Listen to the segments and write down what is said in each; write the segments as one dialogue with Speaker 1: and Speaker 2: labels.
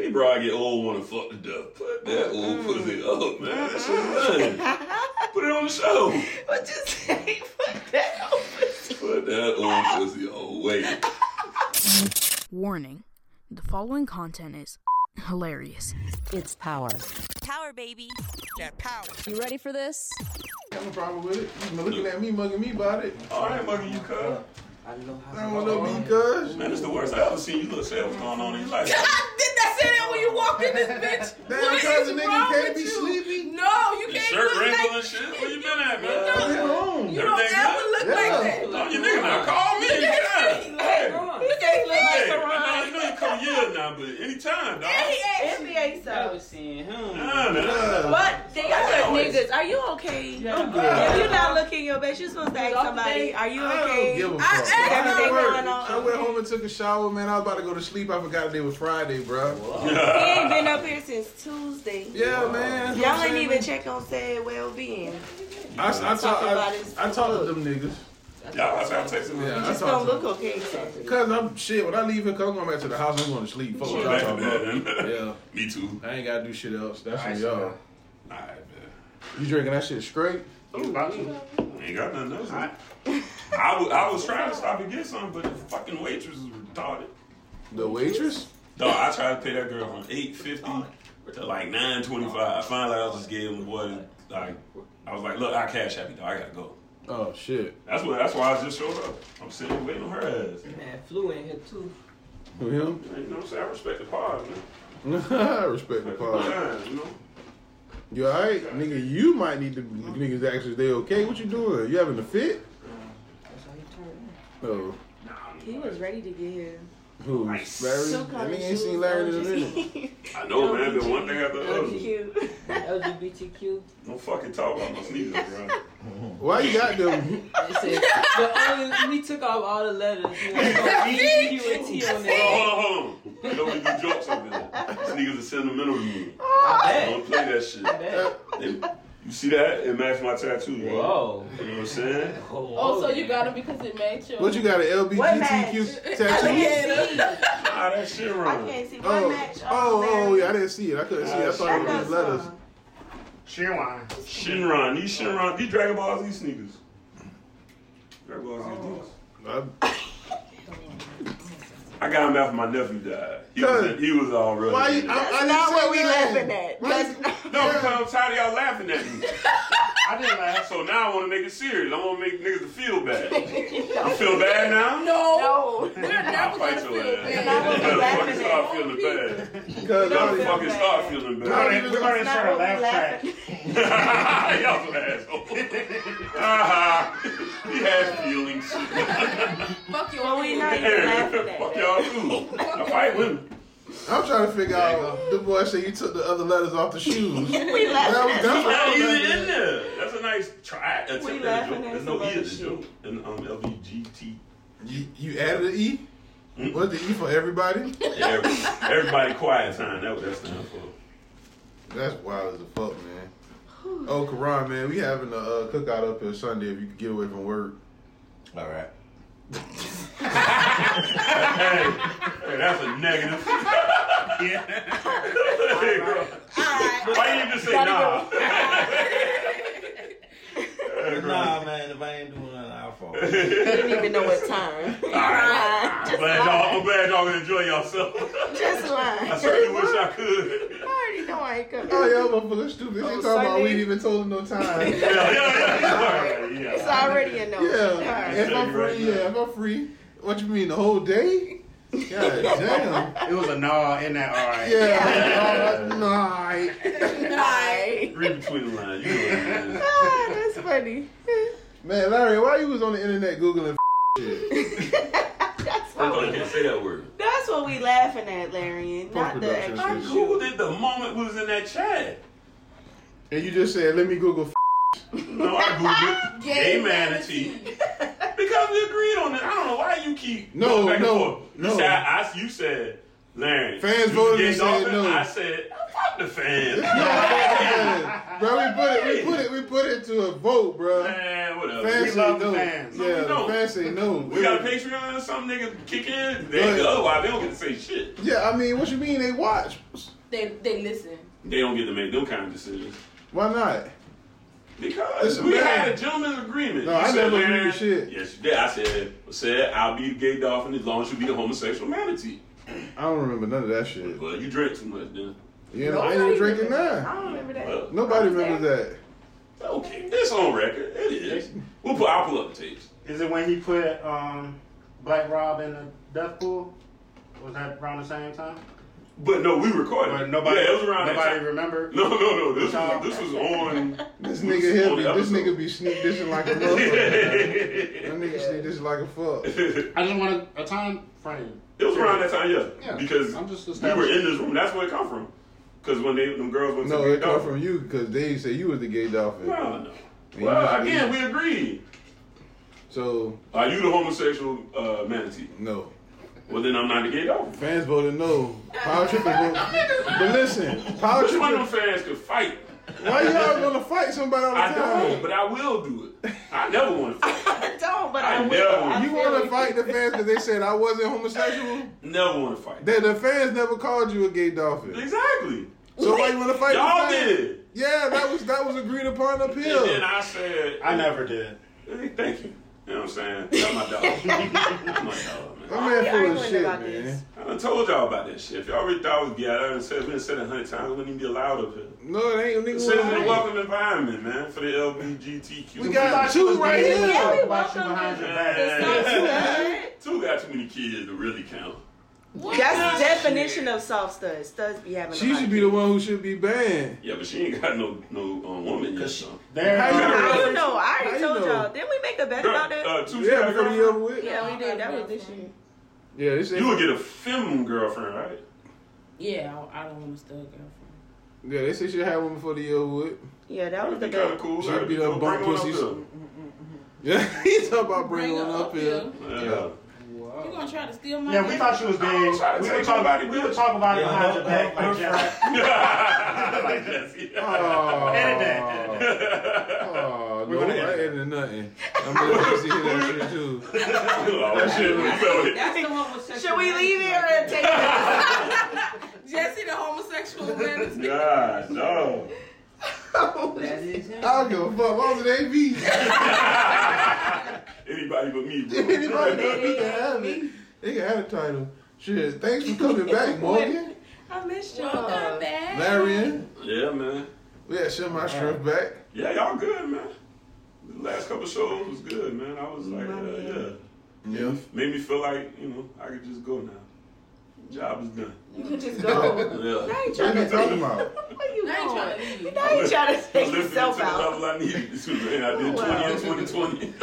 Speaker 1: you probably get old want to fuck to death. Put that old pussy up, man. That's your thing. Put it on the show.
Speaker 2: What you say? Fuck that old pussy.
Speaker 1: Put that old pussy away.
Speaker 3: Warning the following content is hilarious.
Speaker 4: It's power.
Speaker 5: Power, baby. That power.
Speaker 4: You ready for this?
Speaker 6: Got no problem with it. You been looking at me, mugging me about it.
Speaker 1: All right, mugging you, cuz.
Speaker 6: I don't want no beat, cuz.
Speaker 1: Man, it's the worst I ever seen you look sad. What's going on in your life?
Speaker 2: I did that say that when you walked in this bitch.
Speaker 6: Damn,
Speaker 2: what
Speaker 6: cuz
Speaker 2: is
Speaker 6: a nigga
Speaker 2: wrong
Speaker 6: can't
Speaker 2: with
Speaker 6: be
Speaker 2: you?
Speaker 6: sleepy.
Speaker 2: No, you
Speaker 1: Your
Speaker 2: can't
Speaker 1: shirt
Speaker 2: look
Speaker 1: wrinkled
Speaker 2: like
Speaker 1: and shit. Where you been at, man?
Speaker 6: Leave it alone.
Speaker 2: you don't
Speaker 1: Everything
Speaker 2: ever
Speaker 1: good?
Speaker 2: look
Speaker 6: Yeah.
Speaker 2: like that.
Speaker 1: Oh, you nigga now. Call me. Yeah. Hey.
Speaker 2: You can't look
Speaker 1: Hey,
Speaker 2: like
Speaker 1: I
Speaker 2: the
Speaker 1: know- I
Speaker 2: Ryan.
Speaker 1: know you come years now, but anytime, dog.
Speaker 2: And he asked me ain't so.
Speaker 7: seeing him.
Speaker 1: Nah, nah.
Speaker 2: But the other
Speaker 1: always-
Speaker 2: niggas, are you okay?
Speaker 7: I'm
Speaker 2: If you're not looking your best, you're supposed to ask somebody, are you
Speaker 6: I
Speaker 2: okay?
Speaker 6: don't give a fuck.
Speaker 2: I asked
Speaker 6: I
Speaker 2: him.
Speaker 6: went to work.
Speaker 2: Going on.
Speaker 6: I went home and took a shower, man. I was about to go to sleep. I forgot it was Friday, bruh.
Speaker 2: He ain't been up here since Tuesday.
Speaker 6: Yeah, man.
Speaker 2: Y'all ain't even check on said well being.
Speaker 6: I, I, talk,
Speaker 2: about
Speaker 6: I,
Speaker 2: his
Speaker 6: I talk to them niggas.
Speaker 1: Y'all outside texting me.
Speaker 6: Yeah, I
Speaker 2: Just don't
Speaker 6: talk to them.
Speaker 2: look okay.
Speaker 6: Cuz I'm shit. When I leave here, cuz I'm going back to the house. I'm going to sleep. Fuck what
Speaker 1: Going back
Speaker 6: y'all
Speaker 1: to
Speaker 6: talking about.
Speaker 1: bed, man.
Speaker 6: Yeah.
Speaker 1: Me too.
Speaker 6: I ain't got to do shit else. That's
Speaker 7: Alright,
Speaker 6: on
Speaker 7: so-
Speaker 6: y'all.
Speaker 1: All right, man.
Speaker 6: You drinking that shit straight?
Speaker 1: Ain't got nothing else. I, I, was, I was trying to stop and get some, but the fucking waitress was retarded.
Speaker 6: The waitress?
Speaker 1: Dog, I tried to pay that girl from eight fifty to like nine twenty five. Finally, I just gave him the boy. Like, I was like, look, I cash happy dog. I gotta go.
Speaker 6: Oh, shit.
Speaker 1: That's what. That's why I just showed up. I'm sitting here waiting on her ass.
Speaker 7: Man, flew in here too.
Speaker 6: You know?
Speaker 1: You know what I'm saying? I respect the pod, man.
Speaker 6: I respect
Speaker 1: Respect
Speaker 6: the
Speaker 1: the
Speaker 6: pod.
Speaker 1: time, you know.
Speaker 6: You alright? Nigga, you might need to niggas actually they okay. What you doing? You having a fit? Oh.
Speaker 2: He was ready to get here.
Speaker 6: Who? Larry?
Speaker 2: Silk
Speaker 6: That
Speaker 2: on
Speaker 6: nigga
Speaker 2: his
Speaker 6: ain't seen
Speaker 2: shoes,
Speaker 6: Larry in a
Speaker 2: OG.
Speaker 6: minute.
Speaker 1: I know, man. Been one thing after the other.
Speaker 2: Cute.
Speaker 7: LGBTQ.
Speaker 1: Don't fucking talk about my sneakers, bro.
Speaker 6: Why you got them?
Speaker 7: They said the only we took off all the letters. You know, so B, Q, and T on there.
Speaker 1: Hold on, hold on. You know we do jokes over there. Sneakers are sentimental to me.
Speaker 7: I
Speaker 1: Don't play that shit.
Speaker 7: bet. I bet.
Speaker 1: It- you see that? It matched my tattoo, bro.
Speaker 7: Whoa.
Speaker 1: You know what I'm saying?
Speaker 8: Oh, so you got it because it matched your.
Speaker 6: What you got? An
Speaker 2: What match?
Speaker 6: LBGTQ tattoo?
Speaker 1: Nah, Ah, that shit
Speaker 2: I
Speaker 1: wrong.
Speaker 2: can't see one
Speaker 6: Oh,
Speaker 2: match.
Speaker 6: oh, oh, yeah, I didn't see it. I couldn't see it. I thought it was just letters.
Speaker 1: Shinron, these Shinron, these Dragon Ball Z sneakers. Dragon Ball Z sneakers.
Speaker 6: I-
Speaker 1: I got them after my nephew died. He was,
Speaker 6: Good.
Speaker 1: he was all ready.
Speaker 6: Why you? I,
Speaker 1: no,
Speaker 6: I didn't
Speaker 2: Not
Speaker 6: say
Speaker 2: what we
Speaker 6: that.
Speaker 2: laughing at.
Speaker 6: Why
Speaker 2: That's
Speaker 6: you-
Speaker 2: not.
Speaker 1: because I'm tired of y'all laughing at me. I didn't laugh, so now I want to make it serious. I want to make niggas to feel bad. You feel bad now?
Speaker 2: No.
Speaker 8: We're
Speaker 1: I'll
Speaker 8: never gonna
Speaker 1: fight
Speaker 8: feel
Speaker 1: your ass. You
Speaker 2: Not
Speaker 8: bad.
Speaker 2: what we
Speaker 1: better fucking
Speaker 2: laughing
Speaker 1: start
Speaker 2: at.
Speaker 1: feeling bad.
Speaker 6: Cause
Speaker 1: Y'all
Speaker 6: I didn't-
Speaker 1: fucking start feeling
Speaker 6: I
Speaker 1: bad.
Speaker 6: didn't even-
Speaker 2: That's not what we laughing at.
Speaker 1: Y'all some assholes. Ah, he has feelings.
Speaker 8: Fuck your
Speaker 2: Well, we
Speaker 8: feelings.
Speaker 2: not even laughing at.
Speaker 1: Fuck y'all too. I fight women.
Speaker 6: I'm trying to figure out. The boy said you took the other letters off the shoes. That
Speaker 2: We laughing
Speaker 6: was-
Speaker 2: at.
Speaker 6: that's what I
Speaker 1: Not
Speaker 6: was
Speaker 1: even
Speaker 6: laughing
Speaker 1: in
Speaker 6: at.
Speaker 1: there. That's a nice try. That's
Speaker 2: We
Speaker 1: a
Speaker 2: laughing
Speaker 1: joke.
Speaker 2: at
Speaker 1: There's no E in this
Speaker 2: somebody's
Speaker 1: joke. In um, LBGT.
Speaker 6: You, you added an E.
Speaker 1: Hmm?
Speaker 6: What the E for everybody?
Speaker 1: Every- Everybody quiet time. That what that stands for.
Speaker 6: That's wild as a fuck, man. Oh, Karan, man, we having a uh, cookout up here Sunday. If you could get away from work,
Speaker 9: All right.
Speaker 1: Hey, hey, that's a negative. Why you just say nah?
Speaker 9: Nah, man, if I ain't doing nothing, I'll fall.
Speaker 2: Didn't even know what time.
Speaker 1: right. I'm glad y'all. I'm glad y'all can enjoy yourself.
Speaker 2: Just lying.
Speaker 1: I certainly wish I could.
Speaker 2: I already know I ain't coming.
Speaker 6: Oh, y'all motherfuckers stupid. They talking about we ain't even told them no time. yeah.
Speaker 1: Yeah, yeah, yeah. yeah.
Speaker 2: It's already a no. Alright.
Speaker 6: If
Speaker 1: Tell
Speaker 6: I'm
Speaker 1: you right
Speaker 6: free,
Speaker 1: now.
Speaker 6: yeah, if I'm free. What you mean, the whole day? God damn.
Speaker 10: It was a nah in that all right.
Speaker 6: Yeah. Nah, I-
Speaker 2: Alright.
Speaker 1: Read between the lines. You know what it is.
Speaker 2: Ah, that's funny.
Speaker 6: Man, Larry, why you was on the internet Googling shit?
Speaker 2: That's
Speaker 1: I
Speaker 2: what
Speaker 1: thought you
Speaker 2: we,
Speaker 1: can't say that word.
Speaker 2: that's what we laughing at, Larry, and not
Speaker 6: Fuck
Speaker 2: the
Speaker 6: production
Speaker 1: I
Speaker 2: actual
Speaker 6: shit.
Speaker 1: googled it the moment we was in that chat.
Speaker 6: And you just said, let me Google f-
Speaker 1: No, I googled gay manatee because we agreed on it. I don't know why you keep
Speaker 6: No,
Speaker 1: going back
Speaker 6: no,
Speaker 1: and forth. You
Speaker 6: no.
Speaker 1: said, I, I- you said Larry. you
Speaker 6: Fans voted
Speaker 1: get
Speaker 6: and said
Speaker 1: Dolphin?
Speaker 6: no.
Speaker 1: I said, fuck the fans.
Speaker 6: Yeah, bro, we put it, we put it, we put it to a vote, bro.
Speaker 1: Man, whatever.
Speaker 6: Fans
Speaker 8: We
Speaker 6: say
Speaker 8: love the
Speaker 6: no.
Speaker 8: fans.
Speaker 1: No, we
Speaker 6: Yeah, the
Speaker 1: don't.
Speaker 6: fans say no.
Speaker 1: We got a Patreon, some niggas kick in,
Speaker 6: Right.
Speaker 1: they go. Why they don't get to say shit.
Speaker 6: Yeah, I mean, what you mean they watch?
Speaker 11: They they listen.
Speaker 1: They don't get to make them kind of decisions.
Speaker 6: Why not? It's
Speaker 1: Because we
Speaker 6: America.
Speaker 1: had a gentleman's agreement.
Speaker 6: No,
Speaker 1: You
Speaker 6: I
Speaker 1: said,
Speaker 6: never agreed
Speaker 1: "Man,
Speaker 6: to shit."
Speaker 1: Yes, you did. I said, said I'll be the gay dolphin as long as you be the homosexual manatee.
Speaker 6: I don't remember none of that shit.
Speaker 1: Well, you drink too much then.
Speaker 6: You know, I ain't even drinking now.
Speaker 11: don't remember that.
Speaker 1: Well,
Speaker 6: Nobody remembers that.
Speaker 1: okay, this on record. It is. We'll put. I'll pull up the tapes.
Speaker 8: Is it when he put um, Black Rob in the death pool? Was that around the same time?
Speaker 1: But no, we recorded.
Speaker 8: But
Speaker 1: it.
Speaker 8: nobody,
Speaker 1: Yeah, it was around that
Speaker 8: nobody
Speaker 1: time.
Speaker 8: remembered.
Speaker 1: No, no, no. This
Speaker 8: No.
Speaker 1: was this was on. this
Speaker 6: This nigga
Speaker 1: was
Speaker 6: here
Speaker 1: on
Speaker 6: be
Speaker 1: the
Speaker 6: this nigga
Speaker 1: episode.
Speaker 6: be sneak dishing like a motherfucker. that nigga sneak dishing like a fuck.
Speaker 8: I just want a, a time frame.
Speaker 1: It was around that time, yeah.
Speaker 8: Yeah,
Speaker 1: Because
Speaker 8: I'm just
Speaker 1: we were in this room. That's where it come from. Because when they them girls went
Speaker 6: No,
Speaker 1: to
Speaker 6: it
Speaker 1: the
Speaker 6: come from you because they say you was the gay dolphin.
Speaker 1: No, no.
Speaker 6: And you
Speaker 1: Well,
Speaker 6: just-
Speaker 1: again, we agreed.
Speaker 6: So
Speaker 1: Are you the homosexual uh, manatee?
Speaker 6: no.
Speaker 1: Well, then I'm not the gay dolphin.
Speaker 6: Fans voted no. Power tripping voted. But listen, power
Speaker 1: Which one
Speaker 6: tripping.
Speaker 1: of them fans could fight?
Speaker 6: Why y'all gonna fight somebody all the
Speaker 1: I
Speaker 6: time?
Speaker 1: don't, but I will do it. I never want to fight.
Speaker 12: I don't, but
Speaker 1: I
Speaker 12: I, will.
Speaker 1: never-
Speaker 12: I
Speaker 6: You
Speaker 12: feel
Speaker 6: want to
Speaker 12: you.
Speaker 6: fight the fans because they said I wasn't homosexual?
Speaker 1: Never want to fight.
Speaker 6: Then the fans never called you a gay dolphin.
Speaker 1: Exactly.
Speaker 6: So why you want to fight? the
Speaker 1: Y'all
Speaker 6: fans?
Speaker 1: did.
Speaker 6: Yeah, that was that was agreed upon up here.
Speaker 1: And then I said,
Speaker 8: I never did.
Speaker 1: hey, thank you. You know what I'm saying? That's my dog. That's my dog, man.
Speaker 6: My man
Speaker 12: be
Speaker 6: full of
Speaker 12: arguing
Speaker 6: shit,
Speaker 12: about
Speaker 6: man.
Speaker 12: this.
Speaker 1: I done told y'all about that shit. If y'all really thought I was gay, I done said, we done said it a hundred times. I wouldn't even be allowed up here.
Speaker 6: No, it ain't.
Speaker 1: This
Speaker 6: Nigga,
Speaker 1: is
Speaker 6: what
Speaker 1: a
Speaker 6: it ain't.
Speaker 1: welcome environment, man, for the LGBTQ.
Speaker 6: We got two right
Speaker 12: Yeah, we
Speaker 6: here.
Speaker 12: welcome
Speaker 8: behind
Speaker 12: them.
Speaker 8: your
Speaker 12: It's
Speaker 1: back.
Speaker 12: soft stud.
Speaker 1: two got too many kids to really count.
Speaker 12: That's the definition of soft studs. Studs be having. a
Speaker 6: She
Speaker 12: lot
Speaker 6: should
Speaker 12: of
Speaker 6: be the one who should be banned.
Speaker 1: Yeah, but she ain't got no no um, woman yet. So.
Speaker 8: There,
Speaker 6: How you
Speaker 12: kids.
Speaker 8: uh,
Speaker 12: How you know? I
Speaker 6: How
Speaker 12: already
Speaker 6: you
Speaker 12: told
Speaker 6: know?
Speaker 12: y'all. Didn't we make a bet
Speaker 1: Girl,
Speaker 12: about that?
Speaker 1: uh, two
Speaker 6: Yeah,
Speaker 1: got a
Speaker 6: before you
Speaker 1: girlfriend?
Speaker 6: over with.
Speaker 12: yeah, we did. That was this year.
Speaker 6: Yeah, this
Speaker 1: You would
Speaker 6: ain't.
Speaker 1: get a fem girlfriend, right?
Speaker 11: Yeah, I, I don't want to steal a girlfriend.
Speaker 6: Yeah, they say she had one before the year wood.
Speaker 12: Yeah, that was the
Speaker 1: That'd be kind
Speaker 12: bet.
Speaker 1: of cool.
Speaker 6: She'd
Speaker 1: That'd
Speaker 6: be the
Speaker 1: cool.
Speaker 6: bump
Speaker 1: Bring one up
Speaker 6: pussy
Speaker 1: here.
Speaker 6: some- Yeah, he's talking about bringing one up here.
Speaker 1: Yeah.
Speaker 11: You gonna try to steal my?
Speaker 8: yeah, we thought she was
Speaker 1: I
Speaker 8: big.
Speaker 1: don't try to
Speaker 8: We
Speaker 1: take
Speaker 8: would talk,
Speaker 1: nobody
Speaker 8: we would
Speaker 1: bitch.
Speaker 8: talk about it
Speaker 13: Yeah,
Speaker 8: behind your
Speaker 13: her-
Speaker 8: back,
Speaker 13: her- her
Speaker 8: like Jack.
Speaker 1: like Jesse.
Speaker 6: Oh,
Speaker 8: Edit that, edit
Speaker 6: Oh,
Speaker 8: We're
Speaker 6: no,
Speaker 8: gonna
Speaker 6: I
Speaker 8: edit
Speaker 6: edited nothing. I'm gonna let you see that shit too.
Speaker 1: oh shit! We felt it.
Speaker 7: That's the homosexual.
Speaker 12: Should we leave here and take it?
Speaker 11: Jesse, the homosexual man. is-
Speaker 1: God, no.
Speaker 7: That is him.
Speaker 6: I don't give a fuck. Long as they be,
Speaker 1: Anybody but me, bro.
Speaker 6: anybody that be can have it. They can have a title. Shit, thanks for coming back, Morgan,
Speaker 12: I missed
Speaker 11: Welcome
Speaker 12: y'all.
Speaker 11: back.
Speaker 6: Larian.
Speaker 1: yeah, man.
Speaker 6: We had shit my strength back.
Speaker 1: Yeah, y'all good, man. The last couple shows was good, man. I was like, uh, yeah.
Speaker 6: Yeah.
Speaker 1: Made me feel like, you know, I could just go now. Job is done.
Speaker 11: You could just go.
Speaker 1: Yeah.
Speaker 12: I ain't
Speaker 6: What
Speaker 12: trying
Speaker 6: you
Speaker 12: to
Speaker 6: talking about?
Speaker 12: Where you
Speaker 11: I ain't trying
Speaker 12: going?
Speaker 11: to leave.
Speaker 12: Now you trying to
Speaker 1: I
Speaker 12: take
Speaker 1: lifted it to
Speaker 12: yourself
Speaker 1: the
Speaker 12: out.
Speaker 1: level I needed to, man. I did 20 in 2020.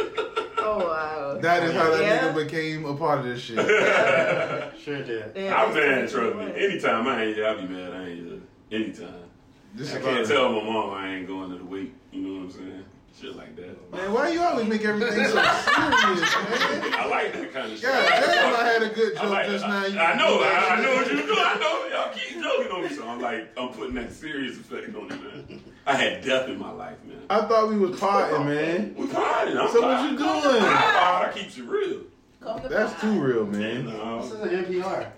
Speaker 12: Oh wow.
Speaker 6: That is how that
Speaker 12: Yeah.
Speaker 6: nigga became a part of this shit.
Speaker 8: Sure did.
Speaker 12: Yeah,
Speaker 1: I'm mad,
Speaker 12: that's
Speaker 1: trust
Speaker 12: what
Speaker 1: me.
Speaker 12: it was.
Speaker 1: Anytime I ain't here, I be mad. I ain't here. Anytime.
Speaker 6: This
Speaker 1: I
Speaker 6: is
Speaker 1: can't
Speaker 6: about-
Speaker 1: tell my mom I ain't going to the week. You know what I'm saying? Shit like that.
Speaker 6: Man, why you always make everything so serious, man?
Speaker 1: I like that kind of shit.
Speaker 6: God damn, I had a good
Speaker 1: I
Speaker 6: joke
Speaker 1: like-
Speaker 6: just
Speaker 1: I,
Speaker 6: now. You-
Speaker 1: I know, I, I know what you do. I know y'all keep joking on me, so I'm like, I'm putting that serious effect on it, man. I had death in my life, man.
Speaker 6: I thought we was partying, man.
Speaker 1: We fine. I'm
Speaker 6: So what
Speaker 1: fine.
Speaker 6: you doing?
Speaker 1: I'm fine. I keep you real. um,
Speaker 11: Come to
Speaker 6: That's too real, man.
Speaker 8: This
Speaker 1: No.
Speaker 8: is an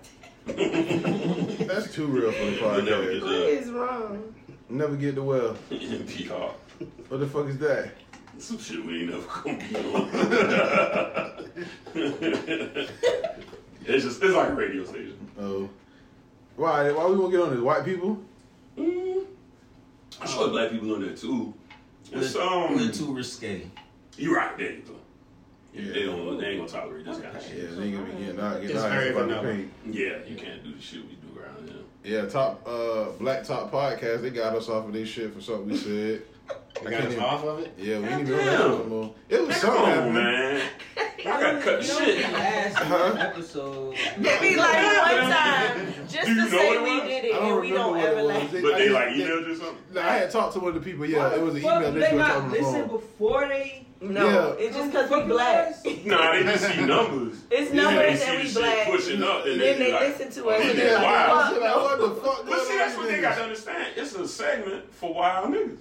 Speaker 8: NPR.
Speaker 6: That's too real for the
Speaker 1: You never get
Speaker 6: podcast.
Speaker 12: What
Speaker 1: that.
Speaker 12: is wrong?
Speaker 6: Never get the well.
Speaker 1: NPR.
Speaker 6: What the fuck is that?
Speaker 1: Some shit we ain't never gonna be on. it's just, it's like a radio station.
Speaker 6: Oh, why? Why we won't get on this? White people?
Speaker 1: Mm. I'm
Speaker 6: Oh.
Speaker 1: sure black people on there too. It's, um,
Speaker 13: We're too risque.
Speaker 1: You're right, there you go.
Speaker 6: Yeah.
Speaker 1: They, don't, they ain't gonna tolerate this kind of shit.
Speaker 6: Yeah, nigga be getting out, getting
Speaker 8: It's
Speaker 6: out
Speaker 8: very
Speaker 6: about the
Speaker 8: vanilla.
Speaker 6: paint.
Speaker 1: Yeah, you can't do the shit we do around here.
Speaker 6: Yeah, top uh, black top podcast. They got us off of this shit for something we said.
Speaker 8: I got us off of it.
Speaker 6: Yeah, we ain't even
Speaker 1: Goddamn.
Speaker 6: on that no more. It was
Speaker 1: Come
Speaker 6: something
Speaker 1: on,
Speaker 6: happening.
Speaker 1: man. I gotta cut shit.
Speaker 7: Last
Speaker 6: Huh?
Speaker 13: Episode.
Speaker 12: It'd be like one time just
Speaker 1: Do
Speaker 12: to
Speaker 1: you know
Speaker 12: say
Speaker 1: what it
Speaker 12: we
Speaker 1: was?
Speaker 12: did
Speaker 6: I
Speaker 12: it
Speaker 6: don't
Speaker 12: and we
Speaker 6: remember
Speaker 12: don't
Speaker 6: what it
Speaker 12: ever
Speaker 6: was.
Speaker 12: laugh.
Speaker 1: But
Speaker 6: I
Speaker 1: they
Speaker 6: just-
Speaker 1: like emailed you something?
Speaker 6: Nah, I had talked to one of the people. Yeah, it was an
Speaker 14: Fuck,
Speaker 6: email that
Speaker 14: They
Speaker 6: you were talking
Speaker 14: not
Speaker 6: on the
Speaker 14: listen
Speaker 6: phone.
Speaker 14: before they.
Speaker 2: No,
Speaker 6: Yeah.
Speaker 2: it's just because we black.
Speaker 1: Nah, they just see numbers.
Speaker 2: It's
Speaker 1: Then
Speaker 2: numbers
Speaker 1: they see the
Speaker 2: and we
Speaker 1: shit
Speaker 2: black.
Speaker 1: Pushing up, and
Speaker 2: Then
Speaker 1: they
Speaker 2: they
Speaker 1: like,
Speaker 2: listen to us.
Speaker 1: "Oh,
Speaker 2: and
Speaker 1: yeah,
Speaker 2: they're like,
Speaker 1: wow.
Speaker 2: fuck.
Speaker 6: I was like, what the fuck?
Speaker 1: But see,
Speaker 6: going on
Speaker 1: that's what they
Speaker 6: with these
Speaker 1: got
Speaker 6: niggas?
Speaker 1: to understand. It's a segment for wild niggas.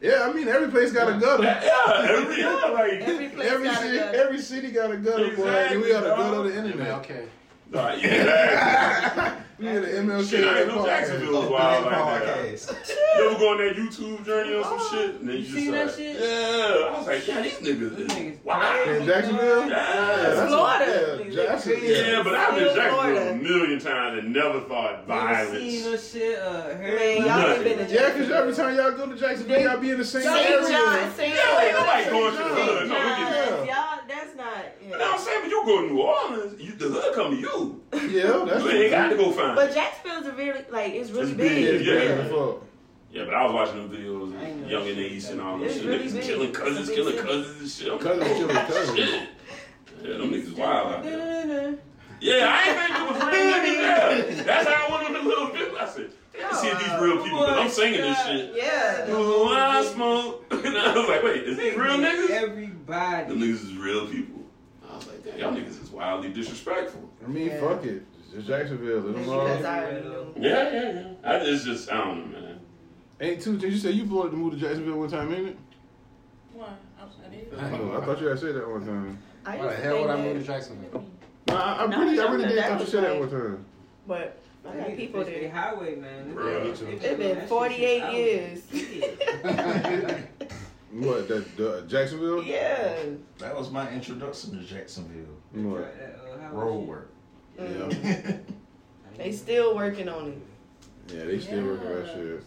Speaker 6: Yeah, I mean, every place got a gutter.
Speaker 1: Yeah, every yeah, like,
Speaker 2: Every place
Speaker 6: Every
Speaker 2: got a
Speaker 6: city,
Speaker 2: gutter.
Speaker 6: every city got a gutter, boy.
Speaker 1: Exactly,
Speaker 6: And we got a
Speaker 1: dog.
Speaker 6: gutter on the internet.
Speaker 15: Okay.
Speaker 1: like yeah.
Speaker 6: We had an MLK.
Speaker 1: Shit, I ain't know
Speaker 6: podcast.
Speaker 1: Jacksonville was wild like that. You ever go on that YouTube journey or
Speaker 2: Oh,
Speaker 1: some shit? And then you,
Speaker 14: seen that
Speaker 1: just like,
Speaker 14: shit?
Speaker 1: Yeah. I was like, yeah, these niggas
Speaker 14: These niggas
Speaker 1: is wild.
Speaker 6: In Jacksonville?
Speaker 1: Yeah.
Speaker 6: that's
Speaker 2: Florida.
Speaker 6: A, yeah, Jackson, yeah.
Speaker 1: Yeah, but I've been
Speaker 2: Still
Speaker 1: Jacksonville
Speaker 2: Florida.
Speaker 1: a million times and never thought
Speaker 14: Never seen
Speaker 1: violence.
Speaker 14: no shit. Uh, heard
Speaker 2: Man,
Speaker 14: no
Speaker 2: y'all ain't
Speaker 1: Nothing.
Speaker 2: been to
Speaker 6: Yeah, because every time y'all go to Jacksonville, y'all be in the same area.
Speaker 2: St. John, St.
Speaker 1: Yeah, ain't
Speaker 2: John.
Speaker 1: nobody going to the hood. No, we get
Speaker 6: Yeah.
Speaker 2: Y'all, that's not.
Speaker 1: But now I'm
Speaker 2: Yeah.
Speaker 1: saying, but you go to New Orleans, you, the hood come to you.
Speaker 6: Yeah, that's
Speaker 1: You ain't got to go find
Speaker 2: But
Speaker 1: it.
Speaker 2: Jacksonville's a really like it's really
Speaker 1: It's
Speaker 2: big.
Speaker 1: big,
Speaker 6: Yeah,
Speaker 1: Yeah.
Speaker 6: the fuck.
Speaker 1: Yeah, but I was watching them videos, of Young and the East and all that
Speaker 2: It's
Speaker 1: shit.
Speaker 2: really
Speaker 1: niggas
Speaker 2: big.
Speaker 1: killing cousins,
Speaker 2: It's a big
Speaker 1: killing
Speaker 2: city.
Speaker 1: cousins and shit. I'm like, oh,
Speaker 6: Cousins killing cousins.
Speaker 1: shit. Yeah, them niggas wild out there.
Speaker 14: Yeah.
Speaker 1: Yeah, I ain't been to a friend nigga there. That's how I went with the little bit. I said, damn, see if these real people, but I'm singing this shit.
Speaker 14: Yeah.
Speaker 1: Oh, I smoke. And I was like, wait, is these real niggas? Them
Speaker 14: Everybody.
Speaker 1: niggas is real people. I was like, damn, y'all niggas is wildly disrespectful.
Speaker 6: I mean,
Speaker 14: Yeah.
Speaker 6: fuck it. It's Jacksonville. Let them
Speaker 2: Because
Speaker 6: all.
Speaker 2: I already knew.
Speaker 1: Yeah, yeah, yeah. I just, just, I don't know, man.
Speaker 6: Ain't too. Did you say you wanted to move to Jacksonville one time, ain't it?
Speaker 11: Why? I, I did.
Speaker 6: Oh, I thought you had said that one time.
Speaker 2: I
Speaker 8: Why the
Speaker 2: used to
Speaker 8: hell would I
Speaker 2: think
Speaker 8: move
Speaker 2: that-
Speaker 8: to Jacksonville?
Speaker 6: Nah, I, I
Speaker 2: No,
Speaker 6: really, I
Speaker 2: no,
Speaker 6: really
Speaker 2: no,
Speaker 6: did
Speaker 2: that
Speaker 6: thought you
Speaker 2: was
Speaker 6: said that
Speaker 2: like-
Speaker 6: one time.
Speaker 2: But I got people
Speaker 14: They
Speaker 2: there.
Speaker 14: highway man.
Speaker 1: Bruh.
Speaker 14: It's
Speaker 2: It's been 48 years.
Speaker 6: What? That the, uh, Jacksonville?
Speaker 2: yeah.
Speaker 9: That was my introduction to Jacksonville.
Speaker 6: What?
Speaker 9: Road work.
Speaker 6: Yeah.
Speaker 2: They still working on it. Mm-hmm.
Speaker 6: Yeah, they still working that shit.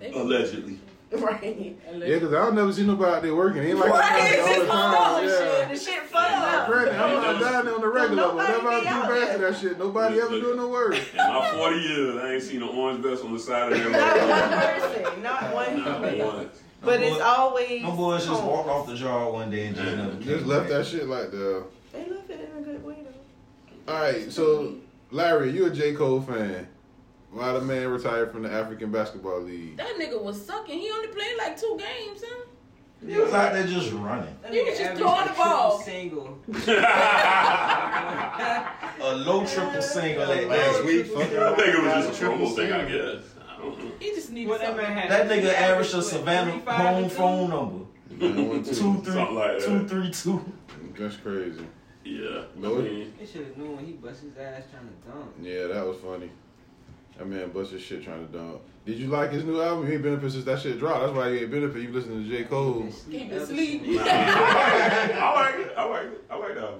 Speaker 11: They-
Speaker 1: Allegedly.
Speaker 2: Right.
Speaker 6: Yeah, because I don't never see nobody working. Ain't like
Speaker 2: Right,
Speaker 6: I'm
Speaker 2: it's
Speaker 6: out there all
Speaker 2: just hold on,
Speaker 6: the time. Yeah.
Speaker 2: shit. The shit fucked up.
Speaker 6: Granted, I'm not down there on the regular, but
Speaker 2: Nobody
Speaker 6: whenever I
Speaker 2: be
Speaker 6: do
Speaker 2: out
Speaker 6: back to
Speaker 2: there.
Speaker 6: that shit, nobody ever doing no work.
Speaker 1: In my 40 years, I ain't seen an orange vest on the side of
Speaker 2: Not one
Speaker 1: that.
Speaker 2: person, not one
Speaker 1: Not
Speaker 2: human.
Speaker 1: one.
Speaker 2: But it's always.
Speaker 9: No boys just
Speaker 2: home.
Speaker 9: walked off the yard one day and just never came
Speaker 6: Just left
Speaker 9: back.
Speaker 6: that shit like the.
Speaker 2: They left it in a good way
Speaker 6: All right, so Larry, you a J Cole fan? Why the man retired from the African Basketball League?
Speaker 11: That nigga was sucking. He only played like two games, huh?
Speaker 9: He was out there just running.
Speaker 11: You can just throw the ball.
Speaker 14: Single.
Speaker 9: A low triple single that
Speaker 8: Last
Speaker 9: last week.
Speaker 8: week, fucking
Speaker 1: I think it was just a promo thing, I guess. I don't know.
Speaker 11: He just needed
Speaker 14: Whatever
Speaker 11: something.
Speaker 14: had.
Speaker 9: That nigga averaged a
Speaker 14: What,
Speaker 9: Savannah
Speaker 14: 35
Speaker 9: home
Speaker 14: and two?
Speaker 9: phone number.
Speaker 6: Man, one,
Speaker 9: Two
Speaker 6: two.
Speaker 9: three
Speaker 1: Hmm, Something like that.
Speaker 9: two three two.
Speaker 6: That's crazy.
Speaker 1: Yeah. I
Speaker 6: Lord.
Speaker 1: mean,
Speaker 14: They should have known when he bust his ass trying to dunk.
Speaker 6: Yeah, that was funny. That man busted shit trying to dump. Did you like his new album? He ain't been up here since that shit dropped. That's why you ain't been up here. You listening to J Cole.
Speaker 11: He
Speaker 14: Ever
Speaker 11: been sleep.
Speaker 14: since.
Speaker 1: I like it. I like it. I like that. one.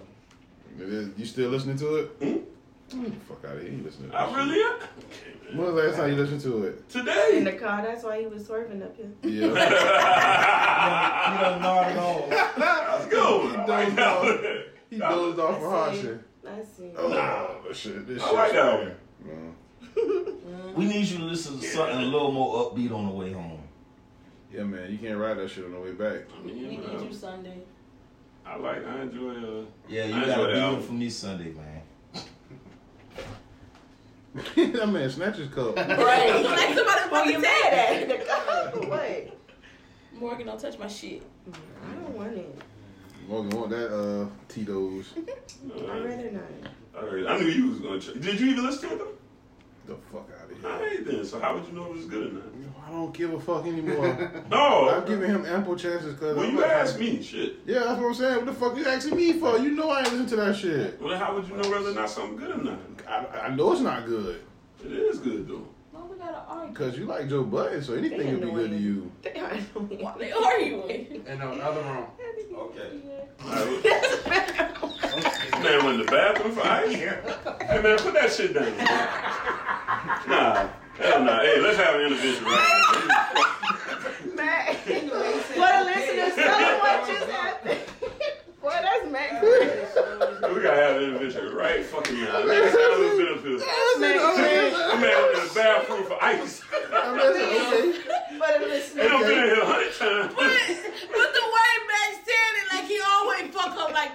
Speaker 1: Mm-hmm.
Speaker 6: It is- You still listening to it? Get the fuck out of here. You listening to that
Speaker 1: I really am.
Speaker 6: shit. When was the last time you listened to it?
Speaker 2: In
Speaker 1: Today.
Speaker 2: the car, that's why he was swerving up here.
Speaker 6: Yeah.
Speaker 9: You don't know at all.
Speaker 1: Let's go.
Speaker 6: He
Speaker 1: I like
Speaker 6: dozed
Speaker 1: that.
Speaker 6: off.
Speaker 1: one.
Speaker 6: He dozed off for
Speaker 2: I
Speaker 6: hot
Speaker 2: see.
Speaker 6: shit.
Speaker 2: I see.
Speaker 6: Oh, nah, shit. This
Speaker 1: I
Speaker 6: shit.
Speaker 1: like that one.
Speaker 9: We need you to listen to something a little more upbeat on the way home.
Speaker 6: Yeah, man. You can't ride that shit on the way back.
Speaker 1: I
Speaker 11: He
Speaker 1: mean,
Speaker 11: did you
Speaker 1: uh,
Speaker 11: Sunday.
Speaker 1: I like. I enjoy. Uh,
Speaker 9: Yeah,
Speaker 1: I
Speaker 9: you gotta
Speaker 1: enjoy that
Speaker 9: beat
Speaker 1: album.
Speaker 9: it for me Sunday, man.
Speaker 6: that man snatch his cup.
Speaker 2: Right.
Speaker 11: Like somebody
Speaker 2: Who you
Speaker 11: fucking
Speaker 2: mad
Speaker 11: mad
Speaker 2: at? In the car. What?
Speaker 11: Morgan, don't touch my shit.
Speaker 2: I don't want it.
Speaker 6: Morgan want that uh Tito's.
Speaker 2: I'd
Speaker 1: uh,
Speaker 2: rather not.
Speaker 1: I heard- I knew you was gonna. Try. Did you even listen to it? though?
Speaker 6: the fuck out of
Speaker 1: I
Speaker 6: here.
Speaker 1: ain't then. So how would you know it was good or not?
Speaker 6: I don't give a fuck anymore. I'm
Speaker 1: No.
Speaker 6: giving him ample chances because
Speaker 1: Well,
Speaker 6: I'm
Speaker 1: Oh. you
Speaker 6: like-
Speaker 1: asked me shit.
Speaker 6: Yeah, that's what I'm saying. What the fuck you asking me for? You know I ain't listen to that shit.
Speaker 1: Well, then how would you know whether or not something good or not?
Speaker 6: I, I know it's not good
Speaker 1: It is good though.
Speaker 11: Why we gotta argue?
Speaker 6: because you like Joe Budden, so anything would be good to you.
Speaker 2: They are annoying.
Speaker 11: Why they arguing?
Speaker 8: In another room.
Speaker 9: Okay.
Speaker 1: Alright, well- This man went to the bathroom for ice. Hey man, put that shit down. nah, hell nah. Hey, let's have an intervention right now.
Speaker 2: Mac. What a listener. Tell them what just happened. Boy, that's Mac.
Speaker 1: We gotta have an intervention right fucking now. Next time it's benefits.
Speaker 2: Mac.
Speaker 1: The man went to the bathroom for ice.
Speaker 6: I'm listening, okay.
Speaker 2: What a
Speaker 1: They
Speaker 2: listener.
Speaker 1: done been in here a hundred times.
Speaker 11: But, but the way Max said it, like he always fuck up like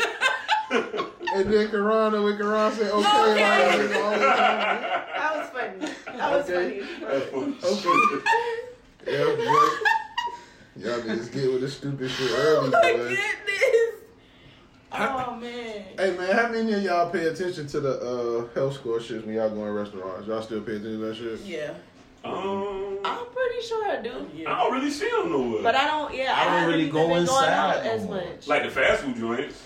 Speaker 11: that.
Speaker 6: And then Karana, when Karana said, okay,
Speaker 11: Okay.
Speaker 6: like, it's always-
Speaker 2: That was funny. That was funny.
Speaker 6: Okay. yeah, boy. Y'all niggas get with the stupid shit early, boy.
Speaker 11: Oh man.
Speaker 6: Hey man, how many of y'all pay attention to the uh, health score shits when y'all go in restaurants? Y'all still pay attention to that shit?
Speaker 2: Yeah.
Speaker 1: Um, I
Speaker 2: I'm pretty sure I do.
Speaker 1: don't really see them nowhere.
Speaker 2: But I don't, yeah.
Speaker 9: I don't
Speaker 2: haven't
Speaker 9: really
Speaker 2: even
Speaker 9: go
Speaker 2: been going out
Speaker 9: inside no
Speaker 2: as
Speaker 9: more.
Speaker 2: much.
Speaker 1: like the fast food joints.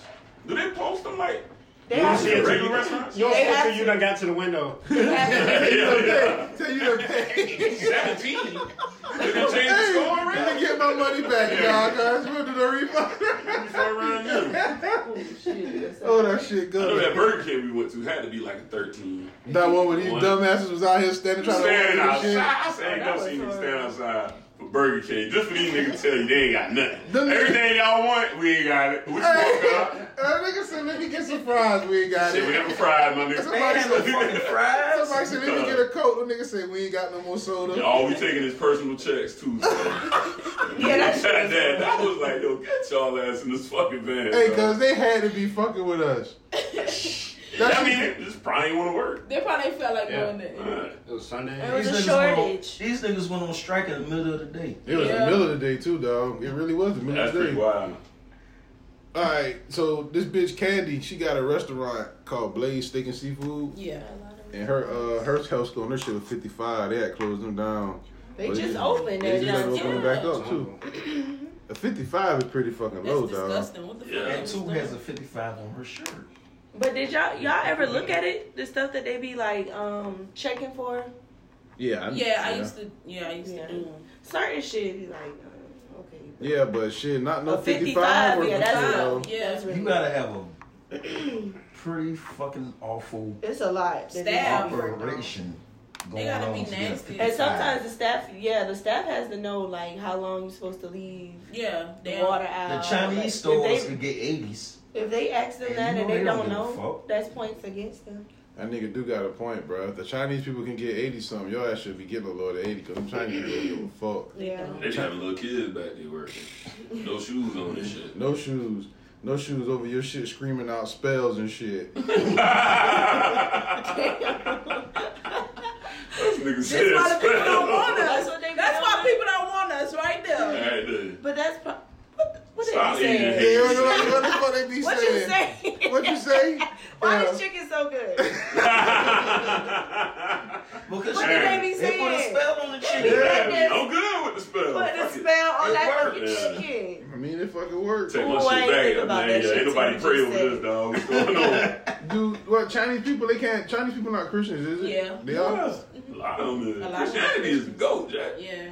Speaker 1: Do they post them like
Speaker 2: they
Speaker 8: You
Speaker 2: have
Speaker 8: see
Speaker 1: the
Speaker 8: it
Speaker 2: to.
Speaker 1: regular restaurants?
Speaker 8: You don't
Speaker 2: They
Speaker 8: see it
Speaker 2: have
Speaker 8: till you
Speaker 2: to.
Speaker 8: done got to the window.
Speaker 2: they have to-
Speaker 1: Yeah, yeah.
Speaker 6: Tell you to pay.
Speaker 1: 17. Did they change
Speaker 6: Hey,
Speaker 1: the score around?
Speaker 6: let me get my money back, y'all guys. We'll do the refund.
Speaker 1: Before around you.
Speaker 11: Oh shit.
Speaker 6: oh, that shit
Speaker 1: I know that
Speaker 6: good.
Speaker 1: Burger King we went to had to be like a 13.
Speaker 6: That one when these
Speaker 1: One.
Speaker 6: dumbasses was out here standing trying
Speaker 1: Standing
Speaker 6: to order
Speaker 1: outside.
Speaker 6: shit.
Speaker 1: I said, ain't never seen me stand outside for Burger King. Just for these niggas to tell you they ain't got
Speaker 6: Them
Speaker 1: nothing.
Speaker 6: niggas-
Speaker 1: Everything y'all want, we ain't got it. What you want,
Speaker 6: Hey,
Speaker 1: girl?
Speaker 6: that nigga said, let me get some fries. We ain't got
Speaker 1: Shit, we
Speaker 6: it.
Speaker 1: never fried, my nigga.
Speaker 6: Somebody said-
Speaker 9: fries.
Speaker 6: Somebody said, let me get a coat. The nigga said, we ain't got no more soda.
Speaker 1: Yeah, All we taking is personal checks too. So.
Speaker 2: Yeah, that's
Speaker 1: that, that, that was like, yo, get y'all ass in this fucking van.
Speaker 6: Hey,
Speaker 1: dog.
Speaker 6: cause they had to be fucking with us.
Speaker 1: I
Speaker 6: That shit-
Speaker 1: mean, this probably ain't want to work.
Speaker 11: They probably felt like
Speaker 8: Yeah.
Speaker 11: doing that.
Speaker 1: Uh,
Speaker 8: It was Sunday.
Speaker 2: It was
Speaker 9: These
Speaker 2: a
Speaker 9: niggas went on-
Speaker 2: shortage.
Speaker 9: These niggas went on strike in the middle of the day.
Speaker 6: It was
Speaker 11: Yeah.
Speaker 6: the middle of the day too, dog. It really was the middle
Speaker 1: that's
Speaker 6: of the
Speaker 1: pretty
Speaker 6: day.
Speaker 1: wild.
Speaker 6: All right, so this bitch Candy, she got a restaurant called Blaze Steak and Seafood,
Speaker 11: Yeah.
Speaker 6: and her uh her health score on her shit was fifty five. They had closed them down.
Speaker 2: They
Speaker 6: But
Speaker 2: just
Speaker 6: it-
Speaker 2: opened
Speaker 6: They
Speaker 2: that
Speaker 6: just never
Speaker 2: junk.
Speaker 6: opened it
Speaker 2: Yeah.
Speaker 6: back up too. A fifty five is pretty fucking
Speaker 11: That's
Speaker 6: low, dog.
Speaker 11: disgusting. What the
Speaker 1: Yeah.
Speaker 11: fuck?
Speaker 9: That two has a 55 on her shirt.
Speaker 2: But did y'all y'all ever look at it? The stuff that they be like um checking for?
Speaker 6: Yeah, I,
Speaker 11: Yeah, I used to. Yeah, I used
Speaker 2: Yeah.
Speaker 11: to do.
Speaker 2: Certain shit be like, uh, okay.
Speaker 6: Yeah, but shit, not no
Speaker 2: A
Speaker 6: fifty five.
Speaker 2: 55, yeah, that's
Speaker 6: low.
Speaker 2: low.
Speaker 11: Yeah.
Speaker 2: That's
Speaker 9: You
Speaker 2: really,
Speaker 9: gotta have a pretty fucking awful
Speaker 2: it's a lot. that they
Speaker 11: Staff.
Speaker 2: offer.
Speaker 9: operation
Speaker 11: They
Speaker 9: going
Speaker 11: gotta
Speaker 9: on.
Speaker 11: be
Speaker 9: to get a
Speaker 11: nasty.
Speaker 2: And
Speaker 9: 55.
Speaker 2: sometimes the staff, yeah, the staff has to know like how long you're supposed to leave
Speaker 11: Yeah.
Speaker 2: the
Speaker 11: They
Speaker 2: water
Speaker 11: are.
Speaker 2: out.
Speaker 9: the Chinese
Speaker 2: Like,
Speaker 9: stores
Speaker 2: If
Speaker 9: can get 80s.
Speaker 2: they, if they ask them
Speaker 9: You
Speaker 2: that
Speaker 9: know
Speaker 2: and
Speaker 9: they
Speaker 2: they
Speaker 9: don't
Speaker 2: don't
Speaker 9: give a
Speaker 2: know,
Speaker 9: fuck.
Speaker 2: that's points against them.
Speaker 6: That nigga do got a point, bro. If the Chinese people can get eighty something, your ass should be getting a lower than eighty. Cause them Chinese people don't give a fuck.
Speaker 2: Yeah.
Speaker 1: They be having little kids back there working. No shoes on and shit.
Speaker 6: No shoes. No shoes over your shit screaming out spells and shit.
Speaker 1: Those niggas
Speaker 11: That's why the people don't want
Speaker 2: That's
Speaker 11: us.
Speaker 2: what they
Speaker 11: That's why
Speaker 2: want.
Speaker 11: people don't want us right
Speaker 1: All
Speaker 11: there.
Speaker 1: right, then.
Speaker 2: But that's pro- what. What
Speaker 1: Stop
Speaker 2: are you
Speaker 1: eating your head.
Speaker 2: saying?
Speaker 6: Yeah, what, the- what the fuck they be
Speaker 2: What you
Speaker 6: saying?
Speaker 2: saying?
Speaker 6: What you say?
Speaker 2: Why
Speaker 6: Yeah.
Speaker 2: is chicken so good?
Speaker 9: Because
Speaker 2: What
Speaker 9: you-
Speaker 2: did they be
Speaker 9: they put a
Speaker 2: saying?
Speaker 9: spell on the chicken.
Speaker 1: Yeah, I'm good with the spell.
Speaker 2: Put a
Speaker 1: Fuck it.
Speaker 2: spell on
Speaker 1: It
Speaker 2: that fucking
Speaker 1: worked. Yeah.
Speaker 2: chicken.
Speaker 6: I mean, it fucking works.
Speaker 1: Take my
Speaker 2: Ooh, I
Speaker 1: shit
Speaker 2: ain't
Speaker 1: back.
Speaker 2: think
Speaker 1: up,
Speaker 2: about
Speaker 1: man.
Speaker 2: that
Speaker 1: Yeah,
Speaker 2: shit
Speaker 1: ain't
Speaker 2: till
Speaker 1: nobody
Speaker 2: you
Speaker 1: pray
Speaker 2: just
Speaker 1: over
Speaker 2: said
Speaker 1: this,
Speaker 2: it.
Speaker 1: dog. What's going on?
Speaker 6: Dude, what Chinese people? They can't. Chinese people not Christians, is it?
Speaker 11: Yeah.
Speaker 6: They are.
Speaker 1: A lot of them
Speaker 11: A
Speaker 1: is.
Speaker 11: lot of
Speaker 1: Christianity is the goat, Jack.
Speaker 11: Yeah.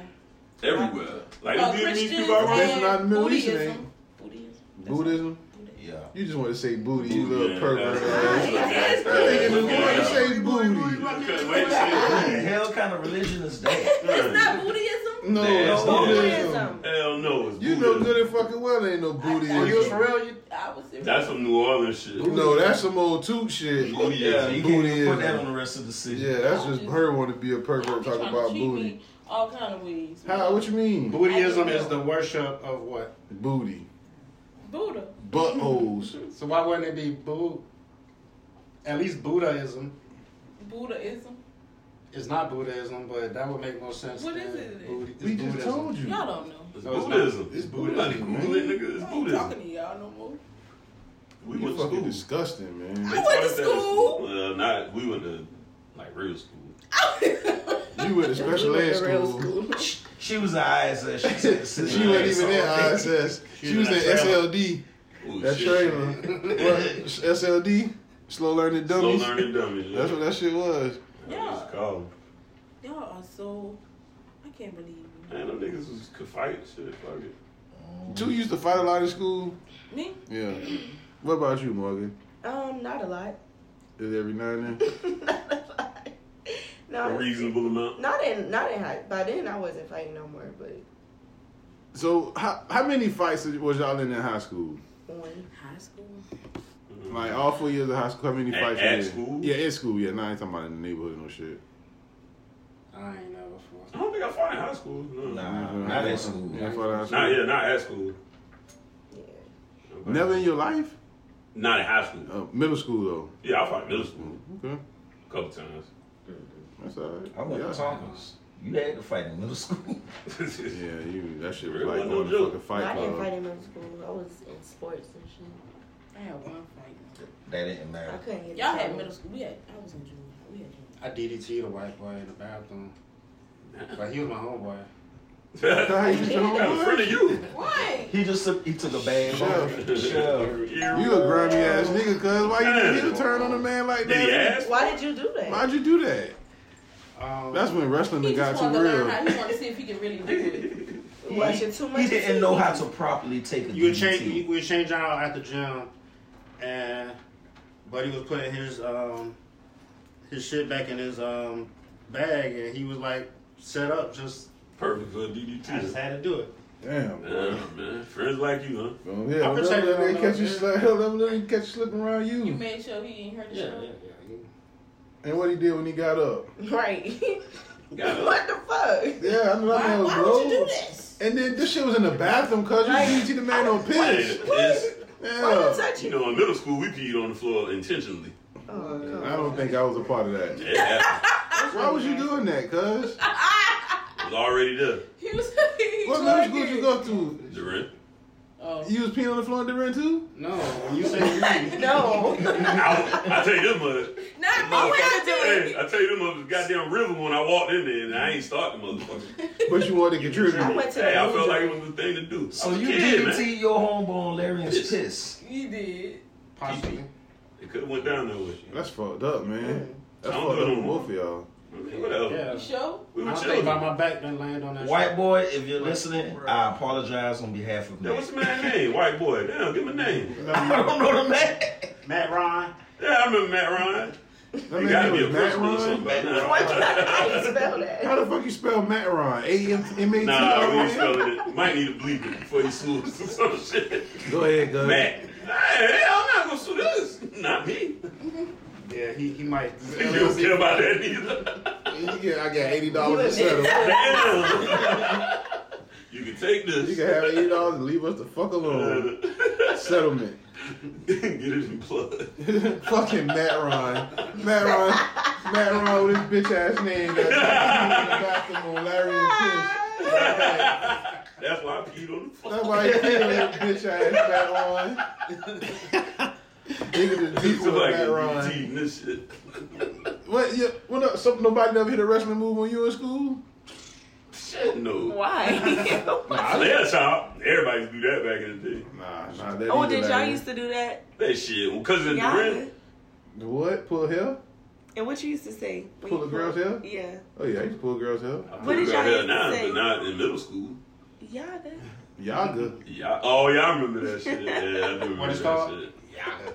Speaker 1: Everywhere. Like,
Speaker 11: Uh,
Speaker 1: the Vietnamese
Speaker 11: Christians
Speaker 1: people are
Speaker 6: That's
Speaker 1: wrong.
Speaker 11: and
Speaker 6: not Middle East, it
Speaker 11: Buddhism.
Speaker 6: ain't.
Speaker 11: Buddhism.
Speaker 6: Buddhism.
Speaker 9: Yeah.
Speaker 6: You just want to say booty, you
Speaker 1: Booty,
Speaker 6: little
Speaker 1: yeah,
Speaker 6: pervert.
Speaker 1: that's-
Speaker 6: ass.
Speaker 1: that's-
Speaker 6: That nigga just
Speaker 1: Yeah.
Speaker 6: want to say booty.
Speaker 1: Couldn't wait to see
Speaker 9: What the
Speaker 1: it.
Speaker 9: hell kind of religion is that?
Speaker 11: It's not Buddhism.
Speaker 6: No,
Speaker 1: Yeah.
Speaker 6: it's
Speaker 2: Buddhism.
Speaker 6: Buddhism.
Speaker 1: Hell no, it's
Speaker 6: You know
Speaker 1: Buddhism.
Speaker 6: good and fucking well there ain't no booty.
Speaker 8: Are
Speaker 6: in
Speaker 8: Oh, you
Speaker 6: it.
Speaker 8: for real? You,
Speaker 11: I was in
Speaker 1: That's some New Orleans shit.
Speaker 6: No, that's some old toot shit.
Speaker 1: Booty,
Speaker 9: Oh, Yeah, you can't even put that on
Speaker 6: Bootyism.
Speaker 9: the rest of the city.
Speaker 6: Yeah, that's just her wanting to be a pervert talking about booty.
Speaker 11: all kind of ways.
Speaker 6: How? What you mean?
Speaker 8: Buddhism is the worship of what?
Speaker 6: Booty.
Speaker 11: Buddha.
Speaker 6: Buttholes.
Speaker 8: So why wouldn't it be Boo? At least Buddhism
Speaker 11: Buddhaism.
Speaker 8: is not Buddhism, but that would make more sense.
Speaker 11: What
Speaker 8: than
Speaker 11: is it?
Speaker 8: Budi- it's
Speaker 6: We just
Speaker 8: Buddhism.
Speaker 6: told you.
Speaker 11: Y'all don't know.
Speaker 1: It's
Speaker 8: No, it's
Speaker 1: Buddhism.
Speaker 8: not.
Speaker 6: Oh, It's
Speaker 1: Nobody
Speaker 6: Buddhism,
Speaker 1: Google it, nigga. Hmm. It's
Speaker 11: I ain't talking
Speaker 1: Buddhism.
Speaker 11: to y'all no more.
Speaker 1: We
Speaker 6: You
Speaker 1: went to
Speaker 6: fucking
Speaker 1: school.
Speaker 6: disgusting, man.
Speaker 11: I went to school.
Speaker 1: Well, not we went to like real school.
Speaker 6: You went to special ed school.
Speaker 9: She was an ISS. She said,
Speaker 6: Since she wasn't even in ISS, she was in SLD.
Speaker 1: Ooh,
Speaker 6: That
Speaker 1: Oh, shit.
Speaker 6: trailer. What? SLD? Slow learning
Speaker 1: Slow
Speaker 6: dummies.
Speaker 1: learning dummies. Yeah.
Speaker 6: That's what that shit was.
Speaker 1: That's what it's called.
Speaker 11: Y'all are so. I can't believe you.
Speaker 1: Man, them niggas was could fight and shit. Fuck it.
Speaker 6: Two used to fight a lot in school.
Speaker 11: Me?
Speaker 6: Yeah. What about you, Morgan?
Speaker 2: Um, not a lot.
Speaker 6: Is it every now and then?
Speaker 2: not a lot.
Speaker 1: A
Speaker 2: No,
Speaker 1: reasonable amount.
Speaker 2: not in, not in high. By then, I wasn't fighting no more. But
Speaker 6: So how how many fights was y'all in in high school?
Speaker 2: one,
Speaker 11: High school.
Speaker 6: Like all four years of high school, how many
Speaker 1: At-
Speaker 6: fights?
Speaker 1: at
Speaker 6: you in?
Speaker 1: school?
Speaker 6: Yeah, at school. Yeah, nah, I ain't talking about in the neighborhood no shit.
Speaker 8: I ain't never for.
Speaker 1: I don't think I fought in high school. No.
Speaker 9: Nah, not at school.
Speaker 6: Yeah, fought in high school.
Speaker 1: Not yeah, not at school.
Speaker 2: yeah.
Speaker 6: Never in your life?
Speaker 1: Not in high school.
Speaker 6: Uh, middle school
Speaker 1: Yeah, I fought in middle school
Speaker 6: though. Okay.
Speaker 1: a couple times.
Speaker 6: That's all right.
Speaker 13: I went
Speaker 6: yeah.
Speaker 13: to Tonka's. You had to fight in middle school.
Speaker 6: Yeah, you, that shit was
Speaker 1: Really
Speaker 6: like uh,
Speaker 1: wasn't
Speaker 6: going
Speaker 1: no
Speaker 6: to
Speaker 1: joke.
Speaker 6: fucking
Speaker 2: No, I
Speaker 6: fight
Speaker 2: didn't fight
Speaker 6: club.
Speaker 2: in middle school. I was in sports and shit.
Speaker 11: I had one fight.
Speaker 13: that didn't matter.
Speaker 2: I couldn't get.
Speaker 11: Y'all
Speaker 2: in
Speaker 11: had
Speaker 2: trouble.
Speaker 11: middle school. We had. I was in junior. high. We had junior.
Speaker 8: I DDT the white boy in the bathroom. But he was my homeboy.
Speaker 6: The hell you did your
Speaker 1: I'm
Speaker 6: homework?
Speaker 1: friend of you.
Speaker 11: Why?
Speaker 13: He just took, he took a bad
Speaker 6: Chef.
Speaker 13: bite. Chef.
Speaker 6: You a grimy ass nigga, cuz why you need to turn on a man like
Speaker 1: Did he
Speaker 6: that?
Speaker 1: ask?
Speaker 2: Why did you do that?
Speaker 6: Why'd you do that?
Speaker 8: Um,
Speaker 6: That's when wrestling
Speaker 11: He
Speaker 6: done
Speaker 11: just
Speaker 6: got
Speaker 11: wanted
Speaker 6: too
Speaker 11: to learn
Speaker 6: real.
Speaker 11: how. He wanted to see if he could really do it.
Speaker 13: He,
Speaker 2: Watching too much
Speaker 13: he didn't know
Speaker 2: TV.
Speaker 13: how to properly take a
Speaker 8: You would
Speaker 13: DDT.
Speaker 8: change. You would change out at the gym, and Buddy was putting his um his shit back in his um bag, and he was like set up. Just
Speaker 1: Perfect for a
Speaker 8: I just
Speaker 1: DDT.
Speaker 8: had to do it.
Speaker 6: Damn, boy.
Speaker 1: Yeah, man. Friends like you, huh?
Speaker 6: Oh, yeah,
Speaker 8: I'm
Speaker 6: let
Speaker 8: protected
Speaker 6: let
Speaker 8: on
Speaker 6: me catch you
Speaker 8: those,
Speaker 6: sli- let me- let me catch you slipping around you.
Speaker 11: You made sure he ain't heard the show.
Speaker 6: And what he did when he got up?
Speaker 2: Right.
Speaker 1: Got it.
Speaker 2: what the fuck?
Speaker 6: Yeah, I know that
Speaker 11: Why,
Speaker 6: man was
Speaker 11: why would you do
Speaker 6: blows.
Speaker 11: this?
Speaker 6: And then this shit was in the bathroom, cuz you didn't see the man on piss.
Speaker 1: Man, it's-
Speaker 2: Why you
Speaker 6: Yeah.
Speaker 2: touch
Speaker 1: You
Speaker 2: it?
Speaker 1: know, in middle school, we peed on the floor intentionally.
Speaker 2: Oh, God.
Speaker 6: I don't think I was a part of that.
Speaker 1: It happened.
Speaker 6: Why was you doing that,
Speaker 1: It
Speaker 6: cuz?
Speaker 1: was already there.
Speaker 11: He was. he
Speaker 6: What middle
Speaker 11: tried
Speaker 6: school did
Speaker 11: it.
Speaker 6: you go to?
Speaker 1: Durant.
Speaker 11: Oh.
Speaker 6: You was peeing on the floor in Durant too?
Speaker 8: No, when you say you,
Speaker 2: No.
Speaker 1: I, I tell you this much.
Speaker 11: Not my way to do
Speaker 1: Hey, I tell you this much. Goddamn river when I walked in there, and I ain't starting motherfucker.
Speaker 6: But you wanted to
Speaker 2: I
Speaker 6: contribute.
Speaker 2: went to the
Speaker 1: Hey, I felt
Speaker 2: movies.
Speaker 1: like it was the thing to do.
Speaker 13: So
Speaker 1: I was a
Speaker 13: Oh, you
Speaker 1: kid,
Speaker 13: DDT
Speaker 1: man.
Speaker 13: your homeboy on Larry's piss.
Speaker 11: it. He did.
Speaker 8: possibly.
Speaker 1: It could have went down that way.
Speaker 6: That's fucked up, man. That's
Speaker 1: I
Speaker 6: fucked
Speaker 1: don't
Speaker 6: up
Speaker 1: know.
Speaker 6: for both of y'all.
Speaker 1: I mean, whatever.
Speaker 8: Yeah.
Speaker 11: You sure?
Speaker 1: We
Speaker 8: I
Speaker 1: were
Speaker 8: don't think about
Speaker 1: children.
Speaker 8: my back done land on that.
Speaker 13: White
Speaker 8: shit.
Speaker 13: boy, if you're listening, I apologize on behalf of me.
Speaker 1: Yeah, what's the man's name? White boy. Damn, give him a name.
Speaker 13: I don't know the man.
Speaker 8: Matt Ryan.
Speaker 1: Yeah, I remember Matt Ryan.
Speaker 6: That
Speaker 1: It
Speaker 6: man
Speaker 1: gotta
Speaker 6: was
Speaker 1: be a
Speaker 6: Matt
Speaker 1: principal or
Speaker 6: Ryan.
Speaker 1: something by now.
Speaker 2: What? How you spell
Speaker 6: How
Speaker 2: that?
Speaker 6: the fuck you spell Matt Ryan? A M M A T
Speaker 1: Nah, we
Speaker 6: R
Speaker 1: ain't
Speaker 6: Y N.
Speaker 1: spelling it. Might need to bleep it before you sue us or some shit.
Speaker 6: Go ahead, cuz.
Speaker 1: Matt. Hey, hell, I'm not gonna sue this. Not me.
Speaker 8: Yeah, he he might.
Speaker 1: You don't care about that either.
Speaker 6: You get, I got eighty dollars to settle.
Speaker 1: Damn. You can take this.
Speaker 6: You can have eighty dollars and leave us the fuck alone. Settlement.
Speaker 1: Get it in plug.
Speaker 6: Fucking Matt Ryan. Matt Ryan. Matt Ryan with his bitch ass name. That's bathroom on Larry and Chris.
Speaker 1: That's why I peed on the floor.
Speaker 6: That's why he killed that bitch ass Matt Ryan. Nigga just beat with
Speaker 1: Somebody
Speaker 6: Matt
Speaker 1: get
Speaker 6: Ryan.
Speaker 1: DDT in this shit.
Speaker 6: What? Yeah, what? Up, some, nobody never hit a wrestling move when you were in school.
Speaker 1: Shit, no.
Speaker 2: Why?
Speaker 1: Nah, that's how everybody used to do that back in the day.
Speaker 6: Nah, nah. That
Speaker 2: oh,
Speaker 6: ain't
Speaker 2: did y'all
Speaker 6: Larry.
Speaker 2: used to do that?
Speaker 1: That shit. Well, cousin
Speaker 2: Y'all
Speaker 1: Durant.
Speaker 2: did?
Speaker 6: What? Pull hair?
Speaker 2: And what you used to say? when
Speaker 6: Pull
Speaker 2: you
Speaker 6: a girl's hair?
Speaker 2: Yeah.
Speaker 6: Oh yeah, I used to pull girls hair.
Speaker 1: I
Speaker 2: What did
Speaker 1: grew
Speaker 2: y'all
Speaker 1: up here
Speaker 2: used to
Speaker 1: now,
Speaker 2: say?
Speaker 1: But not in middle school.
Speaker 2: Y'all did.
Speaker 6: Yaga.
Speaker 1: Yeah. Oh yeah, I remember that shit. Yeah, I do remember
Speaker 8: What it's
Speaker 1: that
Speaker 8: called?
Speaker 1: shit.
Speaker 6: Yaga.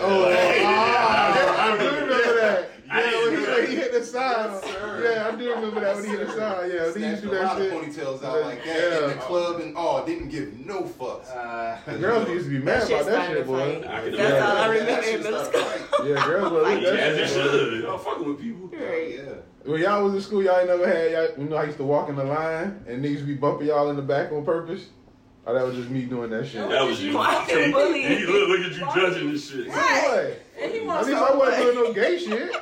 Speaker 6: Oh, I do remember that.
Speaker 1: I
Speaker 6: Yeah,
Speaker 1: didn't
Speaker 6: when he,
Speaker 1: do
Speaker 6: when
Speaker 1: that.
Speaker 6: he hit the side. yeah, I do remember that when he hit the side. Yeah, when he used to do that shit.
Speaker 9: ponytails out like that in the
Speaker 6: Yeah.
Speaker 9: club and all. Didn't give no fucks.
Speaker 8: Uh,
Speaker 6: The girls used to be mad
Speaker 2: That shit
Speaker 6: about that
Speaker 2: started
Speaker 6: shit,
Speaker 2: a
Speaker 6: boy.
Speaker 2: fight.
Speaker 1: I can
Speaker 2: That's all I
Speaker 1: imagine.
Speaker 2: remember in
Speaker 9: shit
Speaker 2: middle
Speaker 9: started
Speaker 2: school.
Speaker 9: a
Speaker 6: Yeah, girls love
Speaker 1: Yeah,
Speaker 6: that
Speaker 1: they
Speaker 6: shit.
Speaker 1: should. Y'all fucking with people.
Speaker 2: Right.
Speaker 9: Yeah.
Speaker 6: When y'all was in school, y'all ain't never had. Y'all, you know, I used to walk in the line and niggas be bumping y'all in the back on purpose. Oh, that was just me doing that shit.
Speaker 1: That was you.
Speaker 2: Why you
Speaker 1: See,
Speaker 2: bullying?
Speaker 1: he look, look at you judging this shit.
Speaker 6: What?
Speaker 11: And he
Speaker 6: At
Speaker 11: wants
Speaker 6: least
Speaker 11: to
Speaker 6: I wasn't doing no gay shit.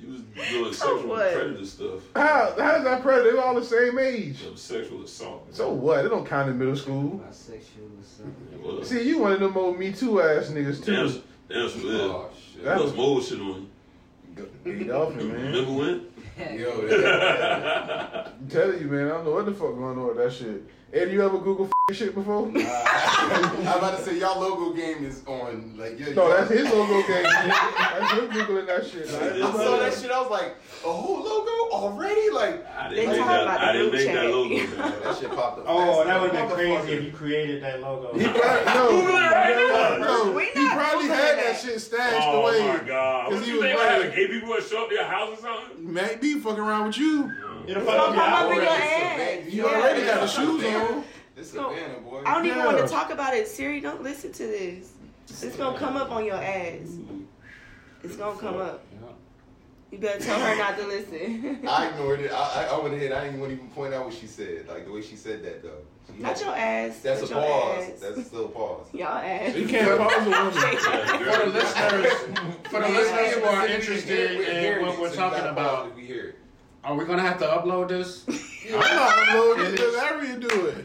Speaker 1: You was doing sexual
Speaker 2: what?
Speaker 1: predator stuff.
Speaker 6: How? How's that predator? They were all the same age.
Speaker 1: Some sexual assault.
Speaker 6: So what? It don't count in middle school.
Speaker 1: It was.
Speaker 6: See, you one of them old Me Too ass niggas
Speaker 1: Damn,
Speaker 6: too.
Speaker 1: damn, some
Speaker 9: Oh
Speaker 1: ill.
Speaker 9: shit.
Speaker 1: That
Speaker 6: That
Speaker 1: was
Speaker 6: was
Speaker 1: mold shit on you.
Speaker 6: Dolphin, man.
Speaker 1: Remember when?
Speaker 9: Yo, that,
Speaker 6: I'm telling you, man. I don't know what the fuck going on with that shit. Ed, you ever Google f- shit before? No,
Speaker 9: I'm about to say y'all logo game is on. Like yeah. y'all-
Speaker 6: that's his logo game. That's him googling that shit.
Speaker 9: I
Speaker 1: Yeah.
Speaker 6: Like,
Speaker 9: saw that shit. I was like, a whole logo already? Like
Speaker 1: I
Speaker 2: They
Speaker 1: didn't make
Speaker 2: talking
Speaker 1: that.
Speaker 2: about
Speaker 1: I didn't
Speaker 2: the group
Speaker 1: make that
Speaker 2: chat.
Speaker 1: logo.
Speaker 9: yeah,
Speaker 1: man.
Speaker 9: that shit popped up.
Speaker 8: oh,
Speaker 9: fast.
Speaker 8: that would have been
Speaker 9: Motherfucker.
Speaker 8: crazy if you created that logo.
Speaker 6: he probably, no,
Speaker 1: Google it right now.
Speaker 6: no,
Speaker 2: We
Speaker 6: he
Speaker 2: not
Speaker 6: probably
Speaker 2: Googling
Speaker 6: had that
Speaker 2: that.
Speaker 6: shit stashed
Speaker 1: Oh
Speaker 6: away.
Speaker 1: my god!
Speaker 6: Cause
Speaker 1: What
Speaker 6: he
Speaker 1: you
Speaker 6: was
Speaker 1: think? What happened?
Speaker 6: like,
Speaker 1: Gay people would show up to your house or something?
Speaker 6: Matt B fucking around with you.
Speaker 8: It'll
Speaker 2: Don't
Speaker 8: fucking
Speaker 2: come up in
Speaker 8: be
Speaker 2: your
Speaker 8: outraged.
Speaker 2: ass.
Speaker 9: You
Speaker 2: Yeah.
Speaker 9: already
Speaker 6: got the shoes
Speaker 9: Savannah.
Speaker 6: on.
Speaker 9: It's
Speaker 2: No.
Speaker 9: Savannah, boy.
Speaker 2: I don't even
Speaker 6: Yeah.
Speaker 2: want to talk about it. Siri, don't listen to this. It's gonna come up on your ass. It's gonna come up. You better tell her not to listen.
Speaker 9: I ignored it. I, I, I went ahead. I didn't even point out what she said. Like the way she said that though. She-
Speaker 2: Not your ass,
Speaker 9: That's
Speaker 2: but
Speaker 9: a
Speaker 2: your
Speaker 9: pause.
Speaker 2: ass.
Speaker 9: That's still a pause.
Speaker 2: Y'all ass.
Speaker 9: You can't pause a woman.
Speaker 8: For the listeners, for the
Speaker 9: Yeah,
Speaker 8: listeners who are
Speaker 9: we hear-
Speaker 8: interested
Speaker 9: we're hearing
Speaker 8: in what
Speaker 9: it,
Speaker 8: we're
Speaker 9: so
Speaker 8: talking
Speaker 9: we gotta
Speaker 8: about,
Speaker 9: we hear it.
Speaker 8: are we gonna have to upload this?
Speaker 6: I'm not uploading it. Larry will do it.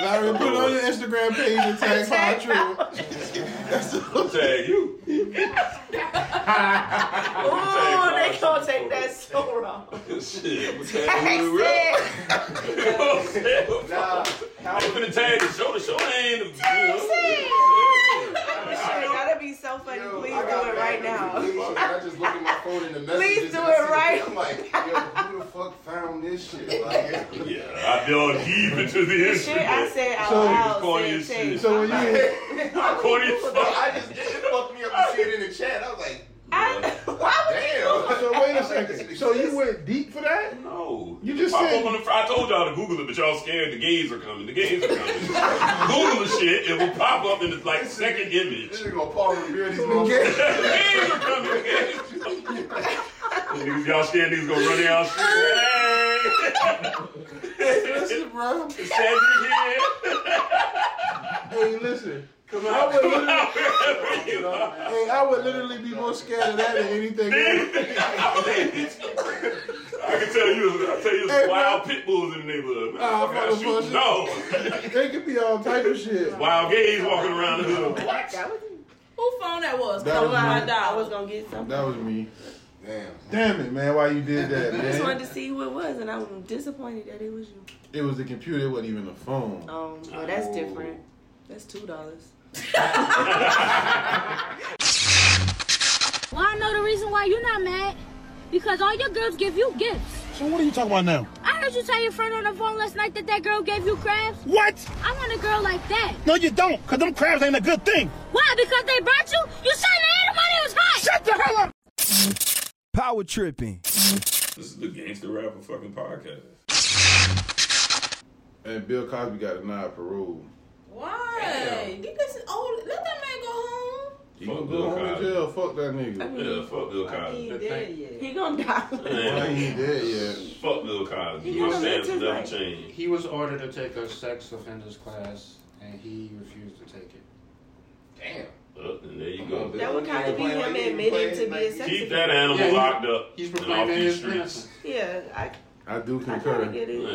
Speaker 6: Larry, put it on your Instagram page and tag Fire True.
Speaker 1: Tag you.
Speaker 12: Ooh, they gonna take that so wrong.
Speaker 1: Shit. we
Speaker 12: Tag
Speaker 1: Tag you. Nah. I'm gonna tag the show. The show ain't.
Speaker 2: Shit, that'd be so funny. Please do it right now.
Speaker 9: Shit, I just look at my phone in the messages.
Speaker 2: Please do
Speaker 9: and I
Speaker 2: it
Speaker 9: see the-
Speaker 2: right.
Speaker 9: I'm like, yo, who the fuck found this shit? Like,
Speaker 1: I dug deep into the
Speaker 2: The shit I
Speaker 1: instrument.
Speaker 2: said out
Speaker 6: So-
Speaker 2: loud.
Speaker 1: Corny as
Speaker 2: said shit.
Speaker 1: shit.
Speaker 6: So when you
Speaker 1: Corny as fuck.
Speaker 9: I just it fucked me up to see it in the chat. I was like,
Speaker 2: I, why would
Speaker 9: damn.
Speaker 6: so wait a second. So you went deep for that?
Speaker 1: No.
Speaker 6: You just
Speaker 1: I,
Speaker 6: said-
Speaker 1: on the, I told y'all to Google it, but y'all scared the gays are coming. The gays are coming. Google the shit, it will pop up in the like second image.
Speaker 9: This nigga gonna Paul Revere these motherfuckers.
Speaker 1: The gays are coming. The gays are coming. Niggas, y'all scared niggas gonna run down the street. Hey!
Speaker 6: Listen, bro.
Speaker 1: Cedric here.
Speaker 6: Hey, listen.
Speaker 1: Come
Speaker 6: I
Speaker 1: out.
Speaker 6: would
Speaker 1: Come
Speaker 6: literally,
Speaker 1: out wherever you are.
Speaker 6: hey, I would literally be more scared of that than anything else.
Speaker 1: I can tell you, I tell you,
Speaker 6: Hey,
Speaker 1: it's wild pit bulls in the neighborhood. Man,
Speaker 6: Nah,
Speaker 1: Fuck out
Speaker 6: motherfucker.
Speaker 1: shooting dogs.
Speaker 6: They could be all type of shit.
Speaker 1: Wild gays walking around the hood.
Speaker 2: That was,
Speaker 11: Who phone that was?
Speaker 6: That
Speaker 11: Come
Speaker 6: was
Speaker 11: on,
Speaker 6: mine.
Speaker 2: I was
Speaker 11: dog.
Speaker 2: gonna get something.
Speaker 6: That was me.
Speaker 9: Damn.
Speaker 6: Damn it, man. Why you did that,
Speaker 2: I just wanted to
Speaker 6: man?
Speaker 2: see who it was, and I'm disappointed that it was you.
Speaker 6: It was the computer. It wasn't even a phone.
Speaker 2: Um, well, that's different. That's two dollars.
Speaker 3: Well, I know the reason why you're not mad. Because all your girls give you gifts.
Speaker 16: So what are you talking about now?
Speaker 3: I heard you tell your friend on the phone last night that that girl gave you crabs.
Speaker 16: What?
Speaker 3: I want a girl like that.
Speaker 16: No, you don't, because them crabs ain't a good thing.
Speaker 3: Why? Because they brought you? You shouldn't have ate them when it was hot.
Speaker 16: Shut the hell up!
Speaker 17: Power tripping.
Speaker 1: This is the gangster rapper fucking podcast.
Speaker 6: And Bill Cosby got denied parole.
Speaker 11: Why? You guys old. Let that man go home.
Speaker 6: He
Speaker 1: Fuck
Speaker 6: gonna
Speaker 1: Bill
Speaker 6: go home to
Speaker 1: Cosby.
Speaker 6: jail. Fuck that nigga.
Speaker 1: Yeah, fuck Bill Cosby.
Speaker 2: He gonna die.
Speaker 6: Why
Speaker 1: Man,
Speaker 6: he ain't dead yet?
Speaker 1: fuck Bill Cosby.
Speaker 2: He
Speaker 1: My
Speaker 2: gonna
Speaker 1: stance
Speaker 2: live
Speaker 1: will
Speaker 2: his
Speaker 1: never
Speaker 2: life.
Speaker 1: change.
Speaker 8: He was ordered to take a sex offenders class, and he refused to take it.
Speaker 9: Damn.
Speaker 1: Uh, and there you
Speaker 9: Come on,
Speaker 1: go.
Speaker 9: Bill.
Speaker 2: That would kind of be him admitting to be a sex
Speaker 1: Keep
Speaker 2: offender.
Speaker 1: that animal
Speaker 8: Yeah, he-
Speaker 1: locked up
Speaker 8: He's
Speaker 1: and off
Speaker 8: proclaiming
Speaker 1: these
Speaker 8: his
Speaker 1: streets.
Speaker 8: innocence.
Speaker 2: Yeah, I,
Speaker 6: I do
Speaker 2: I kind of
Speaker 6: concur.
Speaker 2: get it.
Speaker 1: Yeah.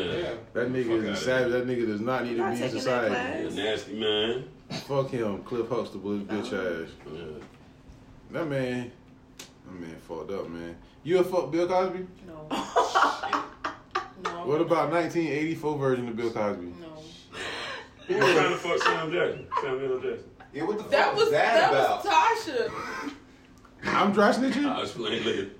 Speaker 6: That
Speaker 1: Fuck
Speaker 6: nigga
Speaker 1: outta
Speaker 6: is a savage. That nigga does not need to
Speaker 2: Not
Speaker 6: be in
Speaker 2: taking that
Speaker 6: society.
Speaker 2: class.
Speaker 1: Yeah, nasty man.
Speaker 6: Fuck him, Cliff Huxtable, his bitch ass.
Speaker 1: Yeah.
Speaker 6: That man, that man fucked up, man. You a fuck Bill Cosby?
Speaker 11: No.
Speaker 6: What about 1984 version of Bill Cosby?
Speaker 11: No.
Speaker 1: Who was trying to fuck Sam Jackson? Samuel L. Jackson.
Speaker 9: Yeah, what the fuck
Speaker 11: That was
Speaker 9: that,
Speaker 11: that,
Speaker 9: about?
Speaker 11: was Tasha.
Speaker 6: I'm dry snitching?
Speaker 1: I'll explain later.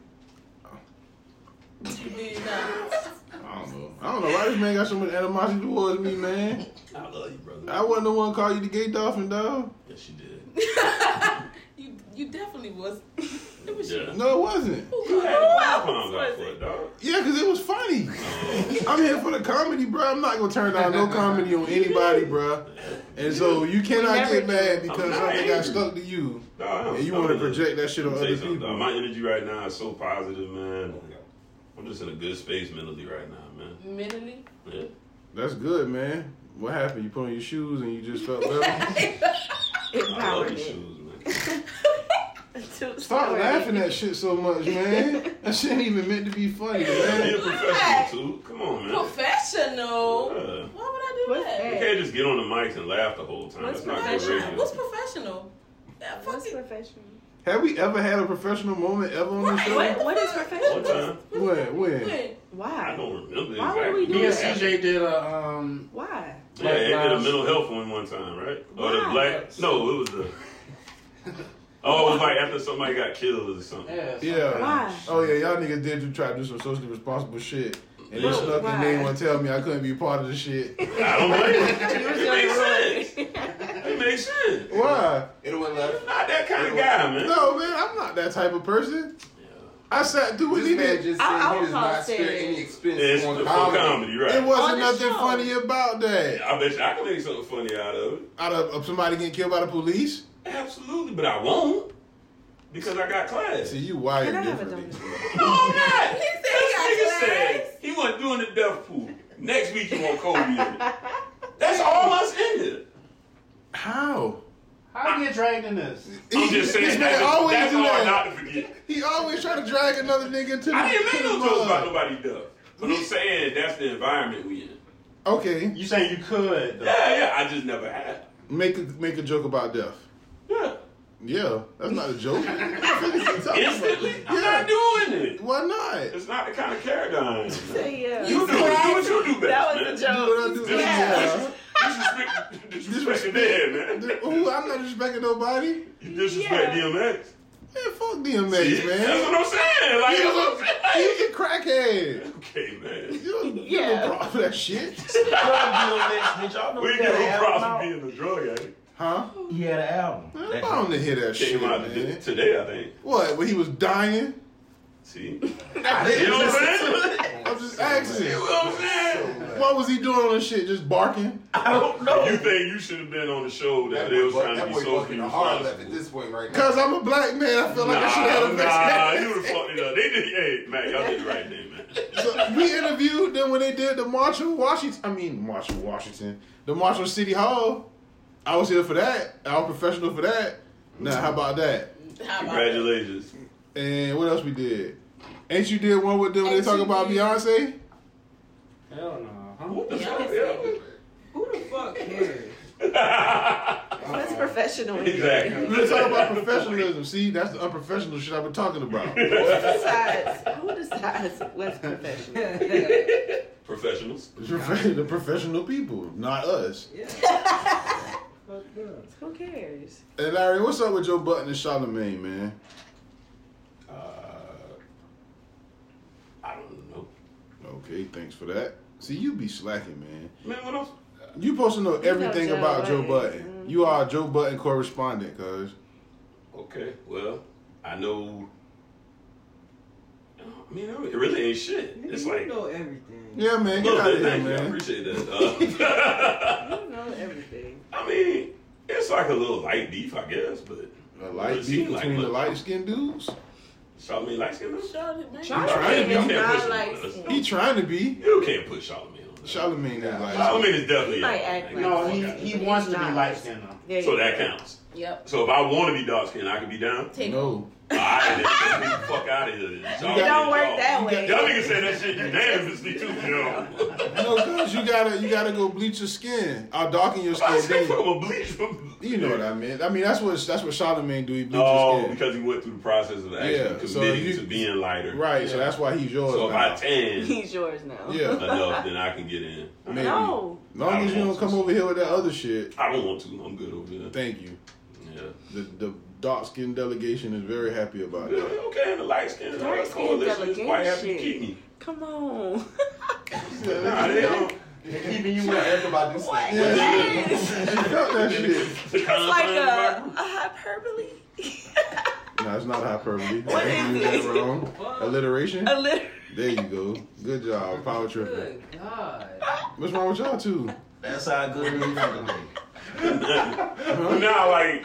Speaker 11: You did not.
Speaker 6: I don't know. I don't know why this man got so much animosity towards me, man.
Speaker 1: I love you, brother.
Speaker 6: I wasn't the one call you the gay dolphin, dog.
Speaker 1: Yes, you did.
Speaker 11: You you definitely was. It was you.
Speaker 1: Yeah.
Speaker 6: No, it wasn't.
Speaker 1: You had a popcorn out for it, dog.
Speaker 6: Yeah, because it was funny. I'm here for the comedy, bro. I'm not going to turn down no comedy on anybody, bro. And so you cannot
Speaker 2: never
Speaker 6: get mad
Speaker 1: I'm
Speaker 6: because
Speaker 1: not
Speaker 6: something
Speaker 1: angry.
Speaker 6: got stuck to you.
Speaker 1: Nah,
Speaker 6: And you want to project that shit on
Speaker 1: Let me
Speaker 6: other
Speaker 1: tell you something, dog.
Speaker 6: people.
Speaker 1: My energy right now is so positive, man. I'm just in a good space mentally right now, man.
Speaker 11: Mentally.
Speaker 1: Yeah.
Speaker 6: That's good, man. What happened? You put on your shoes and you just felt better?
Speaker 1: I love your
Speaker 2: Empowerment.
Speaker 1: shoes, man.
Speaker 2: Two
Speaker 6: Stop
Speaker 2: stories.
Speaker 6: laughing at shit so much, man. That shit ain't even meant to be funny,
Speaker 1: Be a
Speaker 6: man.
Speaker 1: professional, too. Come on, man.
Speaker 11: Professional.
Speaker 1: Yeah.
Speaker 11: Why would I do
Speaker 2: What's
Speaker 11: that?
Speaker 1: You can't just get on the mics and laugh the whole time.
Speaker 2: What's
Speaker 1: That's not good
Speaker 11: Professional.
Speaker 1: radio.
Speaker 11: What's professional? That
Speaker 2: What's
Speaker 11: fucking.
Speaker 2: professional?
Speaker 6: Have we ever had a professional moment ever on the show?
Speaker 2: What, what is professional?
Speaker 1: One time,
Speaker 6: When? When?
Speaker 11: When?
Speaker 1: I
Speaker 2: Why?
Speaker 1: don't remember
Speaker 2: Why
Speaker 1: exactly.
Speaker 2: would we do
Speaker 8: Me and
Speaker 2: that?
Speaker 8: CJ did a um.
Speaker 2: Why?
Speaker 1: Yeah, they did a
Speaker 8: Black
Speaker 1: mental health one one time, right? Or the
Speaker 2: Why?
Speaker 1: black? No, it was the. Oh, it was like after somebody got killed or something.
Speaker 8: Yeah.
Speaker 6: Yeah.
Speaker 2: Why?
Speaker 6: Oh yeah, y'all niggas did do try to do some socially responsible shit. And they
Speaker 1: Yeah.
Speaker 6: snuck and they
Speaker 2: Why?
Speaker 6: didn't want to tell me I couldn't be part of the shit.
Speaker 1: I don't blame
Speaker 2: You was
Speaker 1: it. It makes sense.
Speaker 2: the only one.
Speaker 1: It makes sense.
Speaker 6: Why?
Speaker 9: It went left.
Speaker 1: Not that kind of guy, man.
Speaker 6: No, man, I'm not that type of person. I sat through what
Speaker 9: This
Speaker 6: he
Speaker 9: man
Speaker 6: did.
Speaker 9: just
Speaker 2: I- I
Speaker 9: said he
Speaker 2: would
Speaker 9: does
Speaker 2: call
Speaker 9: not spare
Speaker 2: serious.
Speaker 9: any expense
Speaker 1: Yeah, it's
Speaker 9: on
Speaker 1: for
Speaker 9: comedy.
Speaker 1: comedy, right?
Speaker 6: It wasn't
Speaker 2: the
Speaker 6: nothing
Speaker 2: show.
Speaker 6: funny about that.
Speaker 1: I bet you I can make something funny out of it.
Speaker 6: Out of, of somebody getting killed by the police.
Speaker 1: Absolutely, but I won't. Because I got class.
Speaker 6: See, you wired differently.
Speaker 1: No, I'm not. He said he got said he wasn't doing the death pool. Next week you want Kobe in it. That's all us in there.
Speaker 6: How?
Speaker 8: How you get dragged in this?
Speaker 1: I'm just
Speaker 6: This
Speaker 1: saying
Speaker 6: nigga
Speaker 1: that's,
Speaker 6: always
Speaker 1: that's
Speaker 6: do
Speaker 1: hard
Speaker 6: that.
Speaker 1: not to forget.
Speaker 6: He always try to drag another nigga into the
Speaker 1: I didn't make
Speaker 6: to the
Speaker 1: no jokes
Speaker 6: mud.
Speaker 1: about nobody duck. But I'm saying that's the environment we in.
Speaker 6: Okay.
Speaker 8: You saying you could?
Speaker 1: Yeah, yeah. I just never had.
Speaker 6: Make a, make a joke about death.
Speaker 1: Yeah.
Speaker 6: Yeah, that's not a joke.
Speaker 1: Instantly? I'm not doing it.
Speaker 6: Why not?
Speaker 1: It's not the kind of character I am.
Speaker 2: yeah.
Speaker 1: You do, do what you do best.
Speaker 2: That
Speaker 1: man.
Speaker 2: was a joke.
Speaker 6: Do what I do
Speaker 1: Yeah. Disrespect, disrespect dead, man.
Speaker 6: Who? I'm not disrespecting nobody.
Speaker 1: You disrespect
Speaker 6: Yeah.
Speaker 1: DMX.
Speaker 6: Man, fuck DMX,
Speaker 1: See?
Speaker 6: man.
Speaker 1: That's what I'm saying. Like,
Speaker 6: you
Speaker 1: that's what I'm saying.
Speaker 6: a crackhead.
Speaker 1: Okay, man.
Speaker 6: You, you
Speaker 1: Yeah.
Speaker 6: yeah. a problem for that shit.
Speaker 1: We
Speaker 13: got an
Speaker 1: get no
Speaker 13: album
Speaker 1: props being a drug addict.
Speaker 6: Huh?
Speaker 13: He had an album.
Speaker 6: I don't hear that shit,
Speaker 1: Came out
Speaker 6: man.
Speaker 1: today, I think.
Speaker 6: What? When he was dying?
Speaker 1: See?
Speaker 6: You
Speaker 1: know what I'm
Speaker 6: saying? I'm just asking.
Speaker 1: You know what I'm saying?
Speaker 6: What was he doing on this shit? Just barking?
Speaker 1: I don't know. You think you should have been on the show that, they was
Speaker 9: boy-
Speaker 1: trying to
Speaker 9: that
Speaker 1: be
Speaker 9: boy
Speaker 1: socially
Speaker 9: fucking hard left
Speaker 1: responsible?
Speaker 9: at this point right now.
Speaker 6: Cause I'm a black man, I feel like I should have
Speaker 1: nah,
Speaker 6: a
Speaker 1: nah,
Speaker 6: Mexican.
Speaker 1: you would have fucked it up. They did, hey, man, y'all did the right thing, man.
Speaker 6: So we interviewed them when they did the March on Washington. I mean, March on Washington, the March on City Hall. I was here for that. I was professional for that. Now, how about that?
Speaker 1: Congratulations.
Speaker 6: And what else we did? Ain't you did one with them when they talk about Beyonce?
Speaker 8: Hell no. Huh?
Speaker 1: What the fuck? Yeah.
Speaker 7: Who the fuck cares?
Speaker 2: That's professional.
Speaker 1: Exactly.
Speaker 6: We talk about professionalism. See, that's the unprofessional shit I've been talking about.
Speaker 2: Who decides? Who decides what's professional?
Speaker 1: Professionals.
Speaker 6: It's prof- the professional people, not us.
Speaker 2: Who cares?
Speaker 6: Hey Larry, what's up with Joe Button and Charlemagne, man?
Speaker 13: Uh, I don't know.
Speaker 6: Okay, thanks for that. See, you be slacking, man.
Speaker 1: Man, what else?
Speaker 6: You supposed to know everything
Speaker 2: Joe
Speaker 6: about Joe
Speaker 2: Budden.
Speaker 6: Button. You are a Joe Button correspondent, cuz.
Speaker 1: Okay, well, I know. I mean, it really ain't shit. It's
Speaker 7: you
Speaker 1: like.
Speaker 7: know everything.
Speaker 6: Yeah, man, get
Speaker 1: Look,
Speaker 6: out of here,
Speaker 1: thank you. I
Speaker 6: man.
Speaker 1: appreciate that. Uh,
Speaker 2: You know everything.
Speaker 1: I mean, it's like a little light beef, I guess, but.
Speaker 6: A light beef between the light skinned dudes?
Speaker 1: Charlemagne light skin?
Speaker 11: Charlamagne.
Speaker 6: Charlamagne
Speaker 1: You
Speaker 6: is
Speaker 1: can't push
Speaker 11: not
Speaker 1: him
Speaker 11: light
Speaker 1: on us.
Speaker 6: He trying to be.
Speaker 1: You can't put Charlemagne on us.
Speaker 6: Charlemagne is like
Speaker 1: Charlemagne is definitely.
Speaker 2: He might act
Speaker 1: like,
Speaker 8: No,
Speaker 1: fuck
Speaker 8: he,
Speaker 1: out of
Speaker 8: he
Speaker 1: here.
Speaker 8: wants to be
Speaker 2: Nah.
Speaker 8: light skinned though.
Speaker 2: Yeah,
Speaker 1: So
Speaker 2: yeah.
Speaker 1: that counts.
Speaker 11: Yep.
Speaker 1: So if I want to be dark skinned, I can be down.
Speaker 11: Take
Speaker 6: No.
Speaker 1: All right, then get the fuck out of here. Then.
Speaker 2: It don't work that way.
Speaker 1: Y'all niggas said that shit unanimously too, you know.
Speaker 6: No, cuz you gotta you gotta go bleach your skin. I'll darken your
Speaker 1: I
Speaker 6: skin.
Speaker 1: said
Speaker 6: then-
Speaker 1: from a bleach from.
Speaker 6: You know what I mean. I mean that's what that's what Charlemagne do, he bleach his
Speaker 1: Oh,
Speaker 6: skin.
Speaker 1: because he went through the process of actually
Speaker 6: Yeah, so
Speaker 1: committing
Speaker 6: you-
Speaker 1: to being lighter.
Speaker 6: Right, so that's why he's yours.
Speaker 1: So if
Speaker 6: now.
Speaker 1: I tan
Speaker 2: He's yours now.
Speaker 6: yeah.
Speaker 1: enough, then I can get in.
Speaker 6: Maybe.
Speaker 2: No.
Speaker 6: Long as you don't come over here with that other shit.
Speaker 1: I don't want to. I'm good over there.
Speaker 6: Thank you.
Speaker 1: Yeah.
Speaker 6: The the dark skinned delegation is very happy about
Speaker 1: Yeah,
Speaker 6: it.
Speaker 1: Okay, and the light skin and all that
Speaker 2: Dark-skinned
Speaker 1: coalition is quite happy to
Speaker 2: delegation.
Speaker 1: keep me.
Speaker 2: Come on.
Speaker 1: Nah, they don't.
Speaker 9: Even you want to ask about this thing.
Speaker 6: Fuck that shit.
Speaker 2: It's like a, a hyperbole.
Speaker 6: No, it's not hyperbole.
Speaker 2: What
Speaker 6: I
Speaker 2: is
Speaker 6: you that
Speaker 2: it?
Speaker 6: wrong. Alliteration.
Speaker 2: A liter-
Speaker 6: There you go. Good job, power tripping.
Speaker 7: Good God.
Speaker 6: What's wrong with y'all two?
Speaker 13: That's how good it is today.
Speaker 6: Uh-huh.
Speaker 1: But now, like,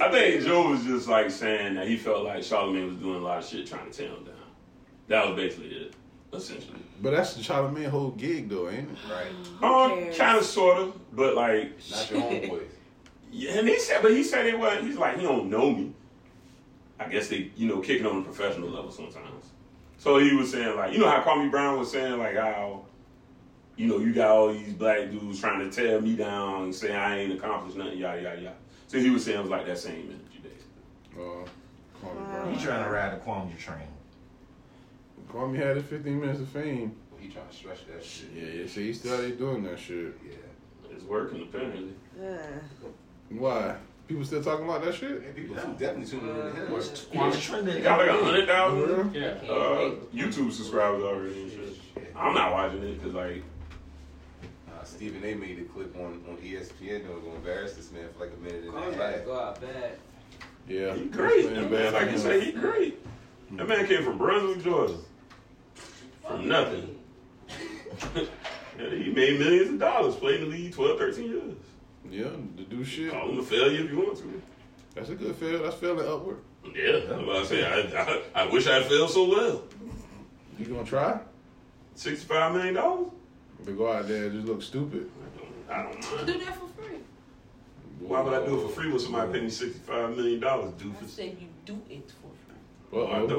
Speaker 1: I think Joe was just like saying that he felt like Charlemagne was doing a lot of shit trying to tear him down. That was basically it, essentially.
Speaker 6: But that's the Charlamagne whole gig though, ain't it?
Speaker 9: Right.
Speaker 1: Um,
Speaker 2: cares?
Speaker 1: kind of, sort of, but like,
Speaker 9: Not your homeboys.
Speaker 1: yeah, and he said, but he said it wasn't. He's like, he don't know me. I guess they, you know, kicking on a professional level sometimes. So he was saying like, you know how Kwame Brown was saying like how, you know, you got all these black dudes trying to tear me down and say I ain't accomplished nothing, yada yada yada. So he was saying it was like that same energy. basically.
Speaker 6: Uh,
Speaker 13: You
Speaker 6: Kwame Brown.
Speaker 13: trying to ride the Kwame train?
Speaker 6: Kwame had his 15 minutes of fame.
Speaker 9: He trying to stretch that shit.
Speaker 6: Yeah, yeah. So he's still out there doing that shit.
Speaker 9: Yeah.
Speaker 1: It's working apparently.
Speaker 2: Ugh.
Speaker 6: Why? People still talking about that shit?
Speaker 9: And people who definitely tuning in to him.
Speaker 13: Kwame train
Speaker 1: They got like a hundred thousand
Speaker 6: Yeah.
Speaker 8: Yeah.
Speaker 1: uh, YouTube subscribers already. And shit. I'm not watching it because like
Speaker 9: Nah, Stephen A. made a clip on, on ESPN that was going to embarrass this man for like a minute and
Speaker 7: Kwame
Speaker 9: a
Speaker 7: about to
Speaker 9: half.
Speaker 7: go out bad.
Speaker 6: Yeah.
Speaker 1: he great.
Speaker 6: Playing
Speaker 1: That man,
Speaker 6: bad
Speaker 1: like you
Speaker 6: for
Speaker 1: say,
Speaker 6: him.
Speaker 1: he great. That man came from Brunswick, Georgia, from nothing. and he made millions of dollars playing the league 12, 13 years.
Speaker 6: Yeah, to do shit.
Speaker 1: Call him a failure if you want to.
Speaker 6: That's a good fail. That's failing upward.
Speaker 1: Yeah, that's what I say. I, I, I wish I had failed so well.
Speaker 6: You gonna try?
Speaker 1: Sixty-five million dollars?
Speaker 6: But go out there and just look stupid.
Speaker 1: I don't mind.
Speaker 2: Do that for free.
Speaker 1: Why would I do it for free when somebody paid me sixty-five million dollars,
Speaker 11: I
Speaker 1: doofus?
Speaker 11: say you do it for free.
Speaker 1: Well, I don't.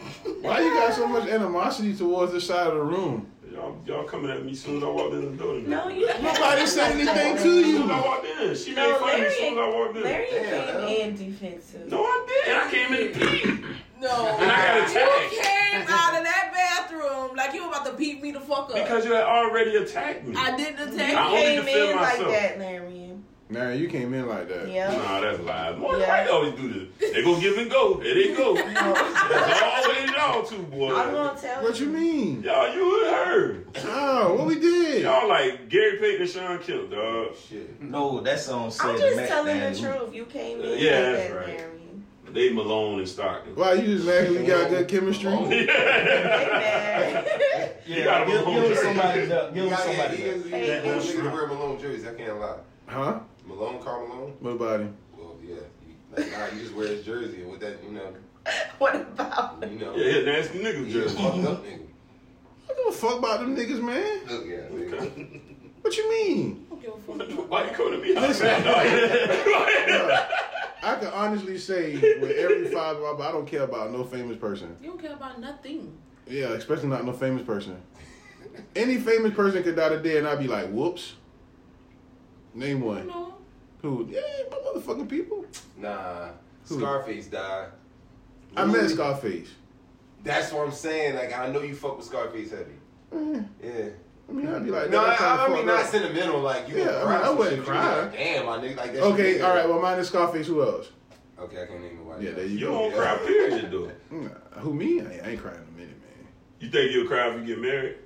Speaker 6: oh. Why you got so much animosity towards this side of the room?
Speaker 1: Y'all, y'all coming at me soon as I walked in the door. No,
Speaker 11: you
Speaker 6: Nobody said anything to you.
Speaker 1: Soon as I walked in, she
Speaker 11: No,
Speaker 1: made fun of me
Speaker 11: Larry
Speaker 1: soon as I walked in.
Speaker 11: Larry
Speaker 1: Damn.
Speaker 11: came in defensive.
Speaker 1: No, I did. I came in to pee.
Speaker 11: No.
Speaker 1: And I got attacked.
Speaker 11: You came out of that bathroom like you were about to beat me the fuck up.
Speaker 1: Because you had already attacked me.
Speaker 11: I didn't attack
Speaker 1: I only
Speaker 11: you.
Speaker 1: defend myself.
Speaker 2: Marion.
Speaker 6: Man, you came in like that.
Speaker 2: Yeah.
Speaker 1: Nah, that's lies. Mark
Speaker 2: Yeah.
Speaker 1: White always do this. They go give and go. There they go. that's always y'all two boys.
Speaker 2: I'm gonna tell
Speaker 6: What you mean?
Speaker 1: Y'all, you and her.
Speaker 6: Oh, what we did?
Speaker 1: Y'all like Gary Payton and Sean Kemp, dog.
Speaker 18: Shit. No, that song said
Speaker 2: I'm just
Speaker 18: Mac
Speaker 2: telling the
Speaker 18: Daddy.
Speaker 2: truth. You came in.
Speaker 1: Yeah,
Speaker 2: like
Speaker 1: that's
Speaker 2: that,
Speaker 1: right.
Speaker 2: Marion.
Speaker 1: They Malone and Stockton.
Speaker 6: Why you just mad 'cause we got good chemistry?
Speaker 1: You got a
Speaker 18: give,
Speaker 1: Malone
Speaker 18: give him
Speaker 1: jersey.
Speaker 18: somebody. that- Give him
Speaker 9: Yeah, yeah,
Speaker 18: somebody.
Speaker 9: he
Speaker 18: that-
Speaker 9: is- that old nigga that wear Malone jerseys. I can't lie.
Speaker 6: Huh?
Speaker 9: Malone, Carl Malone.
Speaker 6: What about him?
Speaker 9: Well, yeah. You, like, nah, you just wear his jersey and with that, you know. What about? You know.
Speaker 1: Yeah, yeah, nasty nigga
Speaker 9: He's a
Speaker 1: jersey.
Speaker 9: fucked up nigga.
Speaker 6: I don't give a fuck about them niggas, man.
Speaker 9: Look, yeah, nigga.
Speaker 6: What you mean?
Speaker 1: Why you coming to me?
Speaker 6: Listen.
Speaker 1: Listen.
Speaker 6: Look, I can honestly say with every fiber of my I don't care about no famous person.
Speaker 11: You don't care about nothing.
Speaker 6: Yeah, especially not no famous person. Any famous person could die today, and I'd be like, whoops. Name one.
Speaker 11: No.
Speaker 6: Who? Yeah, my motherfucking people.
Speaker 9: Nah.
Speaker 6: Who?
Speaker 9: Scarface died.
Speaker 6: I met Scarface.
Speaker 9: That's what I'm saying. Like, I know you fuck with Scarface heavy.
Speaker 6: Eh,
Speaker 2: Mm.
Speaker 9: Yeah.
Speaker 6: I mean, I'd be like,
Speaker 9: no,
Speaker 6: "Damn,
Speaker 9: I,
Speaker 6: kinda
Speaker 9: I, mean
Speaker 6: fucked
Speaker 9: not
Speaker 6: up."
Speaker 9: sentimental. Like you,
Speaker 6: Yeah,
Speaker 9: would
Speaker 6: I
Speaker 9: cry
Speaker 6: mean, I
Speaker 9: some
Speaker 6: wouldn't
Speaker 9: shit,
Speaker 6: cry.
Speaker 9: you be Like, Damn, my nigga, like that.
Speaker 6: Okay, all right. Well, mine is Scarface. Who else?
Speaker 9: Okay, I can't name nobody.
Speaker 6: Yeah, there you
Speaker 1: You
Speaker 6: go.
Speaker 1: don't cry, period, though.
Speaker 6: Nah, who me? I ain't, I ain't crying in a minute, man.
Speaker 1: You think you'll cry if you get married?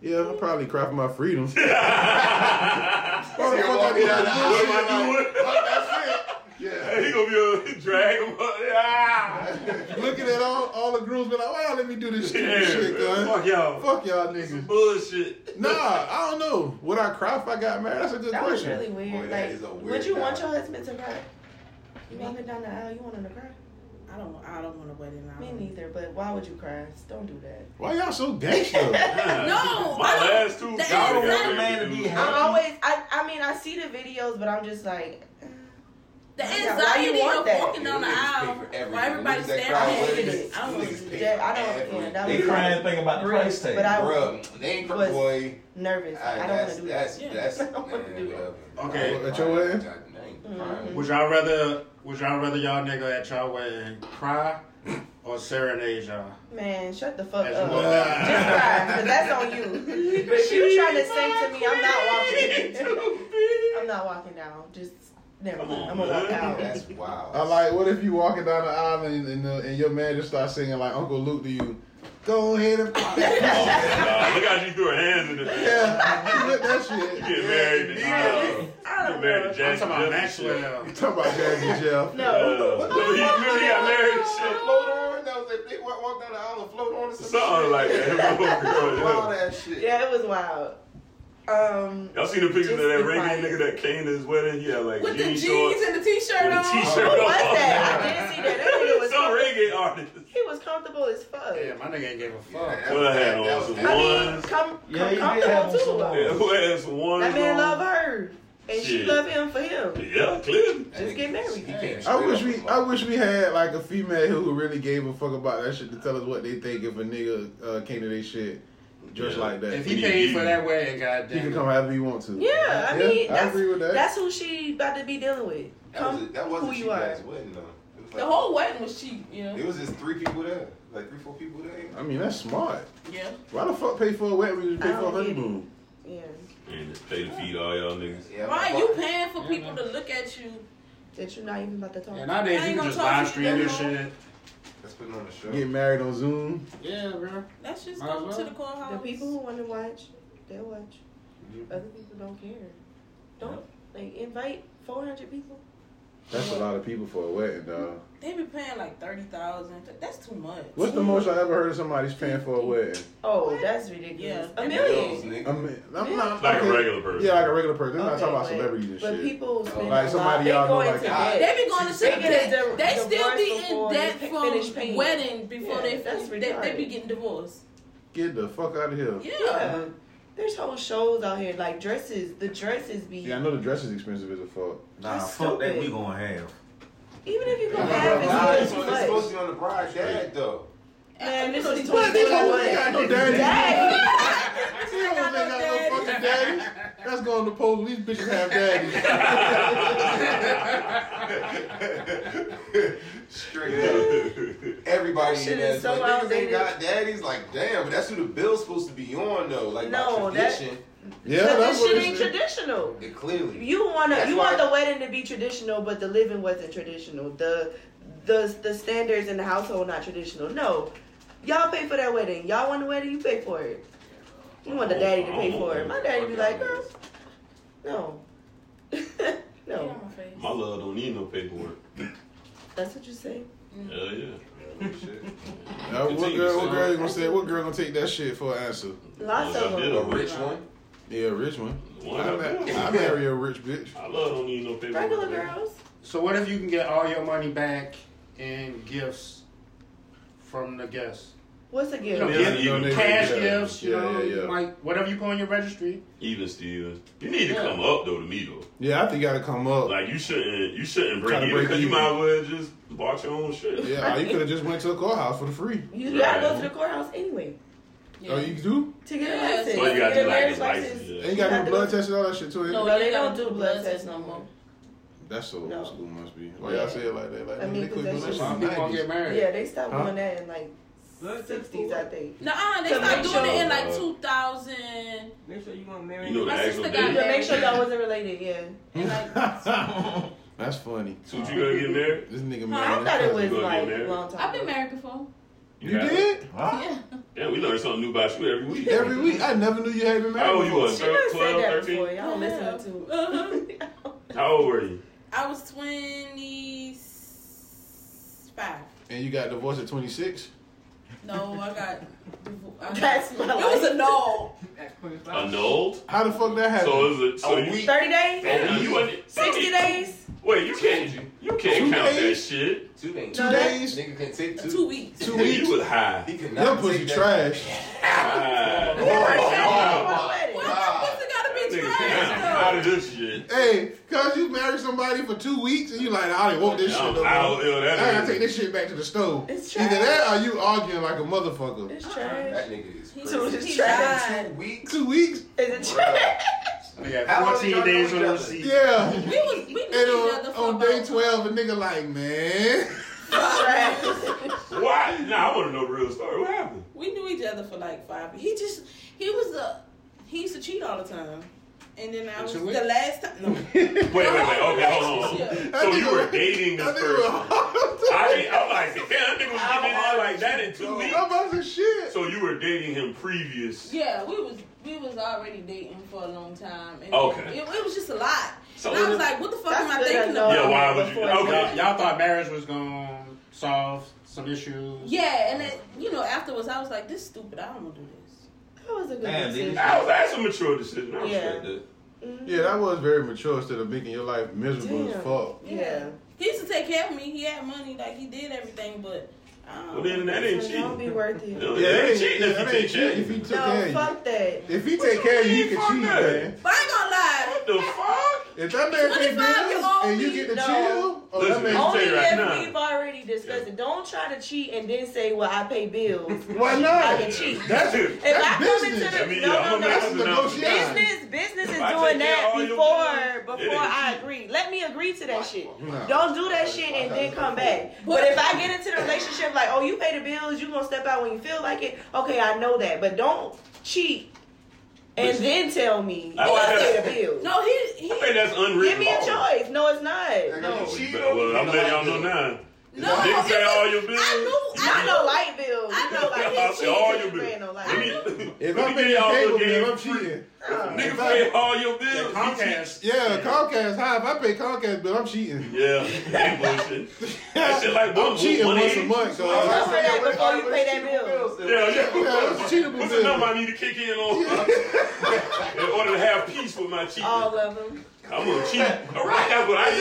Speaker 6: Yeah, I'll probably cry for my freedom.
Speaker 9: See, I'm walking down the aisle,
Speaker 1: What
Speaker 9: like,
Speaker 1: am I doing?
Speaker 9: fuck, that's
Speaker 6: yeah.
Speaker 1: Hey, he gonna be able to drag him up. Ah!
Speaker 6: Looking at all, all the grooms, be like, why y'all let me do this stupid
Speaker 1: Yeah,
Speaker 6: shit,
Speaker 1: man.
Speaker 6: cuz?
Speaker 1: Fuck y'all.
Speaker 6: Fuck y'all niggas.
Speaker 1: Bullshit.
Speaker 6: Nah, I don't know. Would I cry if I got married? That's a good
Speaker 2: That was
Speaker 6: question.
Speaker 2: really weird.
Speaker 9: Boy, Oh, that
Speaker 2: like,
Speaker 9: is a weird
Speaker 2: would you want
Speaker 9: guy.
Speaker 2: your husband to cry? You walking down the aisle, you want him to cry?
Speaker 11: I don't. I don't want to wait in
Speaker 2: Me
Speaker 11: line.
Speaker 2: neither, but why would you cry? Don't do that.
Speaker 6: Why y'all so gangster?
Speaker 11: No,
Speaker 1: My
Speaker 11: I don't-
Speaker 1: last two guys
Speaker 11: that is
Speaker 1: got
Speaker 11: not-
Speaker 1: married,
Speaker 18: Man to be
Speaker 1: dude.
Speaker 18: happy.
Speaker 2: I always, I, I mean, I see the videos, but I'm just like, eh.
Speaker 11: The
Speaker 2: Yeah, why you
Speaker 11: anxiety
Speaker 2: want
Speaker 11: of
Speaker 2: that?
Speaker 11: walking down the
Speaker 9: Yeah,
Speaker 11: aisle
Speaker 9: niggas pay for everything.
Speaker 11: while everybody's
Speaker 9: Niggas that
Speaker 11: standing
Speaker 9: cry
Speaker 11: there.
Speaker 9: weddings,
Speaker 11: and shit. I don't
Speaker 9: niggas
Speaker 11: want
Speaker 9: pay
Speaker 11: to-
Speaker 2: that- I don't-
Speaker 9: everything.
Speaker 2: yeah, that
Speaker 18: They
Speaker 2: was-
Speaker 18: crying thinking about the price tag.
Speaker 2: but I was
Speaker 9: Bruh, they ain't
Speaker 2: was-
Speaker 9: boy.
Speaker 2: nervous. I, don't want
Speaker 9: that's,
Speaker 2: to do
Speaker 9: that's,
Speaker 2: that.
Speaker 9: That's,
Speaker 2: I don't wanna
Speaker 9: man,
Speaker 2: do Oh,
Speaker 9: whatever.
Speaker 8: Okay.
Speaker 6: At your wedding?
Speaker 9: I ain't crying.
Speaker 8: Would y'all rather would y'all rather y'all nigga at y'all wedding cry or serenade y'all?
Speaker 2: Man, shut the fuck
Speaker 8: As
Speaker 2: up.
Speaker 8: you
Speaker 2: Just
Speaker 8: walk.
Speaker 2: cry, 'cause that's on you. But you trying to sing to me, I'm not walking. I'm not walking down. Just never
Speaker 1: Come
Speaker 2: mind.
Speaker 1: on,
Speaker 2: I'm gonna walk
Speaker 1: man.
Speaker 2: out.
Speaker 9: That's wild.
Speaker 6: I like, what if you walking down the aisle and, and, uh, and your man just starts singing like Uncle Luke to you? Go ahead and pop that.
Speaker 1: Nah, Oh, look how she threw her hands in the
Speaker 6: yeah, you get that shit.
Speaker 1: You get married to
Speaker 8: Yeah.
Speaker 1: You get married to
Speaker 8: I'm
Speaker 1: Jack.
Speaker 8: talking about Maxwell.
Speaker 6: You talking about Jazzy and Jeff?
Speaker 1: No. Remember he remember he got married and shit?
Speaker 9: float on. That was that big walk walk down the aisle and float on. or some
Speaker 1: Something
Speaker 9: shit.
Speaker 1: like that.
Speaker 9: Wild ass shit.
Speaker 2: Yeah, it was wild. Um,
Speaker 1: Y'all seen the pictures of
Speaker 2: Just
Speaker 1: that
Speaker 2: be
Speaker 1: Iranian
Speaker 2: quiet.
Speaker 1: nigga that came to his wedding? He had like
Speaker 11: With the
Speaker 1: jean
Speaker 11: jeans
Speaker 1: shorts.
Speaker 11: and the t-shirt
Speaker 1: with a
Speaker 11: on.
Speaker 1: t-shirt
Speaker 2: who
Speaker 1: on.
Speaker 2: was that? I didn't see that. That nigga was
Speaker 1: Some reggae artist.
Speaker 2: he was comfortable as fuck.
Speaker 8: Yeah, my nigga ain't gave a fuck.
Speaker 9: Yeah, that
Speaker 1: What I
Speaker 9: was-
Speaker 1: had
Speaker 9: that-
Speaker 1: on
Speaker 9: that
Speaker 1: some
Speaker 9: was-
Speaker 2: I mean,
Speaker 1: Ones.
Speaker 2: come,
Speaker 18: Yeah, he
Speaker 2: come
Speaker 18: did have
Speaker 2: comfortable
Speaker 18: on some
Speaker 2: too.
Speaker 1: Yeah, who had some ones
Speaker 2: Oh. That man
Speaker 1: on?
Speaker 2: love her, and she
Speaker 1: Shit.
Speaker 2: love him for him.
Speaker 1: Yeah, clearly.
Speaker 2: Just get married.
Speaker 9: He came
Speaker 6: I
Speaker 9: straight
Speaker 6: wish
Speaker 9: off
Speaker 6: we
Speaker 9: the
Speaker 6: I
Speaker 9: block.
Speaker 6: wish we had like a female who really gave a fuck about that shit to tell us what they think if a nigga uh, came to their shit just
Speaker 1: Yeah.
Speaker 6: like that.
Speaker 8: If
Speaker 1: We
Speaker 8: he
Speaker 1: need
Speaker 8: paid
Speaker 1: you.
Speaker 8: for that wedding,
Speaker 6: He can
Speaker 8: goddamn.
Speaker 6: come however you want to.
Speaker 2: Yeah, I mean,
Speaker 6: I
Speaker 2: that's,
Speaker 6: agree with that.
Speaker 2: that's who she about to be dealing with.
Speaker 9: That was
Speaker 2: Come,
Speaker 9: a- that was a
Speaker 2: who
Speaker 9: cheap
Speaker 2: you are.
Speaker 9: ass wedding though. It was
Speaker 11: The
Speaker 9: like-
Speaker 11: whole wedding was cheap. You know.
Speaker 9: It was just three people there, like three, four people there.
Speaker 6: I mean, that's smart.
Speaker 11: Yeah.
Speaker 6: Why the fuck pay for a wedding when you pay
Speaker 2: I
Speaker 6: for a
Speaker 2: don't get it.
Speaker 6: honeymoon?
Speaker 2: Yeah,
Speaker 1: And just pay to feed all y'all niggas.
Speaker 9: Yeah,
Speaker 11: Why
Speaker 9: my
Speaker 11: you
Speaker 9: fuck-
Speaker 11: paying for people to look at you?
Speaker 2: that you're not even about to talk.
Speaker 8: Yeah,
Speaker 11: I
Speaker 8: nowadays
Speaker 11: ain't
Speaker 8: you can
Speaker 11: gonna
Speaker 8: just
Speaker 11: talk to
Speaker 8: live stream
Speaker 11: you
Speaker 8: your
Speaker 11: no more.
Speaker 8: shit.
Speaker 9: That's putting on a show.
Speaker 6: Get married on Zoom.
Speaker 8: Yeah, bro.
Speaker 11: Let's just
Speaker 8: Might as
Speaker 11: go
Speaker 8: well.
Speaker 11: to the courthouse.
Speaker 2: the people who want to watch, they'll watch.
Speaker 6: Mm-hmm.
Speaker 2: Other people don't care. Don't like invite 400 people.
Speaker 6: That's a lot of people for a wedding, dog.
Speaker 11: They be paying like thirty thousand. That's too much.
Speaker 6: What's the most I ever heard of somebody's paying for a wedding?
Speaker 2: Oh, that's ridiculous. A million.
Speaker 6: I mean, I'm not
Speaker 1: Like a
Speaker 6: okay.
Speaker 1: regular person.
Speaker 6: Yeah, like a regular person. They're not
Speaker 2: Okay,
Speaker 6: talking about
Speaker 2: but-
Speaker 6: celebrities and
Speaker 2: but
Speaker 6: shit.
Speaker 2: people spend
Speaker 6: like
Speaker 2: a lot.
Speaker 6: somebody
Speaker 2: They
Speaker 6: y'all know,
Speaker 2: going
Speaker 6: like
Speaker 2: to
Speaker 6: ah,
Speaker 2: get-
Speaker 11: They be going to
Speaker 2: They
Speaker 11: shit.
Speaker 2: get
Speaker 11: They,
Speaker 2: a di-
Speaker 11: they still
Speaker 2: divorce
Speaker 11: be in
Speaker 2: before
Speaker 11: debt
Speaker 2: they
Speaker 11: from
Speaker 2: finish paying.
Speaker 11: wedding before
Speaker 2: Yeah,
Speaker 11: they,
Speaker 2: that's
Speaker 11: they they be
Speaker 2: retarded.
Speaker 11: getting divorced.
Speaker 6: get the fuck out of here.
Speaker 11: Yeah.
Speaker 2: Yeah. There's whole shows out here like dresses. The dresses be
Speaker 6: Yeah, I know the dress is expensive as a fuck.
Speaker 19: Nah, fuck that. We gonna have.
Speaker 2: even if you
Speaker 9: Nah,
Speaker 2: gonna have it,
Speaker 9: nah, it's
Speaker 2: it's
Speaker 9: supposed it's
Speaker 2: too
Speaker 9: supposed
Speaker 2: much.
Speaker 9: to be on the bride dad though.
Speaker 2: Man, this is
Speaker 6: What? These hoes ain't got no daddy.
Speaker 2: Daddy.
Speaker 6: These hoes ain't got no fucking daddies. That's going to pose. These bitches have
Speaker 9: daddies. Straight up. Everybody
Speaker 2: Shit
Speaker 9: in
Speaker 2: is
Speaker 9: that
Speaker 2: so
Speaker 9: like, niggas ain't
Speaker 2: outdated.
Speaker 9: got daddies. Like damn, but that's who the bill's supposed to be on though. Like
Speaker 2: No,
Speaker 9: by
Speaker 2: that-
Speaker 9: tradition.
Speaker 6: Yeah,
Speaker 2: but
Speaker 6: that's
Speaker 2: this
Speaker 6: what
Speaker 2: shit
Speaker 6: it
Speaker 2: ain't
Speaker 6: is.
Speaker 2: traditional.
Speaker 9: It clearly.
Speaker 2: You wanna
Speaker 9: That's
Speaker 2: you
Speaker 9: why-
Speaker 2: want the wedding to be traditional, but the living wasn't traditional. The the the standards in the household not traditional. No, y'all pay for that wedding. Y'all want the wedding, you pay for it. You want the daddy to pay for it. My daddy be like, girl, no, no.
Speaker 1: My love don't need no paperwork.
Speaker 2: That's what you say.
Speaker 11: Mm.
Speaker 1: Hell yeah.
Speaker 6: Now, what
Speaker 1: Continue,
Speaker 6: girl? What
Speaker 1: son.
Speaker 6: girl you gonna say? What girl gonna take that shit for an answer?
Speaker 2: Lots of
Speaker 1: Yeah,
Speaker 2: them.
Speaker 9: A rich one.
Speaker 6: Yeah, a rich one.
Speaker 1: One
Speaker 6: I,
Speaker 1: of
Speaker 6: ma-
Speaker 1: them.
Speaker 6: I marry a rich bitch.
Speaker 1: My love don't need no paperwork.
Speaker 2: Regular girls.
Speaker 8: So what if you can get all your money back in gifts from the guests?
Speaker 2: What's a
Speaker 8: You
Speaker 2: gift?
Speaker 8: know,
Speaker 1: Yeah,
Speaker 8: gift-
Speaker 1: yeah,
Speaker 8: cash
Speaker 6: yeah.
Speaker 8: gifts, you
Speaker 6: Yeah,
Speaker 8: know,
Speaker 6: yeah, yeah.
Speaker 8: like whatever you put on your registry.
Speaker 1: Even Steven. You need to come up though to me though.
Speaker 6: Yeah, I think I gotta come up.
Speaker 1: Like you shouldn't you shouldn't break
Speaker 6: Kinda
Speaker 1: even
Speaker 6: break
Speaker 1: because you
Speaker 6: even.
Speaker 1: might as well just bought your own shit.
Speaker 6: Yeah, or you could have just went to a courthouse for the free.
Speaker 2: You gotta go to the courthouse anyway
Speaker 6: Oh, you do?
Speaker 2: to get a
Speaker 11: Yeah.
Speaker 2: license.
Speaker 1: Well, you
Speaker 2: To
Speaker 1: gotta
Speaker 2: get
Speaker 1: do
Speaker 2: a
Speaker 1: like
Speaker 2: marriage
Speaker 1: a license.
Speaker 2: license.
Speaker 1: yeah.
Speaker 6: And you gotta
Speaker 2: Yeah.
Speaker 6: do blood tests and all that shit too. ain't it?
Speaker 2: No, they don't do blood tests no more.
Speaker 6: That's so
Speaker 2: No.
Speaker 6: old school, must be. Why y'all say it like that? Like,
Speaker 2: I mean,
Speaker 6: they couldn't do that
Speaker 2: possession.
Speaker 6: shit
Speaker 8: Some
Speaker 6: in
Speaker 8: people gonna
Speaker 6: the
Speaker 8: get
Speaker 6: 90s.
Speaker 8: married.
Speaker 2: Yeah, they stopped
Speaker 6: Huh?
Speaker 2: doing that in like sixties, I think.
Speaker 11: Nah, they
Speaker 2: To
Speaker 11: start
Speaker 2: make
Speaker 11: doing it in
Speaker 1: sure,
Speaker 11: like
Speaker 1: uh,
Speaker 11: two thousand.
Speaker 20: Make sure you gonna marry
Speaker 1: You know
Speaker 20: me.
Speaker 1: the
Speaker 11: My
Speaker 1: actual
Speaker 11: sister
Speaker 1: date.
Speaker 11: got
Speaker 2: To
Speaker 11: married.
Speaker 2: make sure y'all wasn't related, yeah.
Speaker 11: And like,
Speaker 6: That's funny.
Speaker 1: So you gonna get married?
Speaker 6: This nigga
Speaker 2: I
Speaker 6: married.
Speaker 2: thought it
Speaker 6: his
Speaker 2: was
Speaker 6: cousin.
Speaker 1: You gonna
Speaker 2: like
Speaker 1: get
Speaker 2: a
Speaker 1: married?
Speaker 2: long time.
Speaker 11: I've been
Speaker 2: ago.
Speaker 11: married before.
Speaker 6: You
Speaker 1: have-
Speaker 6: did?
Speaker 11: Yeah.
Speaker 1: Yeah, we learn something new about you every week.
Speaker 6: Every week. I never knew you had been married.
Speaker 1: How old you was?
Speaker 2: She done said
Speaker 1: 12,
Speaker 2: that
Speaker 1: 13?
Speaker 2: before. Y'all listening to.
Speaker 1: How old were you?
Speaker 11: I was twenty five.
Speaker 6: And you got divorced at 26?
Speaker 11: No, I got. divor- I got-
Speaker 2: That's my
Speaker 11: It was
Speaker 2: life.
Speaker 11: a no.
Speaker 1: Annulled?
Speaker 6: How the fuck that happened?
Speaker 1: So is it so you
Speaker 2: Thirty days,
Speaker 1: Oh, you wasn't-
Speaker 2: sixty days.
Speaker 1: Wait, you can't you can't
Speaker 6: Two
Speaker 1: count that
Speaker 6: days?
Speaker 1: shit.
Speaker 9: Two days.
Speaker 6: two
Speaker 2: No, that-
Speaker 6: days?
Speaker 9: Nigga can take two.
Speaker 11: Two weeks.
Speaker 6: Two
Speaker 1: Yeah,
Speaker 6: weeks?
Speaker 1: You was high.
Speaker 9: He cannot
Speaker 6: Your
Speaker 9: take
Speaker 6: pussy
Speaker 9: that.
Speaker 6: trash.
Speaker 1: High.
Speaker 11: What? What's it gotta be
Speaker 1: Nigga,
Speaker 11: trash
Speaker 1: I'm
Speaker 11: though?
Speaker 1: out of this shit.
Speaker 6: Hey, cause you married somebody for two weeks and you like, I didn't want this
Speaker 1: Yeah,
Speaker 6: shit
Speaker 1: I'm
Speaker 6: no more.
Speaker 1: out, ew, that
Speaker 6: I
Speaker 1: nigga.
Speaker 6: gotta take this shit back to the stove.
Speaker 2: It's trash.
Speaker 6: Either that or you arguing like a motherfucker.
Speaker 11: Uh-uh.
Speaker 2: It's trash.
Speaker 9: That nigga is
Speaker 11: He
Speaker 9: crazy.
Speaker 2: So it's
Speaker 11: He's
Speaker 2: trash.
Speaker 11: lying.
Speaker 9: Two weeks.
Speaker 6: Two weeks?
Speaker 2: Is it trash?
Speaker 8: We got
Speaker 9: How old y'all
Speaker 8: 14
Speaker 9: know
Speaker 8: days
Speaker 9: each
Speaker 8: on the
Speaker 9: other?
Speaker 8: receipt.
Speaker 6: Yeah.
Speaker 11: We was we knew
Speaker 6: And
Speaker 11: each
Speaker 6: on,
Speaker 11: other for
Speaker 6: on
Speaker 11: about
Speaker 6: day 12, a nigga like, man.
Speaker 2: Trash.
Speaker 1: Why? Nah, I want to know the real story. What happened?
Speaker 11: We knew each other for like five. He just he was a he used to cheat all the time, and then I was
Speaker 8: your
Speaker 11: the
Speaker 8: wife?
Speaker 11: last time. No,
Speaker 1: Wait, wait, wait. Okay, hold on.
Speaker 6: That
Speaker 1: So
Speaker 6: nigga
Speaker 1: you were
Speaker 6: was-
Speaker 1: dating this
Speaker 6: That
Speaker 1: person.
Speaker 6: nigga
Speaker 1: I think I'm like, damn, that nigga was getting in there like that in two
Speaker 6: was
Speaker 1: weeks.
Speaker 6: I'm about to shit.
Speaker 1: So you were dating him previous.
Speaker 11: yeah, we was we was already dating for a long time. And
Speaker 1: Okay.
Speaker 11: it, it was just a lot.
Speaker 1: So
Speaker 11: and I was
Speaker 1: it-
Speaker 11: like, what the fuck
Speaker 2: That's
Speaker 11: am I
Speaker 2: good, I
Speaker 11: thinking
Speaker 2: know.
Speaker 11: about?
Speaker 1: Yeah, why would you?
Speaker 2: Before you
Speaker 1: Okay.
Speaker 8: Y'all, y'all thought marriage was gonna solve some issues.
Speaker 11: Yeah, and then you know afterwards I was like, this is stupid. I don't want to do this.
Speaker 2: That was a good
Speaker 19: Damn,
Speaker 2: decision.
Speaker 19: dude.
Speaker 1: That was that's a mature decision. I
Speaker 2: Yeah.
Speaker 1: respect that.
Speaker 2: Mm-hmm.
Speaker 6: Yeah, that was very mature instead of making your life miserable as
Speaker 2: Damn.
Speaker 6: fuck.
Speaker 2: Yeah.
Speaker 11: He used to take care of me. He had money, like he did everything, but. um,
Speaker 1: Well,
Speaker 11: I don't
Speaker 1: then
Speaker 11: know.
Speaker 1: that ain't
Speaker 2: So don't be
Speaker 1: cheating.
Speaker 2: worth it.
Speaker 1: No,
Speaker 2: No,
Speaker 1: yeah,
Speaker 6: that
Speaker 1: ain't
Speaker 6: ain't-
Speaker 1: cheating if
Speaker 6: that
Speaker 1: you
Speaker 6: ain't
Speaker 1: take care of
Speaker 6: cheating If he
Speaker 1: you.
Speaker 6: took care of you.
Speaker 2: fuck that.
Speaker 6: If he
Speaker 1: What
Speaker 6: take
Speaker 1: you
Speaker 6: care of you, you
Speaker 1: mean,
Speaker 6: can cheat,
Speaker 1: fuck that?
Speaker 6: man.
Speaker 11: But I ain't gonna lie.
Speaker 1: What the fuck?
Speaker 6: If that man think
Speaker 11: 25 year
Speaker 6: this
Speaker 11: old
Speaker 6: and you
Speaker 11: me,
Speaker 6: get to
Speaker 2: no.
Speaker 6: chill, oh,
Speaker 1: Listen,
Speaker 6: that man,
Speaker 1: tell
Speaker 2: Only
Speaker 1: you right
Speaker 2: if
Speaker 1: now.
Speaker 2: we've already discussed it. Don't try to cheat and then say, "Well, I pay bills."
Speaker 6: why not?
Speaker 2: I can cheat.
Speaker 6: That's
Speaker 1: Dude,
Speaker 2: If
Speaker 6: That's
Speaker 2: I come
Speaker 6: business.
Speaker 2: into the
Speaker 1: I mean,
Speaker 2: no,
Speaker 1: yeah,
Speaker 2: no,
Speaker 1: I'm
Speaker 2: no,
Speaker 1: not- I'm not-
Speaker 6: That's negotiation.
Speaker 2: business, business is
Speaker 1: If I
Speaker 2: doing
Speaker 1: take care
Speaker 2: that
Speaker 1: of all your
Speaker 2: before
Speaker 1: bills,
Speaker 2: before
Speaker 1: it is
Speaker 2: I agree. Let me agree to that shit.
Speaker 6: Nah.
Speaker 2: Don't do that shit and then come back. But if I get into the relationship like, "Oh, you pay the bills, you gonna step out when you feel like it." Okay, I know that, but don't cheat and then tell me,
Speaker 1: I
Speaker 2: "Oh, I
Speaker 1: think
Speaker 2: pay the
Speaker 1: that's-
Speaker 2: bills."
Speaker 11: No, he he.
Speaker 1: I think that's unwritten.
Speaker 2: Give me a
Speaker 1: law.
Speaker 2: choice. No, it's not.
Speaker 9: Nigga,
Speaker 2: No.
Speaker 9: you cheated on me.
Speaker 1: Well, I'm letting y'all know
Speaker 9: Like,
Speaker 1: now.
Speaker 11: No,
Speaker 1: Niggas
Speaker 11: it
Speaker 1: say
Speaker 11: was-
Speaker 1: all your bills.
Speaker 11: I knew. I
Speaker 2: Not
Speaker 11: knew.
Speaker 2: no light bills.
Speaker 11: I
Speaker 2: You know,
Speaker 11: know.
Speaker 2: like
Speaker 1: I said all your bills.
Speaker 6: If
Speaker 1: Let
Speaker 6: I'm
Speaker 1: me
Speaker 6: paying
Speaker 1: get y'all a
Speaker 6: cable
Speaker 1: little
Speaker 6: bill,
Speaker 1: game
Speaker 6: I'm cheating.
Speaker 1: Nigga pay all your bills.
Speaker 21: Comcast.
Speaker 6: Yeah, Comcast. Hi, if I pay Comcast bill, I'm cheating.
Speaker 1: Yeah, that bullshit. That shit like
Speaker 6: I'm
Speaker 1: one
Speaker 6: cheating
Speaker 1: one
Speaker 6: once a
Speaker 1: eighty.
Speaker 6: month.
Speaker 1: So I
Speaker 6: dog.
Speaker 1: say that
Speaker 2: before you pay that bill.
Speaker 1: Yeah, yeah.
Speaker 6: it's a cheatable
Speaker 1: What's
Speaker 6: bill.
Speaker 1: the number I need to kick in on? in order to have peace with my cheating.
Speaker 2: All of them.
Speaker 1: Come on, cheat. All right, that's what I
Speaker 2: But,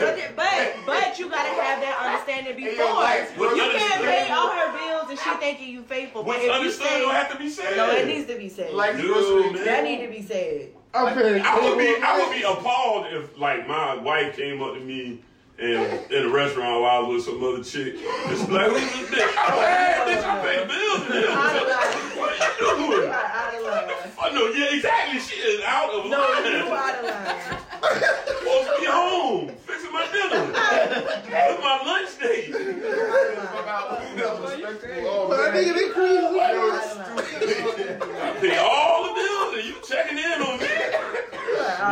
Speaker 1: did.
Speaker 2: th- but but you gotta have that understanding
Speaker 1: Hey, yo,
Speaker 2: before.
Speaker 1: what's- what's
Speaker 2: you can't
Speaker 1: understood-
Speaker 2: pay all her bills and she thinking you faithful.
Speaker 1: What's
Speaker 2: but if
Speaker 1: understood
Speaker 2: you say,
Speaker 1: don't have to be said.
Speaker 2: No, it needs to be said.
Speaker 1: Like No, this man.
Speaker 2: that need to be said.
Speaker 6: I'm paying
Speaker 1: I would be I would be appalled if like my wife came up to me and in a restaurant while I was with some other chick. It's like who's this bitch? I'm like, hey, bitch, I pay the bills in here.
Speaker 2: Out of
Speaker 1: What are you doing?
Speaker 2: Out of line.
Speaker 1: Oh no, yeah, exactly. She is out of
Speaker 2: No,
Speaker 1: line.
Speaker 2: you out of line.
Speaker 1: supposed to be home, fixing my dinner. It's my lunch date.
Speaker 6: But that nigga, they crazy.
Speaker 1: I pay all the bills and you checking in on me.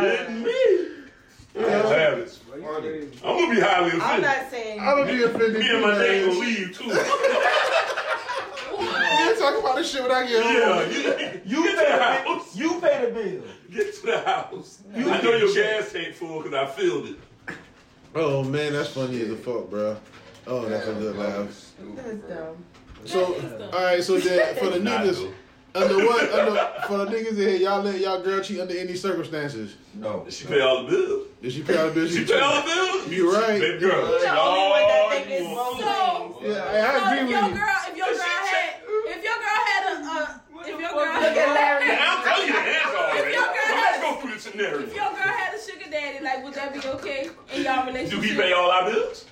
Speaker 1: It's me. That's habits. I'm gonna be highly offended.
Speaker 2: I'm not saying
Speaker 6: I'm gonna be offended.
Speaker 1: Me and my name will leave too.
Speaker 6: You talk about this shit when I get
Speaker 1: Yeah,
Speaker 6: home.
Speaker 1: you,
Speaker 9: You
Speaker 1: get to
Speaker 9: pay
Speaker 1: the
Speaker 9: the-
Speaker 1: house.
Speaker 9: You pay the bill.
Speaker 1: Get to the house. I know your gas tank full because I filled it.
Speaker 6: Oh man, that's funny as a fuck, bro. Oh, that's a good laugh.
Speaker 2: That's dumb.
Speaker 6: So, all right, so then for the
Speaker 9: Nah,
Speaker 6: niggas, under what under for the niggas in here, y'all let y'all girl cheat under any circumstances?
Speaker 9: No.
Speaker 1: She pay all the bills.
Speaker 6: Did she pay all the bills?
Speaker 1: She pay all the bills.
Speaker 6: You right.
Speaker 1: Baby girl.
Speaker 6: You the
Speaker 2: only one that
Speaker 1: Oh,
Speaker 2: think
Speaker 1: you
Speaker 2: it's
Speaker 1: want-
Speaker 2: wrong.
Speaker 11: So,
Speaker 6: Yeah, I, I
Speaker 11: if
Speaker 6: agree
Speaker 11: your
Speaker 6: with you.
Speaker 11: girl, if your girl had, if your girl had a, uh, if your girl,
Speaker 2: Look at Larry.
Speaker 1: And I'm telling you the answer already.
Speaker 11: your girl
Speaker 1: So let's
Speaker 11: had-
Speaker 1: go through the scenario.
Speaker 11: if your girl had a sugar daddy, like would that be okay in y'all
Speaker 1: Do
Speaker 11: relationship?
Speaker 1: we pay all our bills?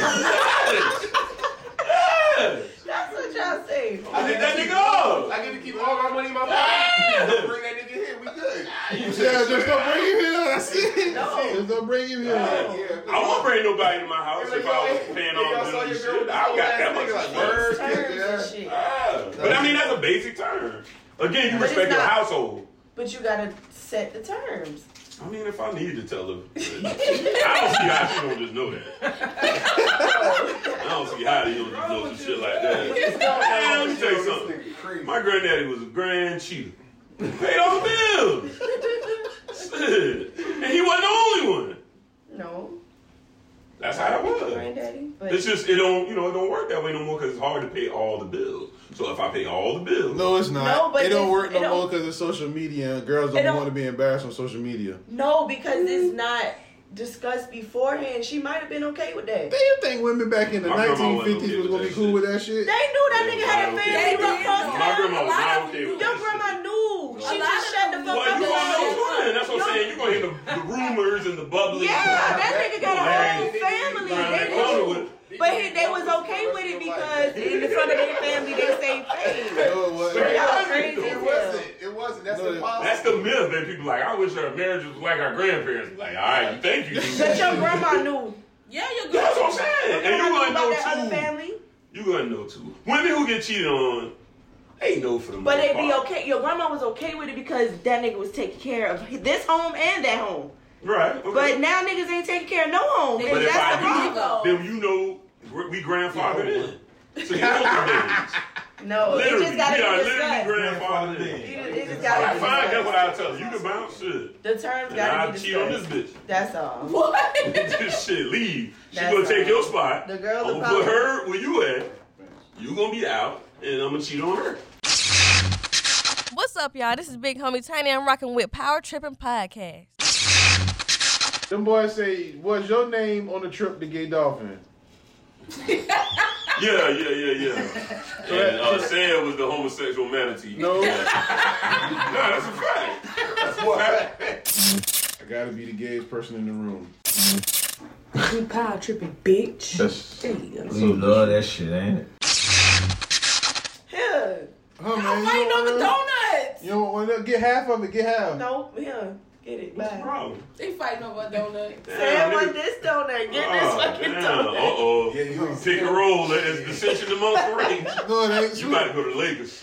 Speaker 1: yes. Yes.
Speaker 2: That's what y'all say.
Speaker 1: I think that nigga off.
Speaker 8: I get to keep all my money in my pocket. Don't bring that nigga here. We good.
Speaker 6: Yeah, just don't bring him here. That's it. Just don't bring him here.
Speaker 1: I won't bring nobody to my house if I was paying
Speaker 8: Y'all
Speaker 1: all the
Speaker 8: saw
Speaker 1: bills. and
Speaker 8: your girl
Speaker 1: shit.
Speaker 8: with the
Speaker 1: I got that
Speaker 8: whole ass
Speaker 1: much
Speaker 8: nigga, like,
Speaker 1: work.
Speaker 8: word.
Speaker 2: Terms and shit.
Speaker 1: Yeah. But I mean, that's a basic term. Again, you
Speaker 2: But it's
Speaker 1: respect your
Speaker 2: not-
Speaker 1: household.
Speaker 2: But you gotta set the terms.
Speaker 1: I mean, if I need to tell her, but I don't see how she don't just know that. I don't see how you don't just know some shit like that. Man, let me tell you something. My granddaddy was a grand cheater. Paid all the bills. Shit. and he wasn't the only one.
Speaker 2: No,
Speaker 1: That's how that was.
Speaker 2: granddaddy. But
Speaker 1: It's just it don't you know it don't work that way no more because it's hard to pay all the bills. So if I pay all the bills,
Speaker 6: No, it's not.
Speaker 2: No, but
Speaker 6: it don't
Speaker 2: it's-
Speaker 6: work no
Speaker 2: it
Speaker 6: more
Speaker 2: don't-
Speaker 6: because it's social media and girls
Speaker 2: It
Speaker 6: don't,
Speaker 2: don't-
Speaker 6: want to be embarrassed on social media.
Speaker 2: no, because
Speaker 11: Mm.
Speaker 2: it's not discussed beforehand. She might have been okay with that.
Speaker 6: Do you think women back in the
Speaker 1: My grandma wasn't okay
Speaker 6: 1950s was
Speaker 1: with
Speaker 6: gonna be
Speaker 1: that
Speaker 6: cool with that shit?
Speaker 2: They knew that nigga had
Speaker 1: They
Speaker 2: a family
Speaker 11: did.
Speaker 2: from
Speaker 1: my
Speaker 2: Close
Speaker 1: grandma was not okay with
Speaker 2: Your grandma knew. She
Speaker 11: A lot
Speaker 2: just
Speaker 11: of
Speaker 2: shut the
Speaker 11: them
Speaker 2: fuck
Speaker 1: Well,
Speaker 2: up.
Speaker 1: you gonna know
Speaker 2: and
Speaker 1: twin. That's what I'm saying. You gonna hear the, the rumors and the bubbling.
Speaker 2: Yeah, that nigga got a whole family. They knew. But he, they was okay with it because in the front of their family they say faith.
Speaker 6: No, it wasn't.
Speaker 2: Y'all crazy as
Speaker 8: It
Speaker 2: hell.
Speaker 8: wasn't. It wasn't. That's
Speaker 6: No,
Speaker 8: impossible.
Speaker 1: That's the myth that people like. I wish our marriage was like our grandparents. Like, all right, thank you.
Speaker 2: But
Speaker 1: That's
Speaker 2: your grandma knew.
Speaker 11: Yeah, your girl.
Speaker 1: what I'm saying. And you
Speaker 2: Grandma
Speaker 1: gonna
Speaker 2: knew about that
Speaker 1: know
Speaker 2: other
Speaker 1: too.
Speaker 2: family.
Speaker 1: You gonna know too. Women who get cheated on, they know for the
Speaker 2: But
Speaker 1: most
Speaker 2: they be
Speaker 1: part.
Speaker 2: okay. Your grandma was okay with it because that nigga was taking care of this home and that home.
Speaker 1: right? okay.
Speaker 2: But now niggas ain't taking care of no home.
Speaker 1: But
Speaker 2: And
Speaker 1: if
Speaker 2: that's the
Speaker 1: I
Speaker 2: problem.
Speaker 11: problem.
Speaker 1: do, then you know we- we grandfathered in. So you know the
Speaker 2: No,
Speaker 1: days.
Speaker 2: it
Speaker 1: Literally,
Speaker 2: just
Speaker 1: we
Speaker 2: gotta
Speaker 1: are
Speaker 2: be
Speaker 1: literally
Speaker 2: discussed.
Speaker 1: grandfathered in.
Speaker 2: It, it just
Speaker 1: All right,
Speaker 2: gotta be
Speaker 1: fine. That's what I
Speaker 2: discussed.
Speaker 1: tell you. You can bounce shit.
Speaker 2: The terms
Speaker 1: And I'll
Speaker 2: gotta be
Speaker 1: cheat on this
Speaker 2: discussed.
Speaker 1: bitch.
Speaker 2: That's all.
Speaker 1: this shit leave. She
Speaker 2: That's
Speaker 1: gonna take
Speaker 2: all.
Speaker 1: your spot.
Speaker 2: The girl
Speaker 1: I'm gonna
Speaker 2: apologized.
Speaker 1: put her where you at. You gonna be out, and I'm gonna cheat on her.
Speaker 22: What's up, y'all? This is Big Homie Tiny. I'm rocking with Power Tripping Podcast.
Speaker 6: Them boys say, "What's your name on the trip to Gay Dolphin?"
Speaker 1: Yeah, yeah, yeah, yeah. And uh, Sam was the homosexual manatee.
Speaker 6: No.
Speaker 1: Yeah. nah, that's a fact. That's a fact.
Speaker 6: I gotta be the gayest person in the room.
Speaker 23: You power tripping, bitch.
Speaker 9: That's,
Speaker 23: There you go.
Speaker 9: you love that shit, ain't it?
Speaker 2: Yeah.
Speaker 6: Huh, man? You
Speaker 11: Waiting
Speaker 6: don't
Speaker 11: on the
Speaker 6: wanna-
Speaker 11: donuts.
Speaker 6: You don't want to get half of it. Get half.
Speaker 2: No, yeah. Get it.
Speaker 1: What's the
Speaker 2: Bye.
Speaker 1: problem?
Speaker 11: They fighting over a donut.
Speaker 2: Sam
Speaker 1: Damn,
Speaker 2: want
Speaker 1: nigga.
Speaker 2: this donut. Get this
Speaker 1: Oh,
Speaker 2: fucking
Speaker 1: damn.
Speaker 2: donut.
Speaker 1: Uh-oh.
Speaker 8: Yeah, you don't
Speaker 1: Pick a roll. It's dissension amongst the range.
Speaker 6: No, it ain't.
Speaker 1: You
Speaker 6: Soon,
Speaker 1: might go to Lakers.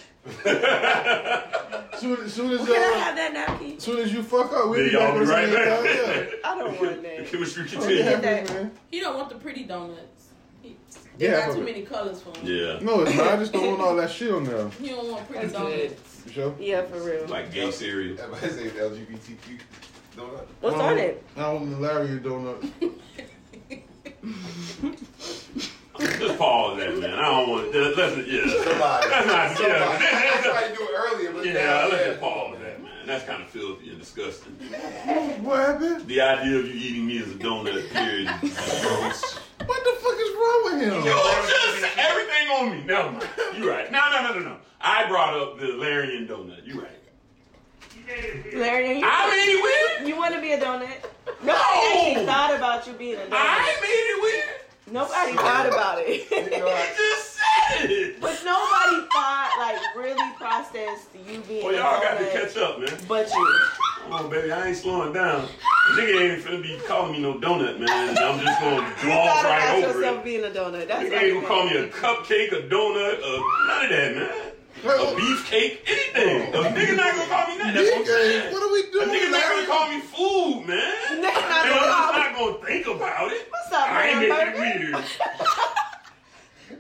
Speaker 6: soon, soon
Speaker 1: Oh.
Speaker 6: as
Speaker 2: Can I
Speaker 6: uh,
Speaker 2: have that napkin?
Speaker 6: soon as you fuck up, we'll
Speaker 1: Then
Speaker 6: be back
Speaker 1: y'all
Speaker 6: on
Speaker 1: be
Speaker 6: the
Speaker 1: right
Speaker 6: same
Speaker 1: back.
Speaker 6: time, yeah.
Speaker 2: I don't want
Speaker 1: The
Speaker 2: that.
Speaker 1: chemistry
Speaker 6: Get
Speaker 1: continues.
Speaker 6: half of it, man.
Speaker 11: He don't want the pretty donuts. They
Speaker 6: Yeah,
Speaker 11: got
Speaker 6: but-
Speaker 11: too many colors for him.
Speaker 1: Yeah.
Speaker 6: No, it's not. I just don't want all that shit on there.
Speaker 11: You don't want pretty donuts.
Speaker 6: You sure?
Speaker 12: Yeah, for real.
Speaker 1: Like gay cereal.
Speaker 9: I say LGBTQ donut.
Speaker 12: What's
Speaker 6: No,
Speaker 1: um,
Speaker 12: on it?
Speaker 6: I don't want Larry donut.
Speaker 1: Just pause that, man. I don't want to. Listen, yeah.
Speaker 9: Somebody.
Speaker 1: That's not,
Speaker 9: Somebody.
Speaker 1: yeah.
Speaker 9: I tried to do it earlier, but
Speaker 1: Yeah,
Speaker 9: now-
Speaker 1: let's just pause that, man. That's kind of filthy and disgusting.
Speaker 6: What happened?
Speaker 1: The idea of you eating me as a donut, period, is gross.
Speaker 6: What the fuck is wrong with him?
Speaker 1: You just everything on me. Never mind. You right. No, no, no, no, no. I brought up the Larian donut. You right.
Speaker 2: Larry, you,
Speaker 1: I made it
Speaker 2: You want to be a donut?
Speaker 1: No!
Speaker 2: Nobody actually thought about you being a donut.
Speaker 1: I made it
Speaker 2: Nobody thought about it.
Speaker 1: weird. Just said it.
Speaker 2: But nobody thought, like, really processed you being
Speaker 1: Well,
Speaker 2: a
Speaker 1: y'all got to
Speaker 2: donut.
Speaker 1: catch up, man.
Speaker 2: But you.
Speaker 1: Come on, baby. I ain't slowing down. Nigga ain't finna be calling me no donut, man. And I'm just gonna gloss
Speaker 12: thought about
Speaker 1: right over
Speaker 12: yourself
Speaker 1: it.
Speaker 12: being a donut. That's
Speaker 1: Nigga
Speaker 12: what
Speaker 1: ain't
Speaker 12: you
Speaker 1: gonna call me a cupcake, a donut, a none of that, man. A beefcake, anything. A nigga not gonna call me nothing. That's what I'm saying.
Speaker 6: What are we
Speaker 1: A nigga not gonna call me food, man.
Speaker 12: Nigga
Speaker 1: And
Speaker 12: not
Speaker 1: I'm
Speaker 12: gonna
Speaker 1: just
Speaker 12: call
Speaker 1: not gonna think about it.
Speaker 12: What's up,
Speaker 1: I ain't
Speaker 12: hamburger?
Speaker 1: making it weird.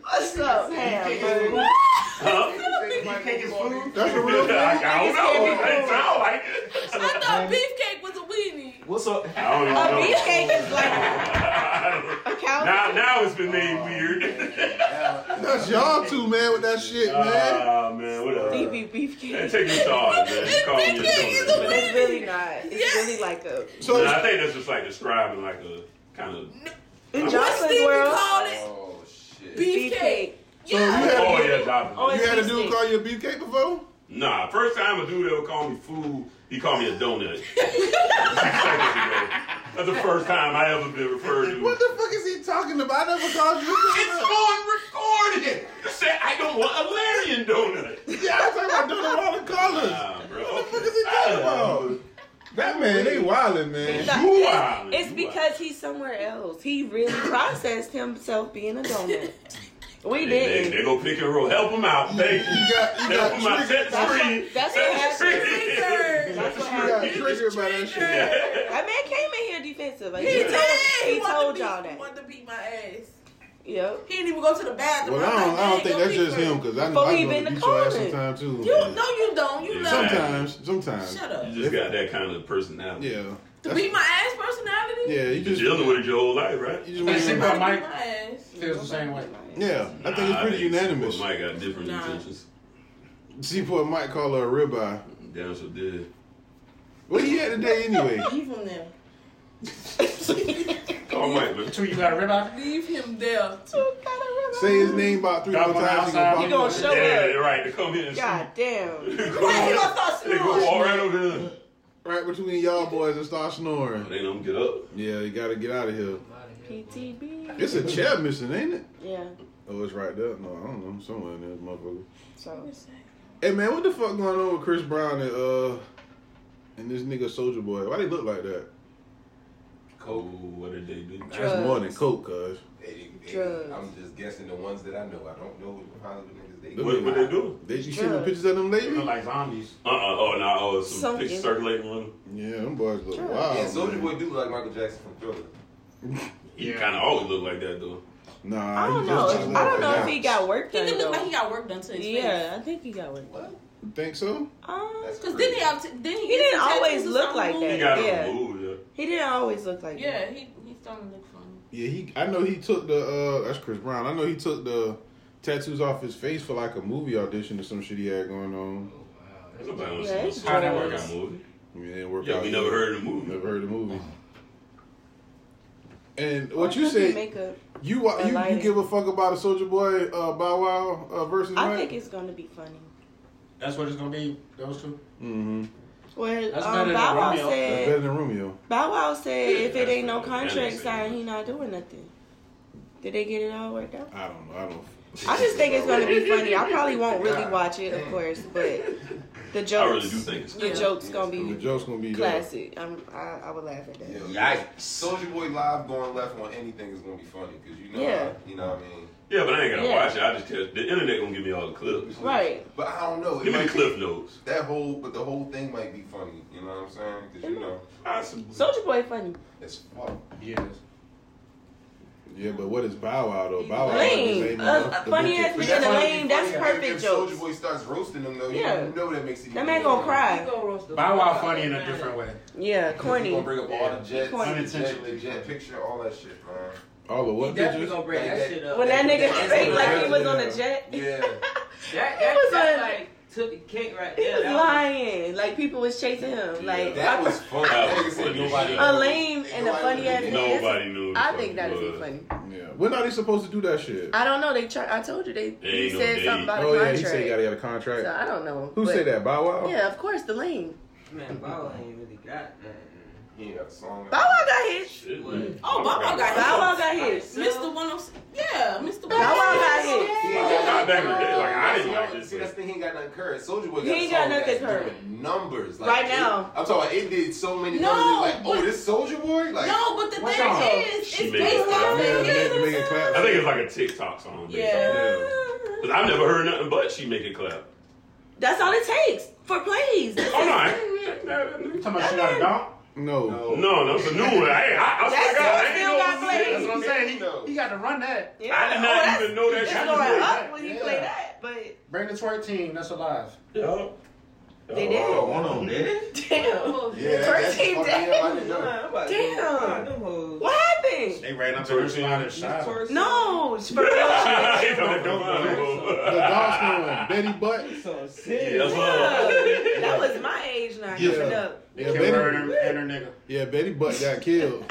Speaker 12: What's up, ham?
Speaker 1: Huh?
Speaker 8: Beefcake is food.
Speaker 6: That's
Speaker 1: a real I, I don't know. It ain't sound like
Speaker 11: I thought beefcake was a weenie.
Speaker 13: What's up?
Speaker 1: I don't even know.
Speaker 12: beefcake is like
Speaker 1: a Now, now it's been made weird.
Speaker 6: That's y'all two, man, with that shit, Oh, man.
Speaker 1: Ah, man, whatever.
Speaker 2: Stevie beefcake.
Speaker 1: Man, take your time, man. You call me a donut.
Speaker 2: But it's really not. It's really like a.
Speaker 1: So I think that's just like describing like a kind of.
Speaker 2: In
Speaker 11: What's
Speaker 2: Johnson's
Speaker 11: Stevie
Speaker 2: world.
Speaker 11: call it? Beefcake.
Speaker 6: So you had,
Speaker 1: Oh yeah, Jonathan.
Speaker 6: you had a dude call you a beefcake before?
Speaker 1: Nah, first time a dude ever called me food, he called me a donut. Six seconds ago. That's the first time I ever been referred to.
Speaker 6: What the fuck is he talking about? I never called
Speaker 1: It's on
Speaker 6: you.
Speaker 1: recorded. You said I don't want a Larian donut.
Speaker 6: Yeah, I talking about doing all the colors.
Speaker 1: Nah, bro. Ah,
Speaker 6: What the fuck is he talking about? That man, they wildin', man.
Speaker 2: Nah,
Speaker 1: You
Speaker 2: it's-
Speaker 1: wildin',
Speaker 2: It's
Speaker 1: you
Speaker 2: because he's somewhere else. He really processed himself being a donut.
Speaker 1: They,
Speaker 2: We
Speaker 1: they,
Speaker 2: didn't.
Speaker 1: they go pick and roll. Help him out. Thank you.
Speaker 6: You got, you
Speaker 1: Help
Speaker 6: got
Speaker 1: him out. Set
Speaker 6: triggered.
Speaker 1: the screen.
Speaker 2: That's what
Speaker 1: Set the
Speaker 2: happened.
Speaker 1: screen.
Speaker 2: That's what
Speaker 6: You got
Speaker 2: happened.
Speaker 6: triggered by that shit.
Speaker 2: That man came in here defensive. Like,
Speaker 11: He
Speaker 2: he,
Speaker 11: did.
Speaker 2: told, he
Speaker 11: wanted to
Speaker 2: told
Speaker 11: beat-
Speaker 2: y'all that.
Speaker 11: Wanted to beat my ass.
Speaker 2: Yep.
Speaker 11: He didn't even go to the bathroom.
Speaker 6: Well, I
Speaker 11: I'm
Speaker 6: don't,
Speaker 11: like,
Speaker 6: I
Speaker 11: man,
Speaker 6: don't think
Speaker 11: go
Speaker 6: that's
Speaker 11: be
Speaker 6: just
Speaker 11: free.
Speaker 6: him, because I know
Speaker 2: Before
Speaker 6: I
Speaker 2: he
Speaker 6: know
Speaker 2: been
Speaker 6: to
Speaker 2: to
Speaker 6: beat your ass
Speaker 2: college.
Speaker 6: sometimes, too.
Speaker 11: You no, you don't. You love
Speaker 1: Exactly.
Speaker 6: Sometimes, sometimes.
Speaker 11: Shut up.
Speaker 1: You just got that kind of personality.
Speaker 6: Yeah.
Speaker 11: To beat my ass personality.
Speaker 6: Yeah, you
Speaker 1: You've been
Speaker 6: just,
Speaker 1: dealing with it your whole life, right?
Speaker 6: you just went in-
Speaker 8: But
Speaker 11: Beat
Speaker 8: Mike
Speaker 11: my ass.
Speaker 8: feels the same way.
Speaker 6: Yeah, I think
Speaker 1: Nah,
Speaker 6: it's pretty unanimous.
Speaker 1: Mike got different
Speaker 11: Nah.
Speaker 1: intentions.
Speaker 6: Seaport might call her a ribeye.
Speaker 1: Damn, so did.
Speaker 6: What he had today anyway?
Speaker 11: Leave him there.
Speaker 1: Call Mike, man.
Speaker 8: Two, you got a ribeye?
Speaker 11: Leave him there.
Speaker 6: Say his name about three
Speaker 8: Y'all
Speaker 6: more
Speaker 8: going
Speaker 6: times. He
Speaker 8: outside?
Speaker 6: gonna
Speaker 8: You
Speaker 6: pop
Speaker 8: gonna
Speaker 6: up.
Speaker 2: show
Speaker 1: Yeah,
Speaker 2: up.
Speaker 1: you're right. To come in and
Speaker 2: God damn.
Speaker 1: They
Speaker 11: Why you gonna start
Speaker 1: go
Speaker 11: snoring?
Speaker 1: all right over there.
Speaker 6: right between y'all boys and start snoring.
Speaker 1: They don't get up.
Speaker 6: Yeah, you gotta get out of here.
Speaker 2: PTB.
Speaker 6: It's a chair missing, ain't it?
Speaker 2: Yeah.
Speaker 6: Oh, it's right there. No, I don't know. Somewhere in there, motherfucker.
Speaker 2: So.
Speaker 6: Hey man, what the fuck going on with Chris Brown and uh and this nigga Soldier Boy? Why they look like that?
Speaker 1: Oh, what did they do?
Speaker 6: That's more than coke, cuz.
Speaker 9: They- they-
Speaker 2: Drugs.
Speaker 9: I'm just guessing the ones that I know. I don't know what Hollywood niggas they
Speaker 6: Them
Speaker 1: What,
Speaker 6: niggas-
Speaker 1: what they do?
Speaker 6: They you seen the
Speaker 2: Drugs.
Speaker 6: pictures of them
Speaker 8: They look
Speaker 6: lately?
Speaker 8: like zombies.
Speaker 1: Uh uh Oh, no. Oh, some
Speaker 2: Some
Speaker 1: pictures
Speaker 2: idiot.
Speaker 1: circulating with him.
Speaker 6: Yeah, them boys look
Speaker 2: Drugs.
Speaker 6: wild.
Speaker 9: Yeah, Soldier
Speaker 6: man.
Speaker 9: Boy do look like Michael Jackson from Thriller.
Speaker 1: He
Speaker 8: Yeah.
Speaker 1: kind of always look like that, though.
Speaker 6: Nah,
Speaker 2: I don't
Speaker 6: he
Speaker 2: know.
Speaker 6: just
Speaker 2: I don't know if he got work
Speaker 11: He
Speaker 2: done.
Speaker 11: did look like
Speaker 2: though.
Speaker 11: he got work done to his face.
Speaker 2: Yeah, I think he got work done.
Speaker 9: What?
Speaker 6: You think so?
Speaker 2: Um,
Speaker 9: That's
Speaker 11: Cause
Speaker 9: crazy.
Speaker 11: then he have t- then he,
Speaker 2: He
Speaker 11: get
Speaker 2: didn't
Speaker 11: some
Speaker 2: always
Speaker 11: tattoos or
Speaker 2: look
Speaker 11: something
Speaker 2: like
Speaker 11: moving.
Speaker 1: He
Speaker 2: that.
Speaker 1: got
Speaker 2: Yeah.
Speaker 1: a move, yeah.
Speaker 2: he didn't always look like
Speaker 11: Yeah,
Speaker 2: that.
Speaker 11: he he's starting to look funny.
Speaker 6: Yeah, he. I know he took the. uh That's Chris Brown. I know he took the tattoos off his face for like a movie audition or some shit he had going on.
Speaker 1: That's about
Speaker 2: Yeah,
Speaker 1: some-
Speaker 2: it's
Speaker 1: some kind of
Speaker 8: drugs.
Speaker 1: workout movie.
Speaker 6: I mean, it didn't work
Speaker 1: Yeah,
Speaker 6: out.
Speaker 1: we
Speaker 6: either.
Speaker 1: never heard of the movie. Uh-huh.
Speaker 6: Never heard of the movie. And
Speaker 2: Or
Speaker 6: what
Speaker 2: it
Speaker 6: you
Speaker 2: could be
Speaker 6: say?
Speaker 2: makeup.
Speaker 6: You wa-
Speaker 2: or
Speaker 6: you, you
Speaker 2: lighting.
Speaker 6: give a fuck about a Soldier Boy uh, Bow Wow uh, versus?
Speaker 2: I
Speaker 6: Mike?
Speaker 2: think it's gonna be funny.
Speaker 8: That's what it's gonna be. Those two.
Speaker 6: Mm-hmm.
Speaker 2: Well,
Speaker 8: That's better
Speaker 2: um,
Speaker 8: than
Speaker 2: Bow Wow
Speaker 8: Romeo.
Speaker 6: That's better
Speaker 2: said.
Speaker 6: than Romeo.
Speaker 2: Bow Wow said if it ain't no
Speaker 1: That's better than
Speaker 2: contract
Speaker 1: Romeo.
Speaker 2: signed, he not doing nothing. Did they get it all worked out?
Speaker 6: I don't know. I don't.
Speaker 2: I just think it's gonna be funny. I probably won't really watch it, of course, but the
Speaker 1: I
Speaker 2: jokes,
Speaker 1: really do think it's
Speaker 2: the jokes gonna
Speaker 6: The
Speaker 2: be
Speaker 6: joke's gonna be there.
Speaker 2: classic. I'm, I, I would laugh at that.
Speaker 9: Yikes. Soldier Boy live going left on anything is gonna be funny because you know,
Speaker 2: Yeah.
Speaker 9: you know what I mean.
Speaker 1: Yeah, but I ain't going to
Speaker 2: Yeah.
Speaker 1: watch it. I just tell the internet going to give me all the clips.
Speaker 2: Right.
Speaker 9: But I don't know. It
Speaker 1: Give me
Speaker 9: might
Speaker 1: the
Speaker 9: be-
Speaker 1: clip notes.
Speaker 9: That whole, but the whole thing might be funny. You know what I'm saying? Because you know,
Speaker 1: Possibly.
Speaker 2: Soldier Boy funny.
Speaker 9: it's fuck.
Speaker 8: Yes.
Speaker 6: Yeah, but what is Bow Wow though?
Speaker 9: Oh,
Speaker 6: Bow Wow
Speaker 2: lame.
Speaker 6: is ain't
Speaker 2: A-
Speaker 6: no-
Speaker 2: a Uh, funny ass
Speaker 9: But
Speaker 2: nigga in
Speaker 9: that's
Speaker 2: the
Speaker 9: why it'd be
Speaker 2: lane. That's
Speaker 9: funny
Speaker 2: perfect
Speaker 9: if
Speaker 2: jokes.
Speaker 9: Soulja Boy starts roasting them though.
Speaker 2: Yeah.
Speaker 9: You know that makes it.
Speaker 2: That man gonna cry.
Speaker 8: Bow Wow funny in a different way.
Speaker 2: Yeah,
Speaker 9: He
Speaker 2: corny.
Speaker 9: gonna bring up all the jets,
Speaker 8: Corny.
Speaker 9: the jet, the jet picture, all that shit, man.
Speaker 6: All the what
Speaker 9: definitely
Speaker 6: pictures?
Speaker 9: gonna bring that shit up.
Speaker 2: When that nigga
Speaker 9: That's
Speaker 2: fake
Speaker 9: what
Speaker 2: like he
Speaker 9: I'm
Speaker 2: was on
Speaker 9: saying.
Speaker 2: a jet.
Speaker 9: Yeah.
Speaker 7: That,
Speaker 2: He
Speaker 7: that,
Speaker 2: was
Speaker 7: that,
Speaker 2: on-
Speaker 7: like took the cake right
Speaker 2: He
Speaker 7: there.
Speaker 2: was
Speaker 7: That
Speaker 2: lying. Like people was chasing him. Like
Speaker 9: That
Speaker 2: I-
Speaker 9: was funny. That nigga said nobody.
Speaker 2: a lame and a
Speaker 9: Nobody
Speaker 2: funny
Speaker 9: knew.
Speaker 2: ass. nigga.
Speaker 1: Nobody knew
Speaker 2: I
Speaker 1: who
Speaker 2: think that
Speaker 1: he
Speaker 2: is
Speaker 1: was.
Speaker 2: funny.
Speaker 6: Yeah. When are they supposed to do that shit?
Speaker 2: I don't know. They try. I told you they. He
Speaker 6: ain't no
Speaker 2: said
Speaker 6: date.
Speaker 2: something about a
Speaker 6: Oh yeah,
Speaker 2: contract.
Speaker 6: he said he gotta have a contract.
Speaker 2: So I don't know.
Speaker 6: Who
Speaker 2: but-
Speaker 6: said that? Bow Wow.
Speaker 2: Yeah, of course the lane.
Speaker 7: Man, Bow Wow ain't really got nothing.
Speaker 9: He got a song.
Speaker 2: Bow Wow got hits.
Speaker 11: Oh, Bob Bob got
Speaker 2: Bow Wow
Speaker 11: hit.
Speaker 2: Mm. got hits.
Speaker 11: Mr. 106. Yeah, oh Mr.
Speaker 2: Bow Wow got hits.
Speaker 1: Not back in the day. Like I didn't like this.
Speaker 9: See, that's the thing. He ain't got nothing current. Soldier Boy
Speaker 2: He
Speaker 9: got
Speaker 2: ain't
Speaker 9: a
Speaker 2: got
Speaker 9: song
Speaker 2: nothing
Speaker 9: that's
Speaker 2: current.
Speaker 9: doing Numbers like
Speaker 2: Right
Speaker 9: it-
Speaker 2: now.
Speaker 9: I'm talking. about It did so many
Speaker 11: No,
Speaker 9: numbers. Like, oh,
Speaker 11: but-
Speaker 9: this Soldier Boy. Like,
Speaker 11: No, but the
Speaker 9: what
Speaker 11: thing
Speaker 9: song?
Speaker 11: is, it's
Speaker 1: She made
Speaker 11: based
Speaker 1: it.
Speaker 11: off
Speaker 1: Yeah,
Speaker 11: of his.
Speaker 1: I think it's like a TikTok song. based
Speaker 2: Yeah.
Speaker 1: on that. But I've never heard nothing but she make it clap.
Speaker 2: That's all it takes for plays. That's
Speaker 1: Oh no, I
Speaker 2: it.
Speaker 1: ain't react to that. You
Speaker 8: talking about she got a dog?
Speaker 6: No.
Speaker 1: No, no, it's a new one. I, ain't- I, I swear
Speaker 2: That's
Speaker 1: to God, I
Speaker 2: still
Speaker 1: ain't know
Speaker 2: got
Speaker 1: what it
Speaker 2: plays.
Speaker 1: is.
Speaker 8: That's what I'm saying. He, he got to run that.
Speaker 2: Yeah.
Speaker 1: I did
Speaker 2: Oh,
Speaker 1: not
Speaker 2: that's-
Speaker 1: even know that.
Speaker 2: It's
Speaker 1: shit
Speaker 2: going
Speaker 1: was there.
Speaker 2: up when you
Speaker 8: Yeah.
Speaker 2: play that, but
Speaker 8: Bring the twerk team. That's alive.
Speaker 1: Yup.
Speaker 2: They did.
Speaker 13: Oh, one of them did it?
Speaker 2: damn,
Speaker 9: Yeah, that's-
Speaker 2: Twerk team
Speaker 9: oh,
Speaker 2: dad.
Speaker 9: damn, I didn't know.
Speaker 2: damn,
Speaker 7: Them hoes.
Speaker 2: what happened?
Speaker 8: They ran up to her spot and shot. her.
Speaker 2: No, for real.
Speaker 1: Ain't no
Speaker 8: Don't
Speaker 1: problem.
Speaker 6: The dog's going Betty Butt.
Speaker 7: So
Speaker 1: Yeah,
Speaker 7: serious.
Speaker 1: that's
Speaker 2: Yeah. That was my age now.
Speaker 6: Yeah.
Speaker 2: Coming up.
Speaker 6: Yeah,
Speaker 8: Killed her
Speaker 6: Betty.
Speaker 8: and her, and her nigga.
Speaker 6: Yeah, Betty Butt got killed.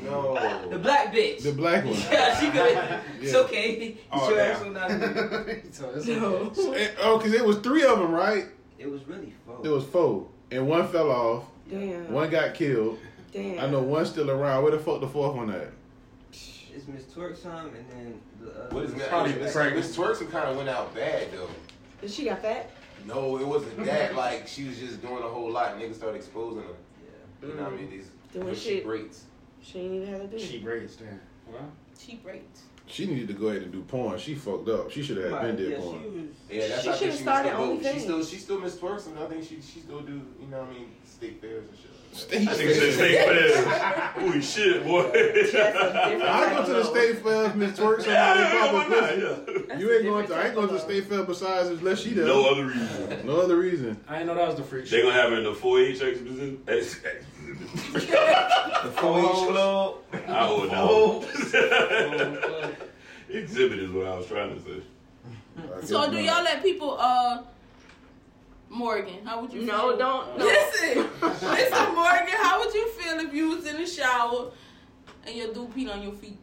Speaker 7: The
Speaker 9: No.
Speaker 7: black bitch.
Speaker 6: The black one.
Speaker 7: yeah, she good. It's
Speaker 6: Yeah.
Speaker 7: okay.
Speaker 8: Oh,
Speaker 7: Sure,
Speaker 8: damn.
Speaker 7: so not good.
Speaker 8: so it's
Speaker 2: No.
Speaker 6: Eh, Oh, cause it was three of them, right?
Speaker 7: It was really fun.
Speaker 6: It was four, and one fell off.
Speaker 2: Damn.
Speaker 6: One got killed.
Speaker 2: Damn.
Speaker 6: I know one's still around. Where the fuck the fourth one at?
Speaker 7: It's Miss Twerk's time, and then the. Uh,
Speaker 9: What is that? I
Speaker 8: Probably
Speaker 9: mean, Miss
Speaker 8: pregnant.
Speaker 9: Miss Twerkson kind of went out bad though.
Speaker 2: And She got fat.
Speaker 9: No, it wasn't that. Like she was just doing a whole lot. Niggas started exposing her.
Speaker 7: Yeah.
Speaker 9: You know what I mean? These
Speaker 2: Doing
Speaker 9: when she
Speaker 2: shit.
Speaker 9: breaks.
Speaker 2: She ain't even had a baby.
Speaker 8: She raised him. Well,
Speaker 11: Cheap rates.
Speaker 6: She needed to go ahead and do porn. She fucked up. She should have
Speaker 7: yeah,
Speaker 6: been did
Speaker 7: she
Speaker 6: porn.
Speaker 7: was.
Speaker 9: Yeah, that's
Speaker 2: She
Speaker 9: how
Speaker 2: should've
Speaker 9: I think she was
Speaker 2: started
Speaker 9: still vote. She
Speaker 2: OnlyFans.
Speaker 9: still she still Miss Twerkson. I think she she still do. You know what I mean? Steak fairs and shit. Like that.
Speaker 6: State
Speaker 1: I think it's stay
Speaker 6: fair.
Speaker 1: fair. Holy shit, boy.
Speaker 6: I go to the state fair if Miss Twerk
Speaker 1: yeah, why
Speaker 6: somebody
Speaker 1: not?
Speaker 6: probably
Speaker 1: Yeah.
Speaker 6: You ain't going to. I ain't going to the state fair besides unless she does.
Speaker 1: No other reason.
Speaker 6: No other reason.
Speaker 8: I didn't know that was the freak.
Speaker 1: They
Speaker 8: show.
Speaker 1: gonna have it in the 4-H exhibition. ex- ex-
Speaker 13: The 4 H Club.
Speaker 1: I would know. Exhibit is what I was trying to say.
Speaker 11: So do y'all let people uh Morgan, how would you
Speaker 2: No,
Speaker 11: feel?
Speaker 2: don't. No.
Speaker 11: Listen. Listen, Morgan, how would you feel if you was in the shower and your dude peed on your feet?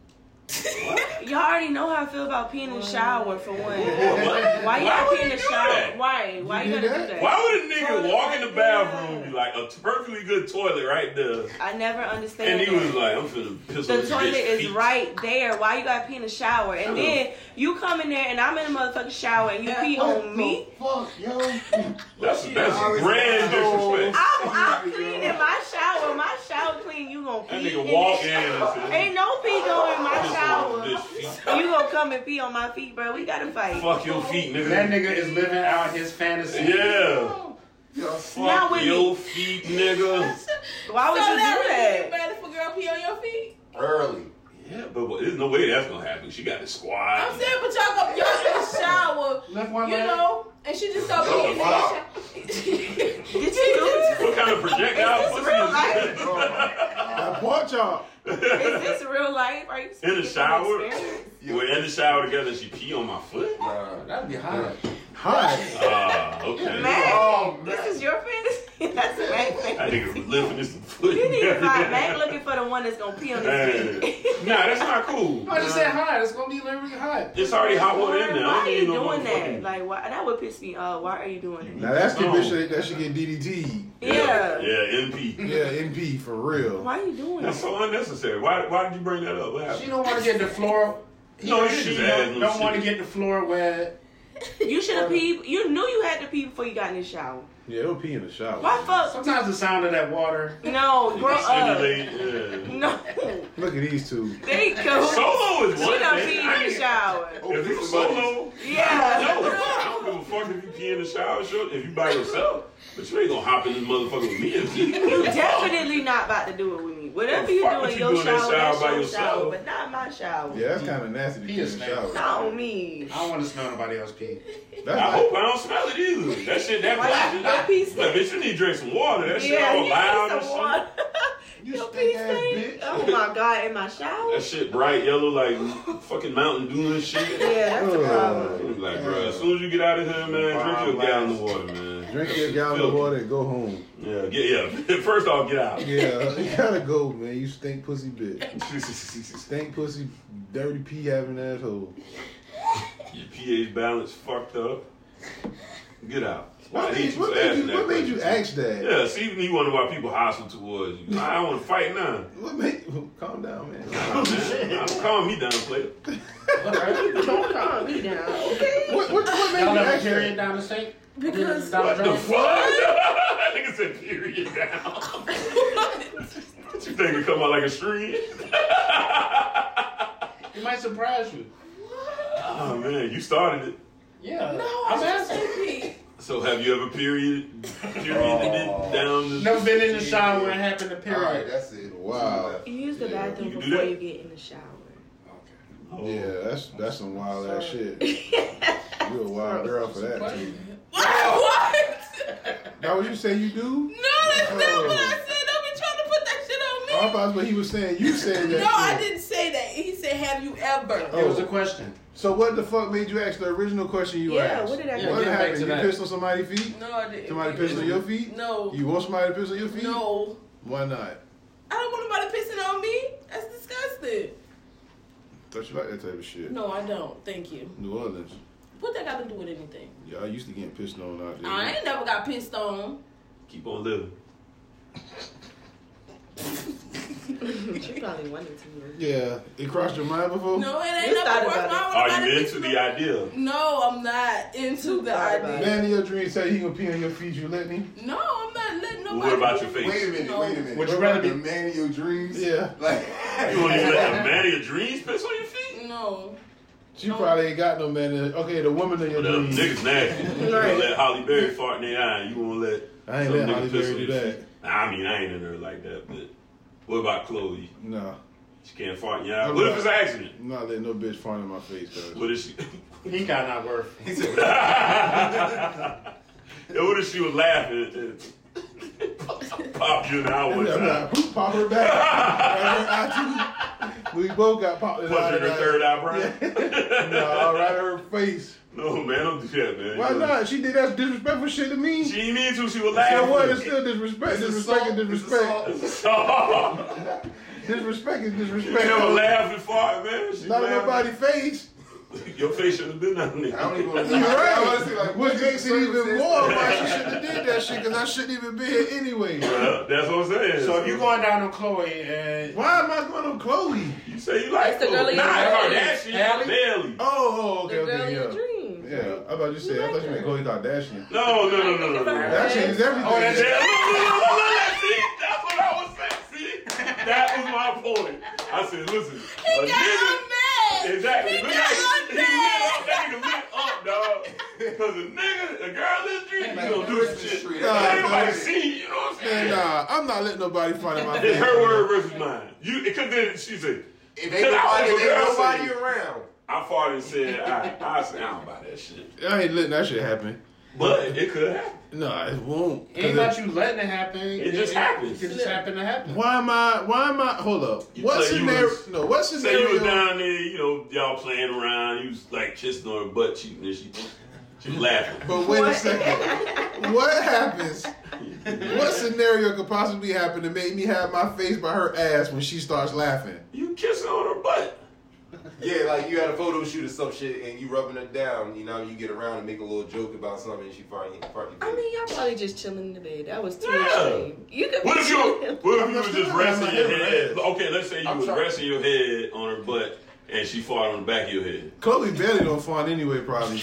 Speaker 2: Y'all already know how I feel about peeing in the shower for one.
Speaker 1: What?
Speaker 2: Why you gotta
Speaker 1: would
Speaker 2: pee in
Speaker 1: you
Speaker 2: the
Speaker 1: do
Speaker 2: shower?
Speaker 1: that?
Speaker 2: Why? Why you,
Speaker 6: You do
Speaker 2: gotta do
Speaker 6: that?
Speaker 2: that?
Speaker 1: Why would a nigga walk in the bathroom and be like, a perfectly good toilet right there?
Speaker 2: I never understand.
Speaker 1: And he
Speaker 2: that.
Speaker 1: was like, I'm finna piss on
Speaker 2: the
Speaker 1: this
Speaker 2: toilet
Speaker 1: bitch
Speaker 2: is
Speaker 1: feet.
Speaker 2: right there. Why you gotta pee in the shower? And then you come in there and I'm in the motherfucking shower and you pee on me.
Speaker 9: Fuck yo.
Speaker 1: That's, that's grand disrespect.
Speaker 2: I'm, I'm clean in my shower. My shower clean. You gonna
Speaker 1: That
Speaker 2: pee? in
Speaker 1: nigga
Speaker 2: the
Speaker 1: walk
Speaker 2: shower.
Speaker 1: in and
Speaker 2: Ain't
Speaker 1: said,
Speaker 2: no pee going in my
Speaker 1: piss on
Speaker 2: shower.
Speaker 1: this bitch feet.
Speaker 2: You gonna come and pee on my feet, bro? We gotta fight.
Speaker 1: Fuck your feet,
Speaker 8: That
Speaker 1: nigga.
Speaker 8: nigga is living out his fantasy.
Speaker 1: Yeah.
Speaker 2: Now
Speaker 1: Fuck
Speaker 2: with
Speaker 1: your feet, nigga.
Speaker 2: Why would
Speaker 11: so
Speaker 2: you do
Speaker 11: that
Speaker 2: that?
Speaker 11: would better for girl pee on your feet?
Speaker 9: Early.
Speaker 1: Yeah, but what- there's no way that's gonna happen. She got the squad.
Speaker 11: I'm saying, but y'all go, y'all in the shower,
Speaker 8: Left one
Speaker 11: you
Speaker 8: leg.
Speaker 11: know, and she just
Speaker 6: Oh,
Speaker 11: started peeing in the shower.
Speaker 2: Did you do
Speaker 1: what kind of projectile pussy
Speaker 2: real
Speaker 1: is
Speaker 2: life?
Speaker 9: Oh,
Speaker 1: that?
Speaker 6: I bought y'all.
Speaker 2: Is this real life? Are you speaking from
Speaker 1: shower?
Speaker 2: experience?
Speaker 1: We're in the shower together and she pee on my foot?
Speaker 9: Nah, that'd be hot.
Speaker 6: Hi.
Speaker 1: Ah, okay.
Speaker 2: Mac,
Speaker 9: Oh,
Speaker 2: this is your fantasy. That's Mac.
Speaker 1: That
Speaker 2: fantasy.
Speaker 1: nigga was living his foot.
Speaker 2: You need to find Mac looking for the one that's gonna pee on his
Speaker 1: Hey.
Speaker 2: feet.
Speaker 1: Nah, that's not cool.
Speaker 8: I just said hi. It's gonna be literally hot.
Speaker 1: It's already hot
Speaker 2: Why,
Speaker 1: water in there. I
Speaker 2: why
Speaker 1: don't
Speaker 2: are you
Speaker 1: need no
Speaker 2: doing that?
Speaker 1: motherfucking-
Speaker 2: Like, why? That would piss me off. Why are you doing
Speaker 6: Now
Speaker 2: that?
Speaker 6: that's the bitch that, that should get DDT.
Speaker 2: Yeah.
Speaker 1: Yeah, MP.
Speaker 6: Yeah, NP for real.
Speaker 2: Why are you doing
Speaker 1: That's
Speaker 2: that?
Speaker 1: so unnecessary. Why why did you bring that up? What happened?
Speaker 8: She don't want to get the floor. He
Speaker 1: No,
Speaker 8: no,
Speaker 1: she's
Speaker 8: she
Speaker 1: adding no
Speaker 8: don't, want to
Speaker 1: shit.
Speaker 8: get the floor wet.
Speaker 2: You should have peed. You knew you had to pee before you got in the shower.
Speaker 6: Yeah, don't pee in the shower.
Speaker 2: Why fuck?
Speaker 8: Sometimes the sound of that water.
Speaker 2: No, grow up.
Speaker 1: Stimulate, yeah.
Speaker 2: No,
Speaker 6: Look at these two.
Speaker 2: they go.
Speaker 1: Solo is
Speaker 2: She
Speaker 1: one
Speaker 2: done
Speaker 1: thing.
Speaker 2: peed
Speaker 1: I
Speaker 2: in the
Speaker 1: ain't-
Speaker 2: shower.
Speaker 1: If you solo,
Speaker 2: Yeah.
Speaker 1: Oh. no, I don't give a fuck if you pee in the shower, sure, if you by yourself. But you ain't gonna hop in this motherfucker with me and pee.
Speaker 2: You definitely not about to do it with me. Whatever you
Speaker 1: Fuck
Speaker 2: do
Speaker 1: what
Speaker 2: in
Speaker 1: you
Speaker 2: your
Speaker 1: doing in that
Speaker 2: shower,
Speaker 1: shower
Speaker 2: that's
Speaker 1: by
Speaker 2: your
Speaker 1: yourself?
Speaker 2: shower, but not my shower.
Speaker 6: Yeah, that's kind of nasty. to
Speaker 8: He
Speaker 6: do
Speaker 8: is
Speaker 6: in the
Speaker 8: nasty.
Speaker 6: shower.
Speaker 2: Not me.
Speaker 8: I don't want to smell nobody else pee.
Speaker 1: I hope I don't smell it either. That shit, that
Speaker 8: Why
Speaker 1: plastic.
Speaker 8: you
Speaker 1: That,
Speaker 8: piece
Speaker 1: look, bitch, you need to drink some water. That shit
Speaker 12: Yeah,
Speaker 1: all
Speaker 12: you
Speaker 1: loud
Speaker 12: need
Speaker 1: and
Speaker 12: some
Speaker 1: shit.
Speaker 12: water. You stink bitch. Oh my god, in my shower?
Speaker 1: That shit bright yellow like fucking Mountain Dew and shit.
Speaker 12: Yeah, that's a
Speaker 1: problem. Like, bro, as soon as you get out of here, man, drink your gallon of water, man.
Speaker 6: Drink your gallon of water and go home.
Speaker 1: Yeah, get, yeah. First off, get out.
Speaker 6: Yeah, you gotta go, man. You stink pussy bitch. stink pussy, dirty pee having asshole.
Speaker 1: Your pH balance fucked up. Get out. Why
Speaker 6: What
Speaker 1: I
Speaker 6: made-
Speaker 1: hate you
Speaker 6: what
Speaker 1: for
Speaker 6: made
Speaker 1: asking
Speaker 6: you-
Speaker 1: that
Speaker 6: what made you
Speaker 1: question.
Speaker 6: ask that?
Speaker 1: Yeah, see, you wonder why people hostile towards you. I don't want to fight now.
Speaker 6: What make, calm down, man.
Speaker 1: Don't calm me down, player.
Speaker 2: Don't calm me down.
Speaker 6: What, what, what
Speaker 8: Y'all ever carry it down the sink?
Speaker 2: Because
Speaker 8: Down
Speaker 1: What the
Speaker 8: drain?
Speaker 1: fuck? That nigga said period down. what you think it come out like a string?
Speaker 8: It might surprise you.
Speaker 1: Oh man, you started it.
Speaker 8: Yeah.
Speaker 11: No,
Speaker 8: I'm
Speaker 11: I'm just
Speaker 8: asking.
Speaker 11: pee.
Speaker 1: So have you ever period period it down? The,
Speaker 8: Never been in the shower and happened to period.
Speaker 9: All right, that's it.
Speaker 6: Wow.
Speaker 12: You use the bathroom
Speaker 6: You can do
Speaker 12: before
Speaker 6: that.
Speaker 12: you get in the shower.
Speaker 1: Oh.
Speaker 6: Yeah, that's that's some wild ass shit. You a wild girl for that. Too. What? That what you say you do? No,
Speaker 11: that's
Speaker 6: not what I
Speaker 11: said. Don't be trying to put that shit on me.
Speaker 6: I thought what he was saying. You said that.
Speaker 11: No, I
Speaker 6: shit.
Speaker 11: didn't say that. He said, "Have you ever?"
Speaker 6: Oh. It was a
Speaker 8: question.
Speaker 6: So what the fuck made you ask the original question you
Speaker 11: Yeah,
Speaker 6: asked?
Speaker 11: what did I
Speaker 6: What
Speaker 11: do? Yeah, get back
Speaker 6: happened?
Speaker 11: to
Speaker 6: You
Speaker 11: that.
Speaker 6: pissed on somebody's feet?
Speaker 11: No, I didn't.
Speaker 6: Somebody pissed on your feet?
Speaker 11: No.
Speaker 6: You want somebody to piss on your feet?
Speaker 11: No.
Speaker 6: Why not?
Speaker 11: I don't want nobody pissing on me. That's disgusting.
Speaker 6: Thought you like that type of shit.
Speaker 11: No, I don't. Thank you.
Speaker 6: New Orleans.
Speaker 11: What that got to do with anything?
Speaker 6: Y'all used to getting pissed on out there.
Speaker 11: I ain't never got pissed on.
Speaker 1: Keep on living.
Speaker 12: she probably wanted to.
Speaker 6: Yeah. It crossed your mind before?
Speaker 11: No, it ain't nothing worth my
Speaker 1: Are you into the idea?
Speaker 11: No, I'm not into the idea.
Speaker 6: Man in your dream say he gonna pee on your feet, you let me?
Speaker 11: No, I'm not letting nobody.
Speaker 1: What about your face?
Speaker 9: Wait a minute, wait a minute.
Speaker 6: Would you
Speaker 9: What
Speaker 6: rather
Speaker 9: about
Speaker 6: be-
Speaker 9: the man of your dreams?
Speaker 6: Yeah.
Speaker 9: Like
Speaker 1: You want to let the man of your dreams piss on your feet?
Speaker 11: No.
Speaker 6: She probably ain't got no man. in- Okay, the woman in your
Speaker 1: Them
Speaker 6: dreams.
Speaker 1: niggas nasty. You
Speaker 6: Right.
Speaker 1: gonna let Holly Berry fart in their eye? You gonna let
Speaker 6: I ain't
Speaker 1: some
Speaker 6: let
Speaker 1: nigga
Speaker 6: Halle
Speaker 1: piss
Speaker 6: Berry
Speaker 1: on
Speaker 6: do
Speaker 1: your
Speaker 6: that.
Speaker 1: feet? Nah, I mean I ain't in her like that. But what about Chloe?
Speaker 6: No.
Speaker 1: She can't fart in your eye.
Speaker 6: I'm
Speaker 1: What if
Speaker 6: not-
Speaker 1: it's an accident?
Speaker 6: I'm not letting no bitch fart in my face, cuz.
Speaker 1: What if she?
Speaker 8: He got not worth.
Speaker 1: Yeah, what if she was laughing? and- and Popped you in the eye one
Speaker 6: I'm
Speaker 1: time.
Speaker 6: not who pop her back. Right in her eye, too. we both got popped in the
Speaker 1: Punch her in her
Speaker 6: eye.
Speaker 1: third eyebrow.
Speaker 6: No, right in her face.
Speaker 1: No man, I'm yeah, man.
Speaker 6: Why not? She did that disrespectful shit to me.
Speaker 1: She didn't mean to. She was
Speaker 6: So
Speaker 1: laughing.
Speaker 6: what? It's still disrespect.
Speaker 1: It's
Speaker 6: disrespect is disrespect.
Speaker 1: Stop.
Speaker 6: Disrespect is
Speaker 1: You
Speaker 6: disrespect.
Speaker 1: never laugh and fart, man. She
Speaker 6: Not in
Speaker 1: laughed.
Speaker 6: nobody's face.
Speaker 1: Your face should have been on there. I don't even
Speaker 6: You're right. Which makes it even more why she shouldn't have did that shit because I shouldn't even be here anyway.
Speaker 1: That's what I'm saying.
Speaker 8: So if you going down on Chloe and
Speaker 6: Why am I going on Chloe?
Speaker 1: You say you like
Speaker 8: That's the
Speaker 1: Chloe.
Speaker 8: girl in your
Speaker 1: Not
Speaker 8: dreams.
Speaker 1: Kardashian,
Speaker 8: Allie?
Speaker 1: Bailey.
Speaker 6: Oh, oh, okay,
Speaker 1: The girl
Speaker 6: okay,
Speaker 1: in
Speaker 6: yeah.
Speaker 1: your
Speaker 6: Yeah, I thought you said. I thought you meant Khloe Kardashian.
Speaker 1: No, no, no, no, no, no.
Speaker 6: That changes everything.
Speaker 1: Oh, that's yeah. Look, look, look, look, look, see? That's what I was saying. See, that was my point. I said, listen, a nigga. Exactly.
Speaker 11: He
Speaker 1: look
Speaker 11: got
Speaker 1: at
Speaker 11: on
Speaker 1: he lit up. That nigga lit up, dog. Because a nigga, a girl in the street, you gonna do some shit.
Speaker 6: Nah,
Speaker 1: Ain't nobody
Speaker 6: nah.
Speaker 1: see you, you know what I'm saying?
Speaker 6: Man, nah, uh, I'm not letting nobody fight in my face.
Speaker 1: It's her word versus mine. You, because then she said,
Speaker 9: If
Speaker 6: ain't nobody- if ain't nobody
Speaker 9: around.
Speaker 1: I farted and said, I, I said, I don't buy that shit.
Speaker 6: I ain't letting that shit happen.
Speaker 1: But it could happen.
Speaker 6: No, it won't. 'Cause
Speaker 8: ain't
Speaker 6: it-
Speaker 8: about you letting it happen.
Speaker 1: It just happens.
Speaker 8: It just happened to happen.
Speaker 6: Why am I? Why am I? Hold up. What
Speaker 1: Say you
Speaker 6: scenario?
Speaker 1: was-
Speaker 6: No, what
Speaker 1: Say you
Speaker 6: scenario?
Speaker 1: was down there, you know, y'all playing around, you was like kissing on her butt cheek, and then she, she was laughing.
Speaker 6: But wait a second. what happens? What scenario could possibly happen to make me have my face by her ass when she starts laughing?
Speaker 1: You kissing on her butt.
Speaker 9: Yeah, like you had a photo shoot or some shit and you rubbing her down, you know, you get around and make a little joke about something and she fart you fart
Speaker 12: I mean, y'all probably just chilling in the bed. That was too
Speaker 1: Yeah.
Speaker 12: extreme. You could
Speaker 1: What
Speaker 12: be
Speaker 1: if you, what if you was just resting your head?
Speaker 6: head.
Speaker 1: Okay, let's say you was resting your head on her butt, and she farted on the back of your head.
Speaker 6: Chloe barely don't fart anyway, probably.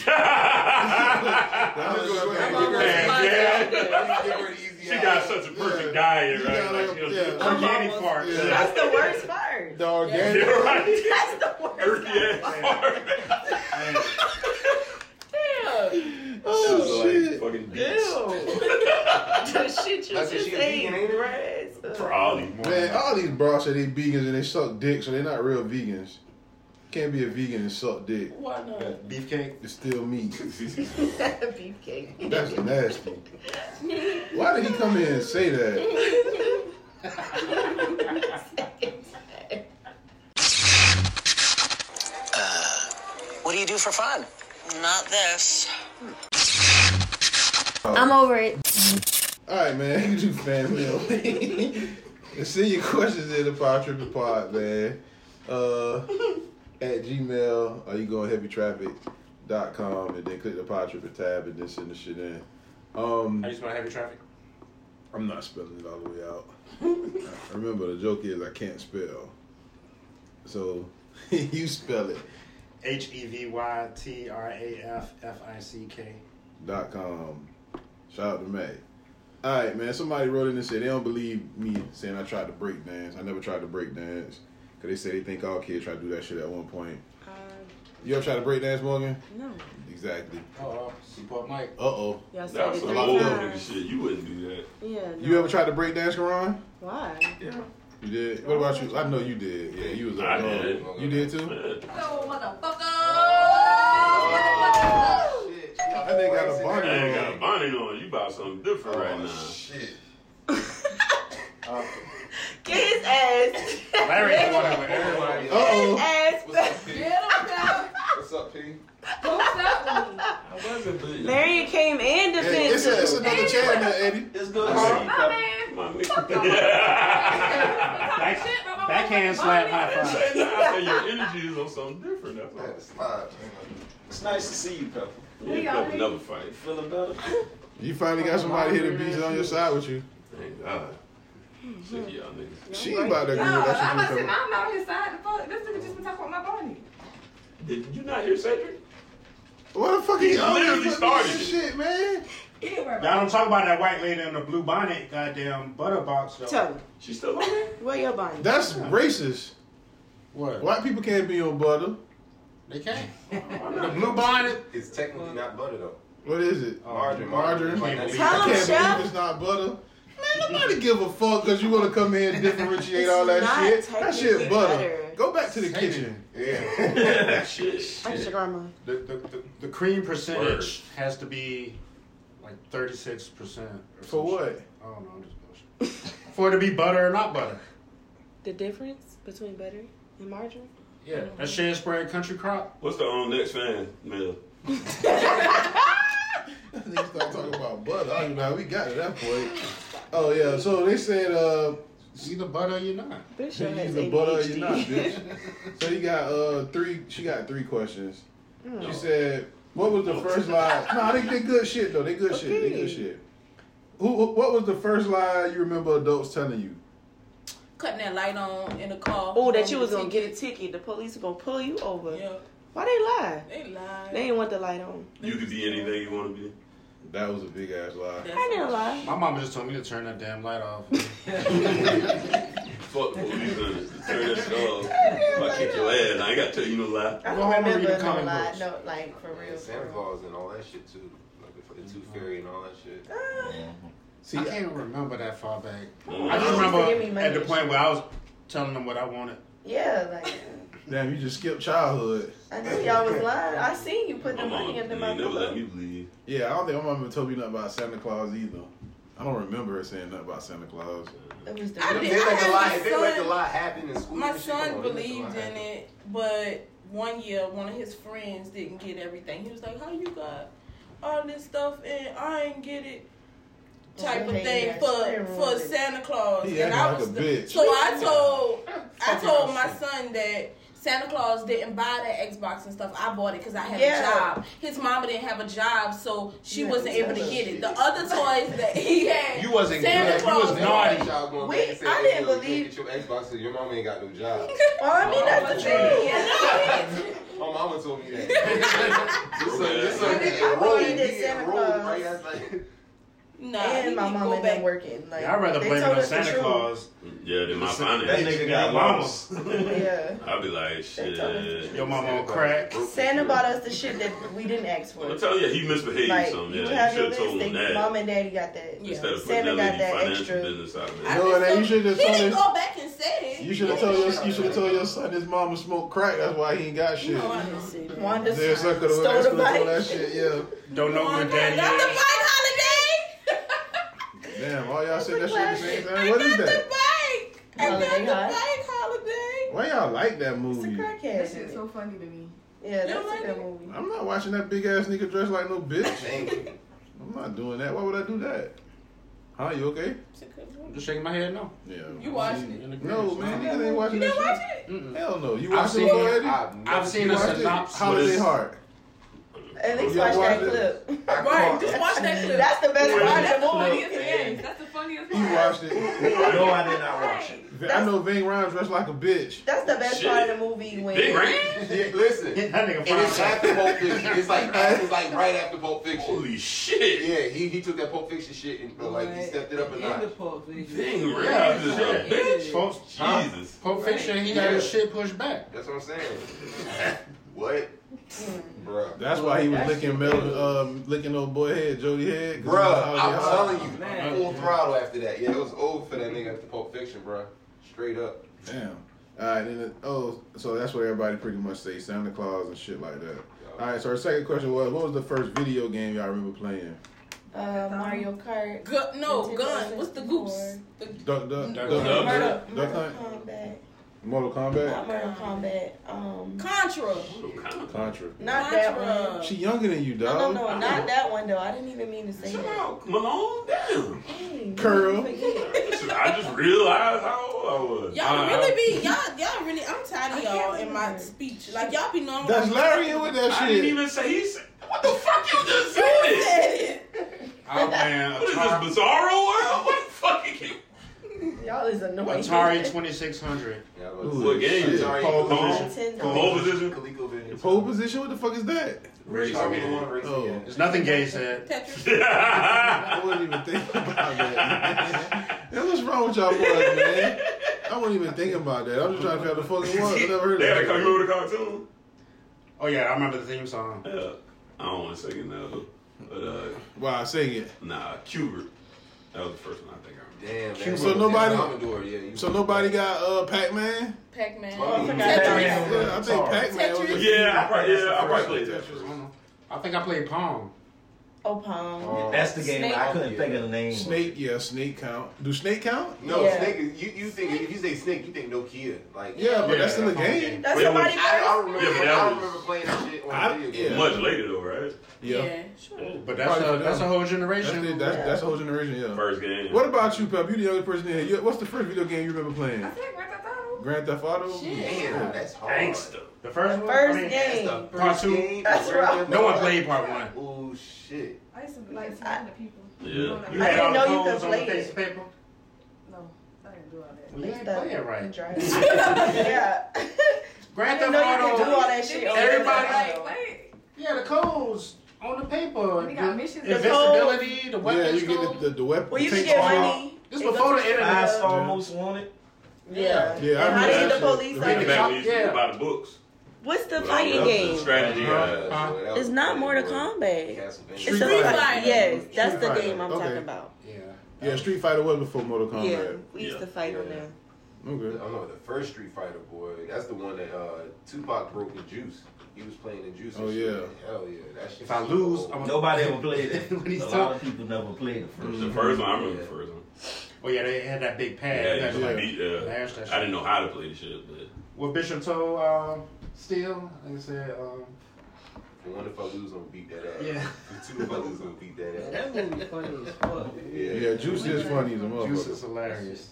Speaker 1: Man, yeah. she got such a perfect diet, right? Like, she don't do
Speaker 6: yeah.
Speaker 1: organic fart.
Speaker 6: yeah.
Speaker 12: That's the worst part.
Speaker 6: The organic.
Speaker 1: You're right.
Speaker 12: That's the worst part. Damn.
Speaker 9: Oh,
Speaker 1: shit. Fucking
Speaker 12: Ew. the shit you
Speaker 9: That's
Speaker 12: just
Speaker 9: what she a
Speaker 12: ate,
Speaker 9: vegan, ain't it?
Speaker 12: bruh, it's
Speaker 1: Probably.
Speaker 6: Man, all these bros say they vegans and they suck dick, so they're not real vegans. Can't be a vegan and suck dick.
Speaker 11: Why not?
Speaker 6: Beefcake? It's still meat.
Speaker 12: Beefcake.
Speaker 6: That's nasty. Why did he come in and say that?
Speaker 24: What do you do for fun? Not this.
Speaker 25: I'm over it.
Speaker 6: All right, man. You do fan mail. and send your questions in the Power Tripping Pod, man. Uh, at Gmail, or you go dot com and then click the Power Tripping tab and then send the shit in. Um,
Speaker 8: I just want heavy traffic.
Speaker 6: I'm not spelling it all the way out. I remember the joke is I can't spell. So you spell it.
Speaker 8: H E V Y T R A F F I C K.
Speaker 6: dot com. Shout out to May. All right, man. Somebody wrote in and said they don't believe me saying I tried to break dance. I never tried to break dance because they say they think all kids try to do that shit at one point.
Speaker 12: Uh,
Speaker 6: You ever try to break dance, Morgan?
Speaker 2: No.
Speaker 6: Exactly.
Speaker 8: Oh, she bought Mike.
Speaker 6: Uh oh.
Speaker 2: Y'all said
Speaker 1: That's
Speaker 2: it
Speaker 1: some
Speaker 2: three
Speaker 1: old nigga
Speaker 2: times.
Speaker 1: shit. You wouldn't do that.
Speaker 2: Yeah. No.
Speaker 6: You ever tried to break dance, Karan?
Speaker 2: Why? Yeah.
Speaker 6: You did. What about you? I know you did. Yeah, you was. a
Speaker 1: I
Speaker 6: dog.
Speaker 1: did.
Speaker 6: You did too.
Speaker 11: Oh.
Speaker 1: That nigga got a bonnet on. got a bonnet on. You about something
Speaker 9: Oh,
Speaker 1: different
Speaker 6: Oh,
Speaker 1: right now. Shit.
Speaker 12: Get his ass.
Speaker 8: Larry the one that with everybody.
Speaker 12: His ass.
Speaker 9: What's up, P?
Speaker 2: Larry came in
Speaker 6: Hey, it's,
Speaker 2: defensive.
Speaker 6: a, it's another channel, Eddie.
Speaker 9: It's good.
Speaker 8: Back, backhand slap high five.
Speaker 1: I said your energy is on something different. That's all.
Speaker 9: It's nice to see you, Pepper.
Speaker 1: Yeah, Pepper, another fight.
Speaker 9: Feeling better?
Speaker 6: You finally got somebody here to be on your side with you.
Speaker 1: Thank God.
Speaker 2: Hmm.
Speaker 1: Shit, y'all niggas.
Speaker 6: She ain't about to agree with that.
Speaker 5: I'm about to
Speaker 6: She just
Speaker 5: say,
Speaker 6: come-
Speaker 5: I'm not his side. The fuck, this nigga just been talking about my body.
Speaker 1: Did you not hear Cedric?
Speaker 6: What the fuck
Speaker 1: He
Speaker 6: is on
Speaker 1: literally
Speaker 6: here?
Speaker 1: started it.
Speaker 6: shit, man.
Speaker 5: He didn't worry
Speaker 8: Y'all don't talk about that white lady in the blue bonnet, goddamn butter box though.
Speaker 2: Tell me.
Speaker 1: She still on there?
Speaker 2: Where your body?
Speaker 6: That's racist.
Speaker 8: What?
Speaker 6: White people can't be on butter.
Speaker 8: They can't.
Speaker 9: The
Speaker 8: blue bonnet.
Speaker 9: It's technically not butter, though.
Speaker 6: What is it?
Speaker 9: Margarine.
Speaker 6: Margarine.
Speaker 9: Oh, Margarine.
Speaker 6: I
Speaker 9: Tell 'em,
Speaker 6: can't
Speaker 9: chef.
Speaker 6: believe it's not butter. Man, nobody give a fuck because you want to come here and differentiate all that
Speaker 2: not
Speaker 6: shit. That
Speaker 2: technically
Speaker 6: shit butter.
Speaker 2: butter.
Speaker 6: Go back to the kitchen.
Speaker 9: Yeah.
Speaker 2: That's your grandma.
Speaker 8: The, the, the, the cream percentage has to be like 36%. Or For
Speaker 6: what?
Speaker 8: I don't know. I'm just bullshit. For it to be butter or not butter.
Speaker 2: The difference between butter and margarine?
Speaker 8: Yeah. That shit spread country crop.
Speaker 1: What's the um, next fan mail?
Speaker 6: Niggas start talking about butter. I don't even know how we got to that point. Oh yeah, so they said uh
Speaker 8: you the butter or you're not.
Speaker 6: Bitch, you either butter or you're not, bitch. so you got uh three she got three questions. She said, What was the first lie? No, they did good shit though. They good shit. They good
Speaker 5: Okay.
Speaker 6: shit. Who who- what was the first lie you remember adults telling you?
Speaker 11: Cutting that light on in the car.
Speaker 2: Oh, that you was gonna get a ticket. The police were gonna pull you over. Yeah. Why they lie?
Speaker 11: They lie.
Speaker 2: They didn't want the light on.
Speaker 1: You could be anything you want to be.
Speaker 6: That was a big ass lie.
Speaker 2: I didn't lie.
Speaker 8: My mama just told me to turn that damn light off.
Speaker 1: Fuck the police and turn that shit off. If I kick your ass, I ain't got to tell you no lie.
Speaker 12: I
Speaker 8: Go
Speaker 12: don't
Speaker 8: home and read
Speaker 12: remember no
Speaker 8: the comic
Speaker 12: lie.
Speaker 8: books.
Speaker 12: No, like for real. For
Speaker 9: Santa
Speaker 12: real.
Speaker 9: Claus and all that shit, too. Like the, the Tooth Fairy and all that shit.
Speaker 2: Uh,
Speaker 8: See, I can't even remember that far back.
Speaker 9: Mm.
Speaker 8: I
Speaker 9: You
Speaker 8: just
Speaker 9: used to
Speaker 12: give
Speaker 8: remember
Speaker 12: me
Speaker 8: at the
Speaker 12: money.
Speaker 8: point where I was telling them what I wanted.
Speaker 12: Yeah, like
Speaker 6: Damn, you just skipped childhood.
Speaker 12: I knew y'all was lying. I seen you put the money in the
Speaker 1: They never
Speaker 12: mouth.
Speaker 1: let me believe.
Speaker 6: Yeah, I don't think my mama told me nothing about Santa Claus either. I don't remember her saying nothing about Santa Claus.
Speaker 12: It was the
Speaker 11: I
Speaker 9: They
Speaker 11: did- I
Speaker 9: let the
Speaker 11: had
Speaker 9: lie.
Speaker 11: my
Speaker 9: They let the
Speaker 11: son-
Speaker 9: lie happen in school.
Speaker 11: My
Speaker 9: and shit. Come
Speaker 11: son
Speaker 9: on, they let the
Speaker 11: believed
Speaker 9: lie
Speaker 11: in
Speaker 9: happen.
Speaker 11: it, but one year one of his friends didn't get everything. He was like, "How you got all this stuff and I ain't get it?" Type of
Speaker 12: Okay,
Speaker 11: thing
Speaker 12: that's
Speaker 11: for
Speaker 12: very
Speaker 11: for
Speaker 12: rude.
Speaker 11: Santa Claus,
Speaker 6: He
Speaker 11: and
Speaker 6: acting
Speaker 11: I
Speaker 6: like
Speaker 11: was
Speaker 6: a
Speaker 11: the-
Speaker 6: bitch.
Speaker 11: so I told I told my son that. Santa Claus didn't buy that Xbox and stuff. I bought it because I had
Speaker 12: Yeah.
Speaker 11: a job. His mama didn't have a job, so she
Speaker 12: You had
Speaker 11: wasn't
Speaker 12: to
Speaker 11: able to
Speaker 12: tell
Speaker 11: get it. The other toys that he had,
Speaker 9: You wasn't
Speaker 11: Santa
Speaker 9: good.
Speaker 11: Claus
Speaker 9: you was naughty. Y'all going back and
Speaker 11: We-
Speaker 9: saying,
Speaker 11: I
Speaker 9: "Hey,
Speaker 11: didn't
Speaker 9: yo, you can't Get your Xbox. and Your mama ain't got no job.
Speaker 2: Oh,
Speaker 12: Well, I mean
Speaker 8: Oh,
Speaker 12: that's the thing.
Speaker 9: My mama told me that. this son, this son,
Speaker 12: I
Speaker 9: he
Speaker 12: think I
Speaker 9: enrolled.
Speaker 12: believed in
Speaker 9: He
Speaker 12: Santa
Speaker 9: enrolled
Speaker 12: Claus.
Speaker 9: right as like.
Speaker 11: Nah,
Speaker 2: and my
Speaker 11: he
Speaker 2: mom
Speaker 11: go
Speaker 2: and them working. Like,
Speaker 8: I'd rather
Speaker 2: they
Speaker 8: blame it
Speaker 2: told
Speaker 8: on
Speaker 2: us the
Speaker 8: Santa
Speaker 2: truth.
Speaker 8: Claus.
Speaker 1: Yeah, then my
Speaker 8: That
Speaker 1: finances.
Speaker 8: nigga got
Speaker 1: lost.
Speaker 2: Yeah.
Speaker 1: I'd be like, shit.
Speaker 8: Your mama on crack.
Speaker 2: Santa bought us the shit that we didn't ask for.
Speaker 1: I tell you, he misbehaved
Speaker 2: Like,
Speaker 1: some.
Speaker 2: you
Speaker 1: Yeah,
Speaker 2: have
Speaker 1: should
Speaker 2: your
Speaker 1: have told
Speaker 2: list.
Speaker 1: him
Speaker 2: They,
Speaker 1: that.
Speaker 2: mom and daddy got that.
Speaker 1: Instead of putting
Speaker 2: Santa
Speaker 1: that
Speaker 2: got
Speaker 1: lady
Speaker 2: that
Speaker 1: financial
Speaker 2: extra.
Speaker 1: business out of it.
Speaker 6: No, and then you should have
Speaker 11: He didn't
Speaker 6: told us.
Speaker 11: go back and say it.
Speaker 6: You should have told your you should have told your son his mama smoked crack. That's why he ain't got shit.
Speaker 11: No, I didn't say that.
Speaker 2: Wanda
Speaker 6: Then son could have
Speaker 2: stole
Speaker 6: went
Speaker 2: the
Speaker 6: to school and
Speaker 2: bike.
Speaker 6: told that shit. Yeah.
Speaker 8: Don't know where daddy
Speaker 11: Not the
Speaker 8: is.
Speaker 11: bike holiday.
Speaker 6: Damn, all y'all said that shit at the same time. What is that?
Speaker 11: Bike. I got the bike holiday.
Speaker 6: Why y'all like that movie?
Speaker 2: That
Speaker 26: shit's so funny to me.
Speaker 2: Yeah,
Speaker 11: You
Speaker 2: that's
Speaker 11: like
Speaker 2: a good movie.
Speaker 6: I'm not watching that big ass nigga dressed like no bitch. I'm not doing that. Why would I do that? Huh? You okay?
Speaker 11: It's a good movie.
Speaker 8: Just shaking my head no.
Speaker 6: Yeah.
Speaker 11: You watched it.
Speaker 6: No, man, niggas ain't watching
Speaker 11: You
Speaker 6: that
Speaker 11: didn't
Speaker 6: shit.
Speaker 11: watch it?
Speaker 6: Hell no. You
Speaker 8: I've
Speaker 6: watched
Speaker 8: seen-
Speaker 6: it already?
Speaker 8: I've- I've seen
Speaker 6: You
Speaker 8: a
Speaker 6: watched it?
Speaker 8: synopsis.
Speaker 6: Holiday Heart.
Speaker 2: At least
Speaker 6: Yeah,
Speaker 2: watch
Speaker 6: watch
Speaker 2: that
Speaker 6: it.
Speaker 2: clip.
Speaker 11: Right, just watch that clip.
Speaker 2: That's the best part of
Speaker 11: That's
Speaker 2: the
Speaker 11: the
Speaker 2: movie.
Speaker 11: funniest thing. That's the funniest
Speaker 6: You
Speaker 11: part.
Speaker 6: watched it. no, I did not watch it. I know Ving Rhymes dressed like a bitch.
Speaker 2: That's the best
Speaker 6: Shit.
Speaker 2: part of the movie when
Speaker 6: Big Ram?
Speaker 27: Yeah, listen,
Speaker 8: that nigga
Speaker 27: and it's
Speaker 8: fine.
Speaker 27: after Pulp Fiction. It's like it's like right after Pulp Fiction. Holy
Speaker 1: shit!
Speaker 27: Yeah, he, he took that Pulp Fiction shit and uh, like he stepped it up a notch.
Speaker 1: Dang,
Speaker 27: Yeah.
Speaker 1: Rams is a
Speaker 27: Yeah.
Speaker 1: bitch.
Speaker 8: Pulp,
Speaker 1: Jesus.
Speaker 8: Pulp Fiction, he got his shit pushed back.
Speaker 27: That's what I'm saying. what?
Speaker 26: Mm.
Speaker 27: Bruh.
Speaker 6: That's why he was
Speaker 27: That
Speaker 6: licking Mel, um, licking old boy head, Jody head. 'cause he was
Speaker 27: Bruh,
Speaker 6: Holiday
Speaker 27: I'm
Speaker 6: Heart.
Speaker 27: telling you, full throttle after that. Yeah, it was over for that nigga after Pulp Fiction, bruh. Straight up.
Speaker 6: Damn. All right, and it, oh, so that's what everybody pretty much say Santa Claus and shit like that. All right, so our second question was, what was the first video game y'all remember playing?
Speaker 2: uh, Mario Kart.
Speaker 11: Gu- no, gun. What's the goose? The
Speaker 6: Duck, duck, duck,
Speaker 11: Duck
Speaker 6: duck,
Speaker 11: Hunt.
Speaker 6: duck, duck hunt,
Speaker 2: Combat.
Speaker 6: Mortal
Speaker 2: Not
Speaker 6: Kombat,
Speaker 2: Mortal Kombat. Um,
Speaker 11: Contra.
Speaker 6: Contra.
Speaker 2: Not that one.
Speaker 6: She younger than you, dog.
Speaker 2: No, no, not that one though. I didn't even mean to say that.
Speaker 1: Malone, damn.
Speaker 6: Curl.
Speaker 1: I just realized how old I was.
Speaker 11: Y'all
Speaker 27: Uh,
Speaker 1: I-
Speaker 11: really be y'all y'all really I'm tired of y'all in my speech. Like y'all be knowing
Speaker 6: That's Larry with that shit.
Speaker 1: I didn't even say he said. What the fuck you just said?
Speaker 8: I'm playing
Speaker 1: What is this Bizarro world? What the fuck are you?
Speaker 2: Y'all is annoying.
Speaker 8: Atari 2600.
Speaker 6: Ooh, What game? shit. Atari
Speaker 8: Pole
Speaker 6: Pong?
Speaker 8: position.
Speaker 6: Pong?
Speaker 8: Pole
Speaker 1: position.
Speaker 27: ColecoVision.
Speaker 6: Pole position? What the fuck is that?
Speaker 27: Target one, race
Speaker 6: Oh.
Speaker 27: again.
Speaker 8: There's nothing gay said.
Speaker 6: I wouldn't even think about that. Man, what's wrong with y'all boys, man? I wasn't even thinking about that. I'm just trying to figure out the fucking one. I never heard
Speaker 1: They had a
Speaker 6: of
Speaker 1: car-
Speaker 6: that.
Speaker 1: you remember the cartoon?
Speaker 8: Oh yeah, I remember the theme song.
Speaker 1: Yeah. I don't want to sing it now, but uh,
Speaker 6: Why sing it?
Speaker 1: nah, Cubert. That was the first one I think I
Speaker 27: Damn,
Speaker 1: remember.
Speaker 6: So nobody, so nobody got uh, Pac-Man.
Speaker 11: Pac-Man.
Speaker 6: Pac-Man. Yeah, I think Pac-Man was.
Speaker 1: Yeah, I probably,
Speaker 8: That's the
Speaker 1: yeah, I
Speaker 8: first
Speaker 1: probably
Speaker 8: one.
Speaker 1: played that.
Speaker 8: I think I played Pong.
Speaker 2: Oh, Pong.
Speaker 9: That's the game I couldn't think of the name. of.
Speaker 6: Snake, yeah, snake count. Do snake count?
Speaker 27: No,
Speaker 2: Yeah.
Speaker 27: snake. is- You you think if you say snake, you think Nokia. Like
Speaker 6: Yeah, but that's in the game.
Speaker 2: That's
Speaker 27: Wait,
Speaker 2: somebody
Speaker 27: I, I remember.
Speaker 1: Yeah, but that
Speaker 27: I
Speaker 1: was-
Speaker 27: remember playing that shit on
Speaker 1: I-
Speaker 27: video
Speaker 1: yeah.
Speaker 27: game.
Speaker 1: Much later though, right?
Speaker 6: Yeah.
Speaker 8: But that's a, that's a whole generation.
Speaker 6: That's, the- that's, that's a whole generation. Yeah.
Speaker 1: First game.
Speaker 6: What about you, Pep? You the youngest person in here. You- What's the first video game you remember playing? Grand Theft Auto.
Speaker 27: Shit. Damn, that's hard.
Speaker 8: Gangsta. The first one.
Speaker 2: First
Speaker 8: I mean,
Speaker 2: game.
Speaker 27: That's the
Speaker 8: Part
Speaker 27: first
Speaker 8: two.
Speaker 27: game.
Speaker 2: That's right.
Speaker 8: No one played part one.
Speaker 27: Oh shit.
Speaker 26: I used to like talking to people.
Speaker 1: Yeah.
Speaker 8: You
Speaker 2: I
Speaker 8: had
Speaker 2: didn't
Speaker 8: all the
Speaker 2: know you
Speaker 8: phones
Speaker 2: could
Speaker 8: on the
Speaker 2: play
Speaker 8: piece
Speaker 2: it.
Speaker 8: of paper.
Speaker 26: No, I didn't do all that.
Speaker 8: Well, you ain't playing right.
Speaker 2: yeah. I
Speaker 8: Grand
Speaker 2: didn't
Speaker 8: Theft
Speaker 2: know you could do
Speaker 8: Auto.
Speaker 2: all that shit. on
Speaker 8: Everybody-
Speaker 2: Grand Theft Auto.
Speaker 8: Yeah, the codes on the paper.
Speaker 26: We
Speaker 8: The
Speaker 26: got missions. The
Speaker 8: invincibility, the
Speaker 6: Yeah,
Speaker 8: weapons
Speaker 6: you get
Speaker 8: code.
Speaker 6: the, the, the weapon.
Speaker 2: Well, you
Speaker 6: the
Speaker 2: can
Speaker 6: tank
Speaker 2: get
Speaker 6: armor.
Speaker 2: money.
Speaker 8: This
Speaker 2: It
Speaker 8: before
Speaker 2: goes
Speaker 8: the
Speaker 2: to-
Speaker 8: internet.
Speaker 9: I saw most wanted.
Speaker 2: Yeah.
Speaker 6: Yeah, I
Speaker 2: And how
Speaker 6: remember
Speaker 2: did
Speaker 6: that
Speaker 2: the
Speaker 6: shit.
Speaker 2: police?
Speaker 1: Back
Speaker 2: like-
Speaker 1: when we used to
Speaker 8: Yeah.
Speaker 1: buy the books.
Speaker 2: What's the
Speaker 1: Well, that
Speaker 2: fighting
Speaker 1: was the
Speaker 2: game?
Speaker 1: Strategy. uh,
Speaker 11: Uh-huh.
Speaker 8: Huh?
Speaker 2: It's not Mortal Kombat. It's a
Speaker 6: Street Fighter.
Speaker 2: fight. Yes, that's
Speaker 6: Street
Speaker 2: the
Speaker 6: Fighter.
Speaker 2: game I'm
Speaker 6: Okay.
Speaker 2: talking about.
Speaker 6: Yeah, Street Fighter was before Mortal
Speaker 2: Yeah,
Speaker 6: Kombat.
Speaker 2: we used
Speaker 1: Yeah.
Speaker 2: to fight on
Speaker 27: Yeah.
Speaker 2: there.
Speaker 27: I
Speaker 6: Okay.
Speaker 27: don't know the first Street Fighter boy. That's the one that uh, Tupac broke the juice. He was playing the juice. and
Speaker 6: Oh,
Speaker 27: shit.
Speaker 6: yeah.
Speaker 27: Hell yeah. That shit
Speaker 8: If I
Speaker 27: was
Speaker 8: lose,
Speaker 27: old.
Speaker 8: I'm gonna-
Speaker 9: Nobody ever played it.
Speaker 8: When he's
Speaker 9: A lot of people never played it first.
Speaker 1: The first one, I remember the first one.
Speaker 8: Oh yeah, they had that big pad.
Speaker 1: Yeah,
Speaker 8: You
Speaker 1: you
Speaker 8: had to,
Speaker 1: just
Speaker 8: like,
Speaker 1: beat, uh,
Speaker 8: mash that
Speaker 1: I
Speaker 8: shit.
Speaker 1: didn't know how to play the shit, but
Speaker 8: What Bishop told um, Steele, like I said, um,
Speaker 27: The one if I lose, I'm gonna beat that ass.
Speaker 8: Yeah.
Speaker 27: The two if I lose, I'm gonna beat that ass.
Speaker 28: movie funny as fuck.
Speaker 27: Yeah.
Speaker 6: Yeah, Juice is funny as a
Speaker 8: Juice is
Speaker 6: motherfucker.
Speaker 8: hilarious.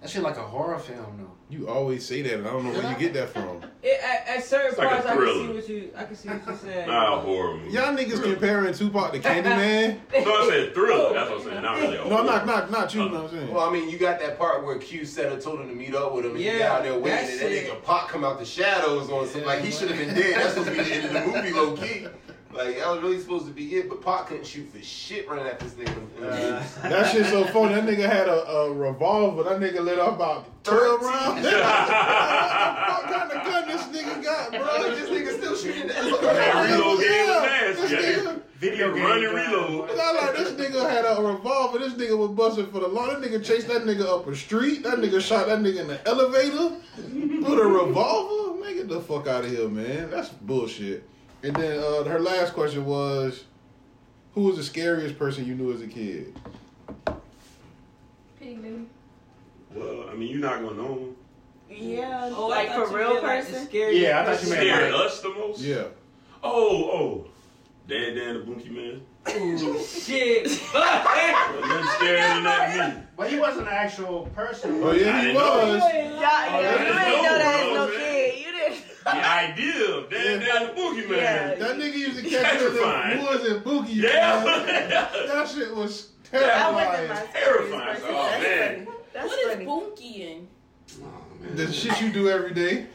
Speaker 8: That shit like a horror film though.
Speaker 6: You always say that, and I don't know where you get that from.
Speaker 28: It, at, at certain
Speaker 1: like a
Speaker 28: parts, I can see
Speaker 1: thriller.
Speaker 28: what you, I can see what you're saying.
Speaker 1: not a horror movie.
Speaker 6: Y'all niggas comparing Tupac to Candyman?
Speaker 1: So I said thriller. That's what I'm saying. Not really. a
Speaker 6: No,
Speaker 1: horror.
Speaker 6: not not not you. know what I'm saying.
Speaker 27: Well, I mean, you got that part where Q said I told him to meet up with him, and
Speaker 28: Yeah,
Speaker 27: he down there waiting,
Speaker 28: that
Speaker 27: and that
Speaker 28: shit.
Speaker 27: nigga Pop come out the shadows on some like he should have been dead. That's supposed to be the end of the movie, low key.
Speaker 9: Like that was really supposed to be it, but Pac couldn't shoot for shit running at this nigga.
Speaker 6: That shit so funny. That nigga had a, a revolver. That nigga lit off about twelve rounds.
Speaker 9: what
Speaker 6: kind of gun this nigga got,
Speaker 9: bro? This nigga still shooting. That
Speaker 1: That reload game was nasty.
Speaker 6: This
Speaker 1: yeah.
Speaker 6: nigga-
Speaker 1: Video game. Run and reload.
Speaker 6: And I like this nigga had a revolver. This nigga was busting for the law. That nigga chased that nigga up a street. That nigga shot that nigga in the elevator with a revolver. Man, get the fuck out of here, man. That's bullshit. And then uh, her last question was, who was the scariest person you knew as a kid?
Speaker 5: Pig Louie.
Speaker 1: Well, I mean, you're not gonna know. him.
Speaker 2: Yeah.
Speaker 7: Oh, I
Speaker 2: like
Speaker 7: thought
Speaker 2: for
Speaker 7: you
Speaker 2: real
Speaker 7: meant, like, the
Speaker 2: person.
Speaker 7: scariest
Speaker 1: Yeah, I thought you meant,
Speaker 7: person.
Speaker 1: Scared like- us the most?
Speaker 6: Yeah.
Speaker 1: Oh, oh, Dan, Dan the Bunky Man.
Speaker 7: Ooh, shit.
Speaker 1: Nothing scarier than that to me.
Speaker 8: But he wasn't an actual person.
Speaker 1: Oh, yeah, he was.
Speaker 12: Y'all, y'all, you
Speaker 1: that's
Speaker 12: ain't know
Speaker 1: dope,
Speaker 12: that as
Speaker 1: bro,
Speaker 12: no
Speaker 1: man.
Speaker 12: kid. You didn't.
Speaker 1: The idea of Dan, Dan the Bunky Man.
Speaker 6: That nigga used to catch him in
Speaker 1: Petrifying.
Speaker 6: the woods and boogie.
Speaker 1: Yeah.
Speaker 6: man. that shit was
Speaker 1: That
Speaker 6: terrifying.
Speaker 1: terrifying. Oh man.
Speaker 11: That's what is bunkying?
Speaker 6: The shit you do every day.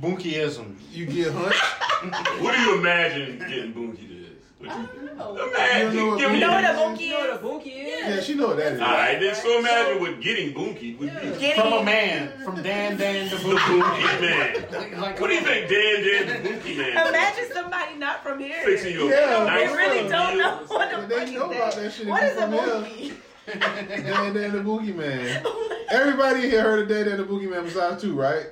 Speaker 8: Bunkyism.
Speaker 6: You get hunched.
Speaker 1: What do you imagine getting bunkied is? What you,
Speaker 8: Mm-hmm.
Speaker 6: You
Speaker 1: imagine,
Speaker 6: know what
Speaker 1: give me
Speaker 6: bunkied You know what
Speaker 1: that.
Speaker 6: a
Speaker 7: You know what a bunkie is?
Speaker 6: yeah, she know what that is.
Speaker 1: All right, then so imagine what getting bunkied would be.
Speaker 8: From a man. From Dan Dan to
Speaker 1: The bunkie man.
Speaker 8: Like,
Speaker 1: What do you think Dan Dan the bunkie man is?
Speaker 2: Imagine somebody not from here.
Speaker 1: Fixing you a
Speaker 6: Yeah,
Speaker 1: nice
Speaker 6: they
Speaker 2: really
Speaker 1: meal.
Speaker 2: don't know what the
Speaker 6: They know about that shit.
Speaker 2: What
Speaker 6: if
Speaker 2: is
Speaker 6: you
Speaker 2: a
Speaker 6: from here.
Speaker 2: monkey?
Speaker 6: Dan Dan the Boogie Man. Everybody here heard of Dan Dan the Boogie Man besides two, right?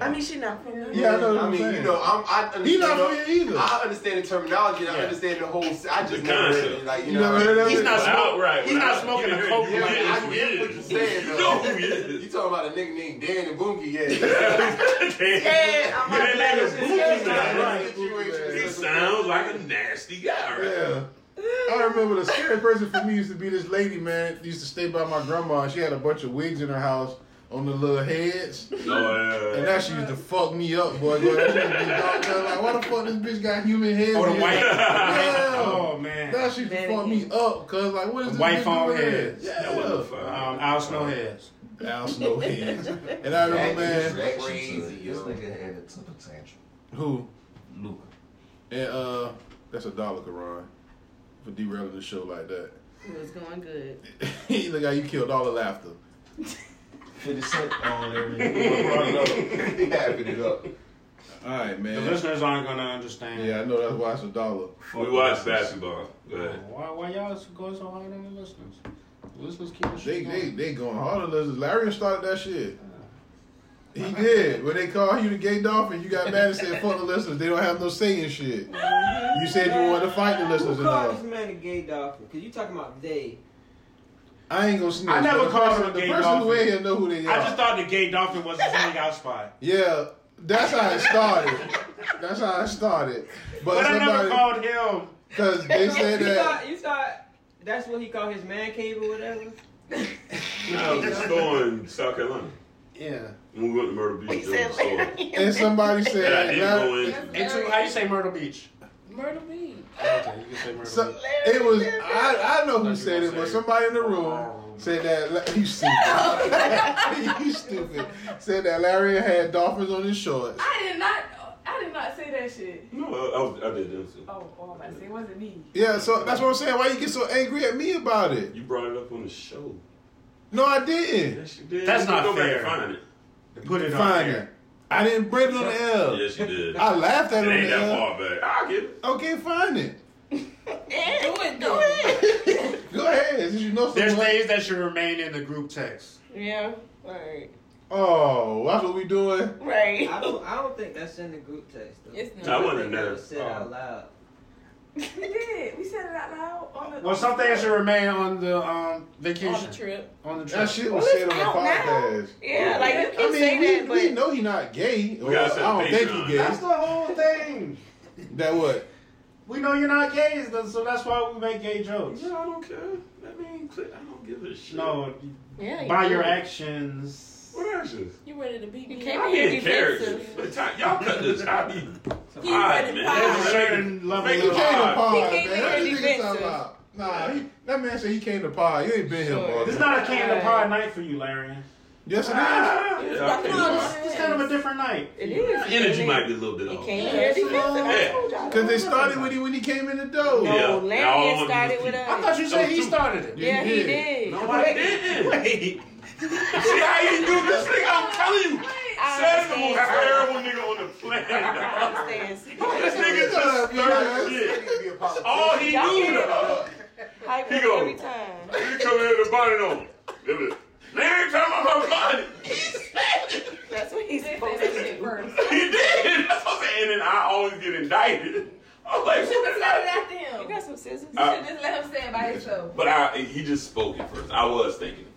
Speaker 2: I mean, she not from here.
Speaker 6: Yeah, I know what
Speaker 9: I
Speaker 6: I'm
Speaker 9: mean,
Speaker 6: saying.
Speaker 9: you know, I'm, I understand.
Speaker 6: He not
Speaker 9: the-
Speaker 6: from here either.
Speaker 9: I understand the terminology. And I understand the whole. I just never
Speaker 1: concept.
Speaker 9: heard it. Like you,
Speaker 6: You
Speaker 9: know,
Speaker 6: never heard of
Speaker 8: He's
Speaker 6: it?
Speaker 8: not
Speaker 1: Without-
Speaker 8: smoking.
Speaker 1: right,
Speaker 8: he's
Speaker 1: without-
Speaker 8: not smoking
Speaker 1: you
Speaker 8: a
Speaker 1: heard-
Speaker 8: coke.
Speaker 9: Yeah,
Speaker 8: Like,
Speaker 9: I get what you're saying.
Speaker 1: You
Speaker 9: Though.
Speaker 1: know who he is.
Speaker 9: You talking about a nigga named Dan and Boogie? Yeah.
Speaker 1: Dan Dan Dan the bunkie man.
Speaker 9: Right.
Speaker 1: He sounds like a nasty guy, right?
Speaker 6: Yeah. I remember the scary person for me used to be this lady, man. Used to stay by my grandma, and she had a bunch of wigs in her house on the little heads.
Speaker 1: Oh, yeah.
Speaker 6: And that shit used to fuck me up, boy. Girl, that shit used to be dark, girl. Like, why the fuck this bitch got human heads?
Speaker 8: Oh, the
Speaker 6: in it?
Speaker 8: white.
Speaker 6: Yeah.
Speaker 8: Oh man.
Speaker 6: That shit used to fuck me up, cuz, like, what is this
Speaker 8: White
Speaker 6: bitch
Speaker 8: phone
Speaker 6: doing?
Speaker 8: heads.
Speaker 6: Yeah.
Speaker 1: That wasn't fun.
Speaker 8: Um, Al Snow has.
Speaker 6: Al Snow heads. And I
Speaker 9: Oh,
Speaker 6: remember, man,
Speaker 9: That
Speaker 13: Crazy.
Speaker 9: crazy,
Speaker 13: This
Speaker 9: yo.
Speaker 13: nigga had a temper tantrum.
Speaker 6: who?
Speaker 13: Luca.
Speaker 6: And, uh, that's a dollar, Karan, for derailing the show like that.
Speaker 2: It was going good.
Speaker 6: Look how you killed all the laughter.
Speaker 13: 50 Cent on
Speaker 9: He
Speaker 13: everything.
Speaker 9: brought it up. He happened it up.
Speaker 6: All right,
Speaker 8: The
Speaker 6: man.
Speaker 8: listeners aren't gonna understand.
Speaker 6: Yeah, I know that's why it's a dollar.
Speaker 1: We watched basketball. Go ahead.
Speaker 8: Why, why y'all going so hard on the listeners? The listeners keep the
Speaker 6: They
Speaker 8: shit
Speaker 6: they
Speaker 8: going.
Speaker 6: they going hard on us. Larry started that shit. He did. When they called you the gay dolphin, you got mad and said, fuck the listeners. They don't have no say in shit. You said you wanted to fight the listeners
Speaker 7: Who
Speaker 6: and
Speaker 7: called
Speaker 6: all.
Speaker 7: this man a gay dolphin? Because you talking about they.
Speaker 6: I ain't gonna snitch.
Speaker 8: I never
Speaker 6: The
Speaker 8: called
Speaker 6: person-
Speaker 8: him a
Speaker 6: The
Speaker 8: gay
Speaker 6: person who
Speaker 8: dolphin.
Speaker 6: in here know who they
Speaker 8: I just
Speaker 6: are.
Speaker 8: thought the gay dolphin was his hangout spot.
Speaker 6: Yeah, that's how it started. That's how it started. But,
Speaker 8: But I never
Speaker 6: somebody,
Speaker 8: called him.
Speaker 6: because they said
Speaker 7: You
Speaker 6: that.
Speaker 7: thought, you thought that's what he called his man cave or whatever?
Speaker 1: Now, it was a store in South Carolina.
Speaker 8: Yeah.
Speaker 1: When we went to Myrtle Beach, there was a store.
Speaker 6: And somebody
Speaker 1: And I
Speaker 6: said,
Speaker 1: didn't
Speaker 6: Larry,
Speaker 1: go in.
Speaker 8: Into how you say Myrtle Beach?
Speaker 11: Myrtle Beach.
Speaker 8: Okay, you can say Myrtle
Speaker 6: So
Speaker 8: Beach.
Speaker 6: it was. I, I know who said it, but somebody in the room
Speaker 8: Wow.
Speaker 6: said that La- you stupid. you stupid. Said that Larry had dolphins on his shorts.
Speaker 5: I did not. I did not say that shit.
Speaker 1: No, I, I, was, I did this.
Speaker 5: Oh, oh, I say it wasn't me.
Speaker 6: Yeah, so that's what I'm saying. Why you get so angry at me about it?
Speaker 1: You brought it up on the show.
Speaker 6: No, I didn't.
Speaker 1: Yes, you did.
Speaker 8: That's
Speaker 1: You can
Speaker 8: not
Speaker 1: go
Speaker 8: fair.
Speaker 1: Back and find it.
Speaker 8: Put it on
Speaker 6: Fine. then.
Speaker 8: there.
Speaker 6: I didn't bring it on the L.
Speaker 1: Yes, you did.
Speaker 6: I laughed at
Speaker 1: it
Speaker 6: it on
Speaker 1: ain't
Speaker 6: the
Speaker 1: that
Speaker 6: L.
Speaker 1: far back. I get it.
Speaker 6: Okay, fine it.
Speaker 11: Do it, Eh, do it.
Speaker 6: Go ahead. Since you know
Speaker 8: There's
Speaker 6: someone.
Speaker 8: things that should remain in the group text.
Speaker 2: Yeah. Right.
Speaker 6: Oh, that's what we doing.
Speaker 7: I
Speaker 2: Right.
Speaker 7: don't, I don't think that's in the group text, though.
Speaker 11: It's
Speaker 1: I
Speaker 11: not.
Speaker 7: I
Speaker 1: wasn't
Speaker 7: think that
Speaker 1: there.
Speaker 7: was said out loud.
Speaker 5: We did. We said it out loud on the.
Speaker 8: Well, some things should remain on the um, vacation.
Speaker 11: On the trip.
Speaker 8: On the trip.
Speaker 6: That shit
Speaker 2: Well,
Speaker 6: was
Speaker 2: it's
Speaker 6: said on the
Speaker 2: out now.
Speaker 6: podcast.
Speaker 2: Yeah, like you
Speaker 6: I
Speaker 2: keep
Speaker 6: mean,
Speaker 2: saying
Speaker 6: we,
Speaker 2: that, but
Speaker 6: we know he not gay. Well,
Speaker 1: gotta set
Speaker 6: I don't
Speaker 1: the
Speaker 6: think he
Speaker 1: baseline.
Speaker 6: gay.
Speaker 8: That's the whole thing.
Speaker 6: that what?
Speaker 8: We know you're not gays, though, so that's why we make gay jokes.
Speaker 1: Yeah, I don't care. I mean, click- I don't give a shit.
Speaker 8: No,
Speaker 2: yeah,
Speaker 8: by
Speaker 2: you
Speaker 8: your
Speaker 2: do.
Speaker 8: actions.
Speaker 1: What actions?
Speaker 11: You ready to beat me?
Speaker 2: You can't
Speaker 11: up?
Speaker 1: I'm
Speaker 2: be
Speaker 1: getting characters.
Speaker 2: defensive.
Speaker 1: But time, y'all cut this. I be
Speaker 11: He
Speaker 1: high,
Speaker 11: ready
Speaker 1: man.
Speaker 11: to
Speaker 8: There's a certain level
Speaker 1: Make
Speaker 6: He
Speaker 1: it
Speaker 8: of-
Speaker 6: came to
Speaker 1: hard.
Speaker 6: pod,
Speaker 2: He
Speaker 6: man.
Speaker 2: came in
Speaker 6: That
Speaker 2: here
Speaker 6: nigga talking
Speaker 2: defensive.
Speaker 6: about. Nah, he, that man said he came to pod. You ain't been here,
Speaker 2: Sure.
Speaker 6: boy.
Speaker 8: It's not a came to pod night for you, Larry.
Speaker 6: Yes, it is.
Speaker 1: Ah, yeah, I can't
Speaker 8: No,
Speaker 1: lie.
Speaker 8: this, this kind of a different night.
Speaker 2: It
Speaker 1: The energy might be a little bit off.
Speaker 2: came very defensive. I told y'all.
Speaker 6: Because they started with it when he came in the door.
Speaker 1: Yeah. No,
Speaker 2: Larry
Speaker 1: Now, all I
Speaker 2: had
Speaker 1: wanted
Speaker 2: started
Speaker 1: was
Speaker 2: with
Speaker 1: pee.
Speaker 2: us.
Speaker 1: I thought you said he started it.
Speaker 2: Yeah, he did.
Speaker 1: No, I didn't. Wait. See how you do this nigga? I'm telling you. Sam's the most terrible nigga on the planet. dog. This nigga just stirred shit. That's all he
Speaker 2: Y'all
Speaker 1: knew,
Speaker 2: hear it?
Speaker 1: dog.
Speaker 2: Hype
Speaker 1: He
Speaker 2: him
Speaker 1: go-
Speaker 2: every time.
Speaker 1: He come in the body, though. It was, Larry, come on my body.
Speaker 2: That's what he's supposed to do.
Speaker 1: He did. That's what I'm saying. And then I always get indicted. I'm like,
Speaker 5: You should
Speaker 1: what
Speaker 5: have
Speaker 1: the
Speaker 5: said it
Speaker 1: hell?
Speaker 5: after him. You
Speaker 2: got some scissors.
Speaker 5: You should just let him say it by himself.
Speaker 1: But I, he just spoke it first. I was thinking it.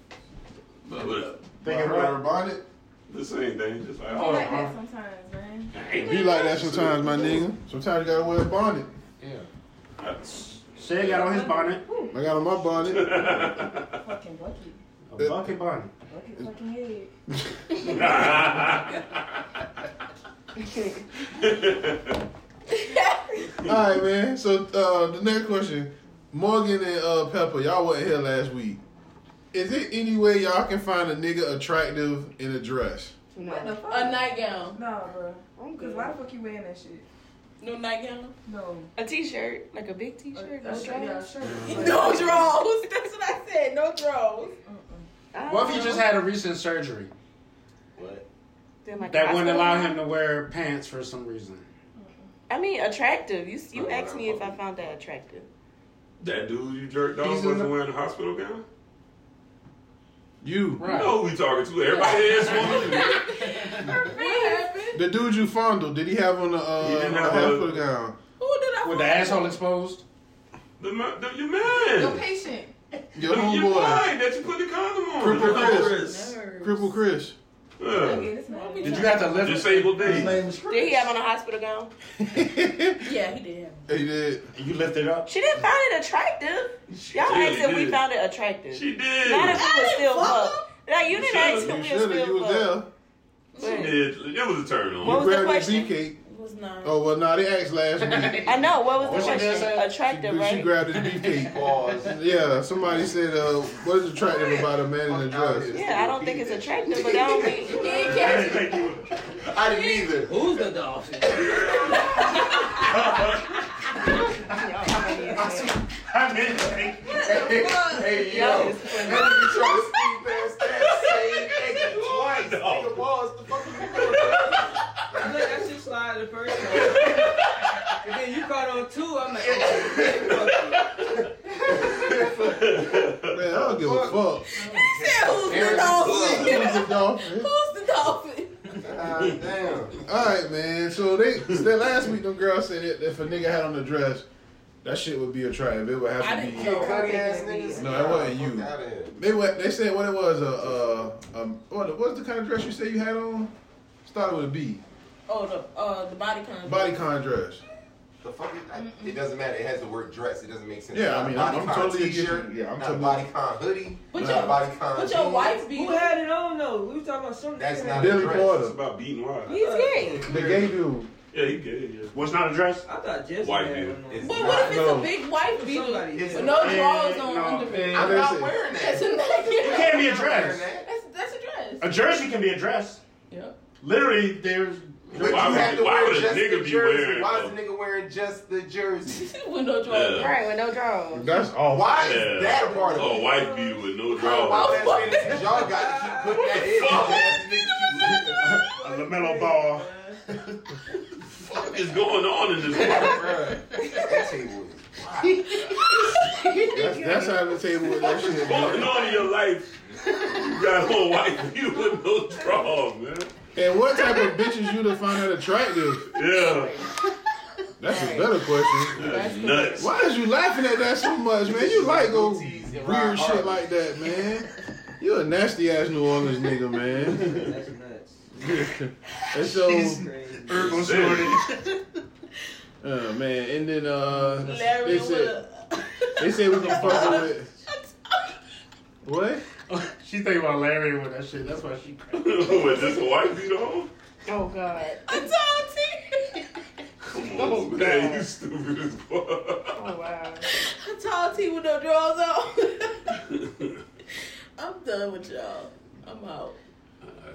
Speaker 1: But whatever.
Speaker 6: Thinking about her bonnet?
Speaker 1: The same thing. Just like,
Speaker 5: You
Speaker 1: oh,
Speaker 5: like
Speaker 1: uh,
Speaker 5: that sometimes, man.
Speaker 6: Be like that sometimes, my nigga. Sometimes you gotta wear a bonnet.
Speaker 8: Shay got on his bonnet.
Speaker 6: I got on my bonnet.
Speaker 5: Fucking bucket.
Speaker 8: A bucket bonnet.
Speaker 5: Bucket fucking head.
Speaker 6: All right, man. So uh, the next question, Morgan and uh, Pepper, y'all wasn't here last week. Is it any way y'all can find a nigga attractive in a dress?
Speaker 5: What the fuck?
Speaker 11: A nightgown.
Speaker 5: No, bro. Cause
Speaker 2: good.
Speaker 5: why the fuck you wearing that shit?
Speaker 11: No nightgown.
Speaker 5: No.
Speaker 2: A t-shirt, like a big t-shirt.
Speaker 5: A- a
Speaker 2: no
Speaker 5: shirt,
Speaker 2: drawers.
Speaker 5: yeah, a shirt.
Speaker 2: No draws. That's what I said. No draws.
Speaker 8: What if he just had a recent surgery
Speaker 2: Then, like,
Speaker 8: that
Speaker 2: hospital-
Speaker 8: wouldn't allow him to wear pants for some reason?
Speaker 2: I mean, attractive. You you asked me if I found that attractive.
Speaker 1: that dude you jerked off
Speaker 8: He's in
Speaker 1: wasn't
Speaker 8: the-
Speaker 1: wearing a hospital gown?
Speaker 6: You,
Speaker 1: You know who we talking to. Everybody is one.
Speaker 6: the dude you fondled, did he have on a, uh,
Speaker 1: He didn't
Speaker 6: a
Speaker 1: have a-
Speaker 6: hospital gown?
Speaker 11: Who did I?
Speaker 8: With the asshole exposed?
Speaker 1: The, ma- the, your
Speaker 5: Your
Speaker 1: man.
Speaker 5: patient.
Speaker 6: Your
Speaker 1: The- your boy
Speaker 6: homeboy,
Speaker 1: that you put the condom on.
Speaker 6: Cripple
Speaker 1: Chris.
Speaker 6: Cripple Chris.
Speaker 1: Yeah.
Speaker 8: Did you have to lift
Speaker 1: Disabled day.
Speaker 13: is
Speaker 2: Did he have on a hospital gown?
Speaker 11: Yeah, he did.
Speaker 6: He did.
Speaker 8: You lift it up?
Speaker 2: She didn't find it attractive. Y'all
Speaker 1: did,
Speaker 2: asked if we
Speaker 1: did.
Speaker 2: found it attractive.
Speaker 1: She did.
Speaker 2: Not if we
Speaker 11: I
Speaker 2: was
Speaker 11: didn't
Speaker 2: still
Speaker 11: fuck
Speaker 2: fucked. Like you
Speaker 1: You
Speaker 2: didn't ask
Speaker 1: should've-
Speaker 2: if
Speaker 6: You
Speaker 2: we were
Speaker 6: should have. You
Speaker 2: still
Speaker 6: was
Speaker 2: fucked.
Speaker 6: there.
Speaker 1: She did. It was a turn on.
Speaker 2: What was the
Speaker 6: Grabbed that
Speaker 2: question?
Speaker 6: B cake.
Speaker 11: Was not.
Speaker 6: Oh well, nah, they asked last week.
Speaker 2: I know. What was
Speaker 8: What
Speaker 2: the
Speaker 8: she did
Speaker 2: question?
Speaker 8: say?
Speaker 2: Attractive,
Speaker 6: She- She
Speaker 2: right?
Speaker 6: grabbed his B cake.
Speaker 9: Pause.
Speaker 6: Yeah, somebody said, uh, "What is attractive about a man in a dress?"
Speaker 2: Yeah, I don't think it's attractive, but I don't think you did catch it.
Speaker 9: I didn't either.
Speaker 7: Who's the dolphin?
Speaker 1: I didn't think.
Speaker 9: Hey, yo. Nigga be trying to sneak past that same exit twice. Nigga, pause. The fuck is you doing?
Speaker 7: I let that shit slide the first time. And then you caught on two. I'm like, oh, shit, fuck
Speaker 6: Man, I don't give a fuck.
Speaker 9: Aaron,
Speaker 6: Who's the dolphin?
Speaker 11: Who's the dolphin?
Speaker 9: God damn.
Speaker 6: All right, man. So they, they last week, them girls said that if a nigga had on a dress, that shit would be attractive. It would have to
Speaker 11: I
Speaker 6: be.
Speaker 11: didn't
Speaker 9: Kid
Speaker 11: know.
Speaker 9: Cudi ass niggas?
Speaker 6: No, that wasn't you.
Speaker 9: Fuck outta here.
Speaker 6: They went, they said what it was. Uh, uh, um, what what's the kind of dress you said you had on? Started with a B.
Speaker 11: Oh, the uh, the body con.
Speaker 6: Bodycon dress.
Speaker 9: The fuck is that? It doesn't matter. It has the word dress. It doesn't make sense.
Speaker 6: Yeah, I
Speaker 9: Not
Speaker 6: mean,
Speaker 9: a
Speaker 6: I'm- I'm
Speaker 9: bodycon
Speaker 6: totally against
Speaker 9: t-shirt.
Speaker 6: it. Yeah, I'm
Speaker 9: not a
Speaker 6: totally-
Speaker 9: bodycon hoodie.
Speaker 11: But
Speaker 9: not a
Speaker 11: your-
Speaker 9: bodycon
Speaker 11: But
Speaker 9: jeans.
Speaker 11: your wife
Speaker 7: it.
Speaker 11: be.
Speaker 7: Who had it on though? We was talking about something. Uh,
Speaker 9: That's not a
Speaker 6: Billy
Speaker 9: dress.
Speaker 1: It's
Speaker 6: Porter,
Speaker 1: about beating wise.
Speaker 2: He's gay.
Speaker 6: the gay dude.
Speaker 1: Yeah, he gay. Yeah.
Speaker 8: What's not a dress?
Speaker 7: I thought Jesse
Speaker 1: White
Speaker 7: had
Speaker 1: dude.
Speaker 7: it on.
Speaker 9: It's
Speaker 11: But
Speaker 9: not-
Speaker 11: what if it's
Speaker 6: No.
Speaker 11: a big wife
Speaker 7: Somebody
Speaker 11: beater?
Speaker 7: did.
Speaker 11: With no drawers
Speaker 8: Eh,
Speaker 11: on
Speaker 8: no.
Speaker 11: underwear.
Speaker 9: I'm
Speaker 6: Listen.
Speaker 9: not wearing
Speaker 11: That's
Speaker 9: that.
Speaker 11: a
Speaker 8: It
Speaker 11: nigga.
Speaker 8: can't be a dress.
Speaker 11: That's that's a dress.
Speaker 8: A jersey can be a dress.
Speaker 11: Yeah.
Speaker 8: Literally, there's.
Speaker 9: But you
Speaker 1: Why would-
Speaker 9: have to
Speaker 1: why
Speaker 9: wear
Speaker 1: would a
Speaker 9: just
Speaker 1: nigga
Speaker 9: the
Speaker 1: be
Speaker 9: jersey.
Speaker 1: wearing
Speaker 9: Why
Speaker 1: a-
Speaker 9: is the nigga wearing just the jersey?
Speaker 11: With no drawers.
Speaker 1: Yeah.
Speaker 2: Right, with no drawers.
Speaker 6: That's all.
Speaker 9: Why
Speaker 1: Yeah.
Speaker 9: is that a part of
Speaker 1: Oh,
Speaker 9: it?
Speaker 1: white beauty with no
Speaker 9: Why
Speaker 1: drawers.
Speaker 9: would that fantasy? Y'all got to keep putting that in. Y'all have to niggas keep saying
Speaker 8: A LaMelo ball.
Speaker 1: What is going on in this world?
Speaker 9: that. Bruh, That table is
Speaker 6: That's, that's how the table with that shit. man.
Speaker 1: going on in your life? You got on white beauty with no drawers, man.
Speaker 6: And what type of bitches you to find that attractive?
Speaker 1: Yeah,
Speaker 6: That's a better question.
Speaker 1: that's nuts.
Speaker 6: Why is you laughing at that so much, man? You like old
Speaker 9: Booties and rock
Speaker 6: weird shit
Speaker 9: hard.
Speaker 6: like that, man. You a nasty ass New Orleans nigga, man.
Speaker 7: That's nuts.
Speaker 6: And so,
Speaker 7: Crazy.
Speaker 8: Ergo shorty.
Speaker 6: uh, man, and then uh,
Speaker 11: Larry
Speaker 6: they said
Speaker 11: with
Speaker 6: they said we can fuck her with what?
Speaker 8: She think about Larry with that shit. That's why she cracked.
Speaker 1: With just a white beauty on?
Speaker 2: Oh God.
Speaker 11: a, a tall T.
Speaker 1: Come on, man, you stupid as fuck.
Speaker 2: Oh wow.
Speaker 11: A tall T with no drawers on. I'm done with y'all. I'm out.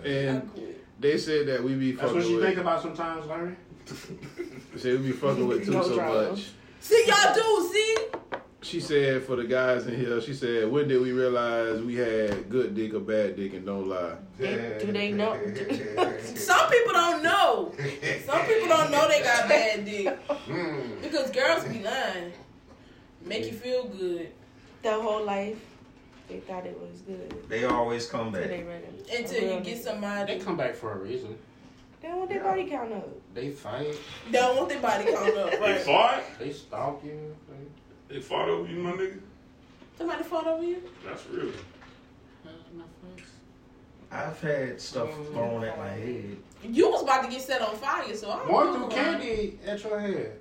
Speaker 6: And they said that we be
Speaker 8: That's
Speaker 6: fucking
Speaker 8: what you
Speaker 6: with.
Speaker 8: think about sometimes, Larry.
Speaker 6: They said we be fucking with too
Speaker 8: No
Speaker 6: so
Speaker 8: drama.
Speaker 6: much.
Speaker 11: See, y'all do, see?
Speaker 6: She said for the guys in here, she said, when did we realize we had good dick or bad dick and don't lie?
Speaker 11: Do they know? Some people don't know. Some people don't know they got bad dick.
Speaker 8: Hmm.
Speaker 11: Because girls be lying. Make you feel good.
Speaker 2: Their whole life, they thought it was good.
Speaker 13: They always come
Speaker 2: Until
Speaker 13: back.
Speaker 2: they read it.
Speaker 11: Until you get somebody.
Speaker 8: They come back for a reason.
Speaker 2: They want their body count up.
Speaker 8: They fight.
Speaker 11: They don't want their body count up.
Speaker 1: They
Speaker 11: Right?
Speaker 1: fought?
Speaker 8: They stalk you.
Speaker 1: They fought over you, my nigga?
Speaker 11: Somebody fought over you?
Speaker 1: That's real.
Speaker 13: I've had stuff
Speaker 1: Mm-hmm.
Speaker 13: thrown at my head,
Speaker 11: You was about to get set on fire, so I don't
Speaker 8: One
Speaker 11: know
Speaker 8: threw
Speaker 11: why.
Speaker 8: candy at your head.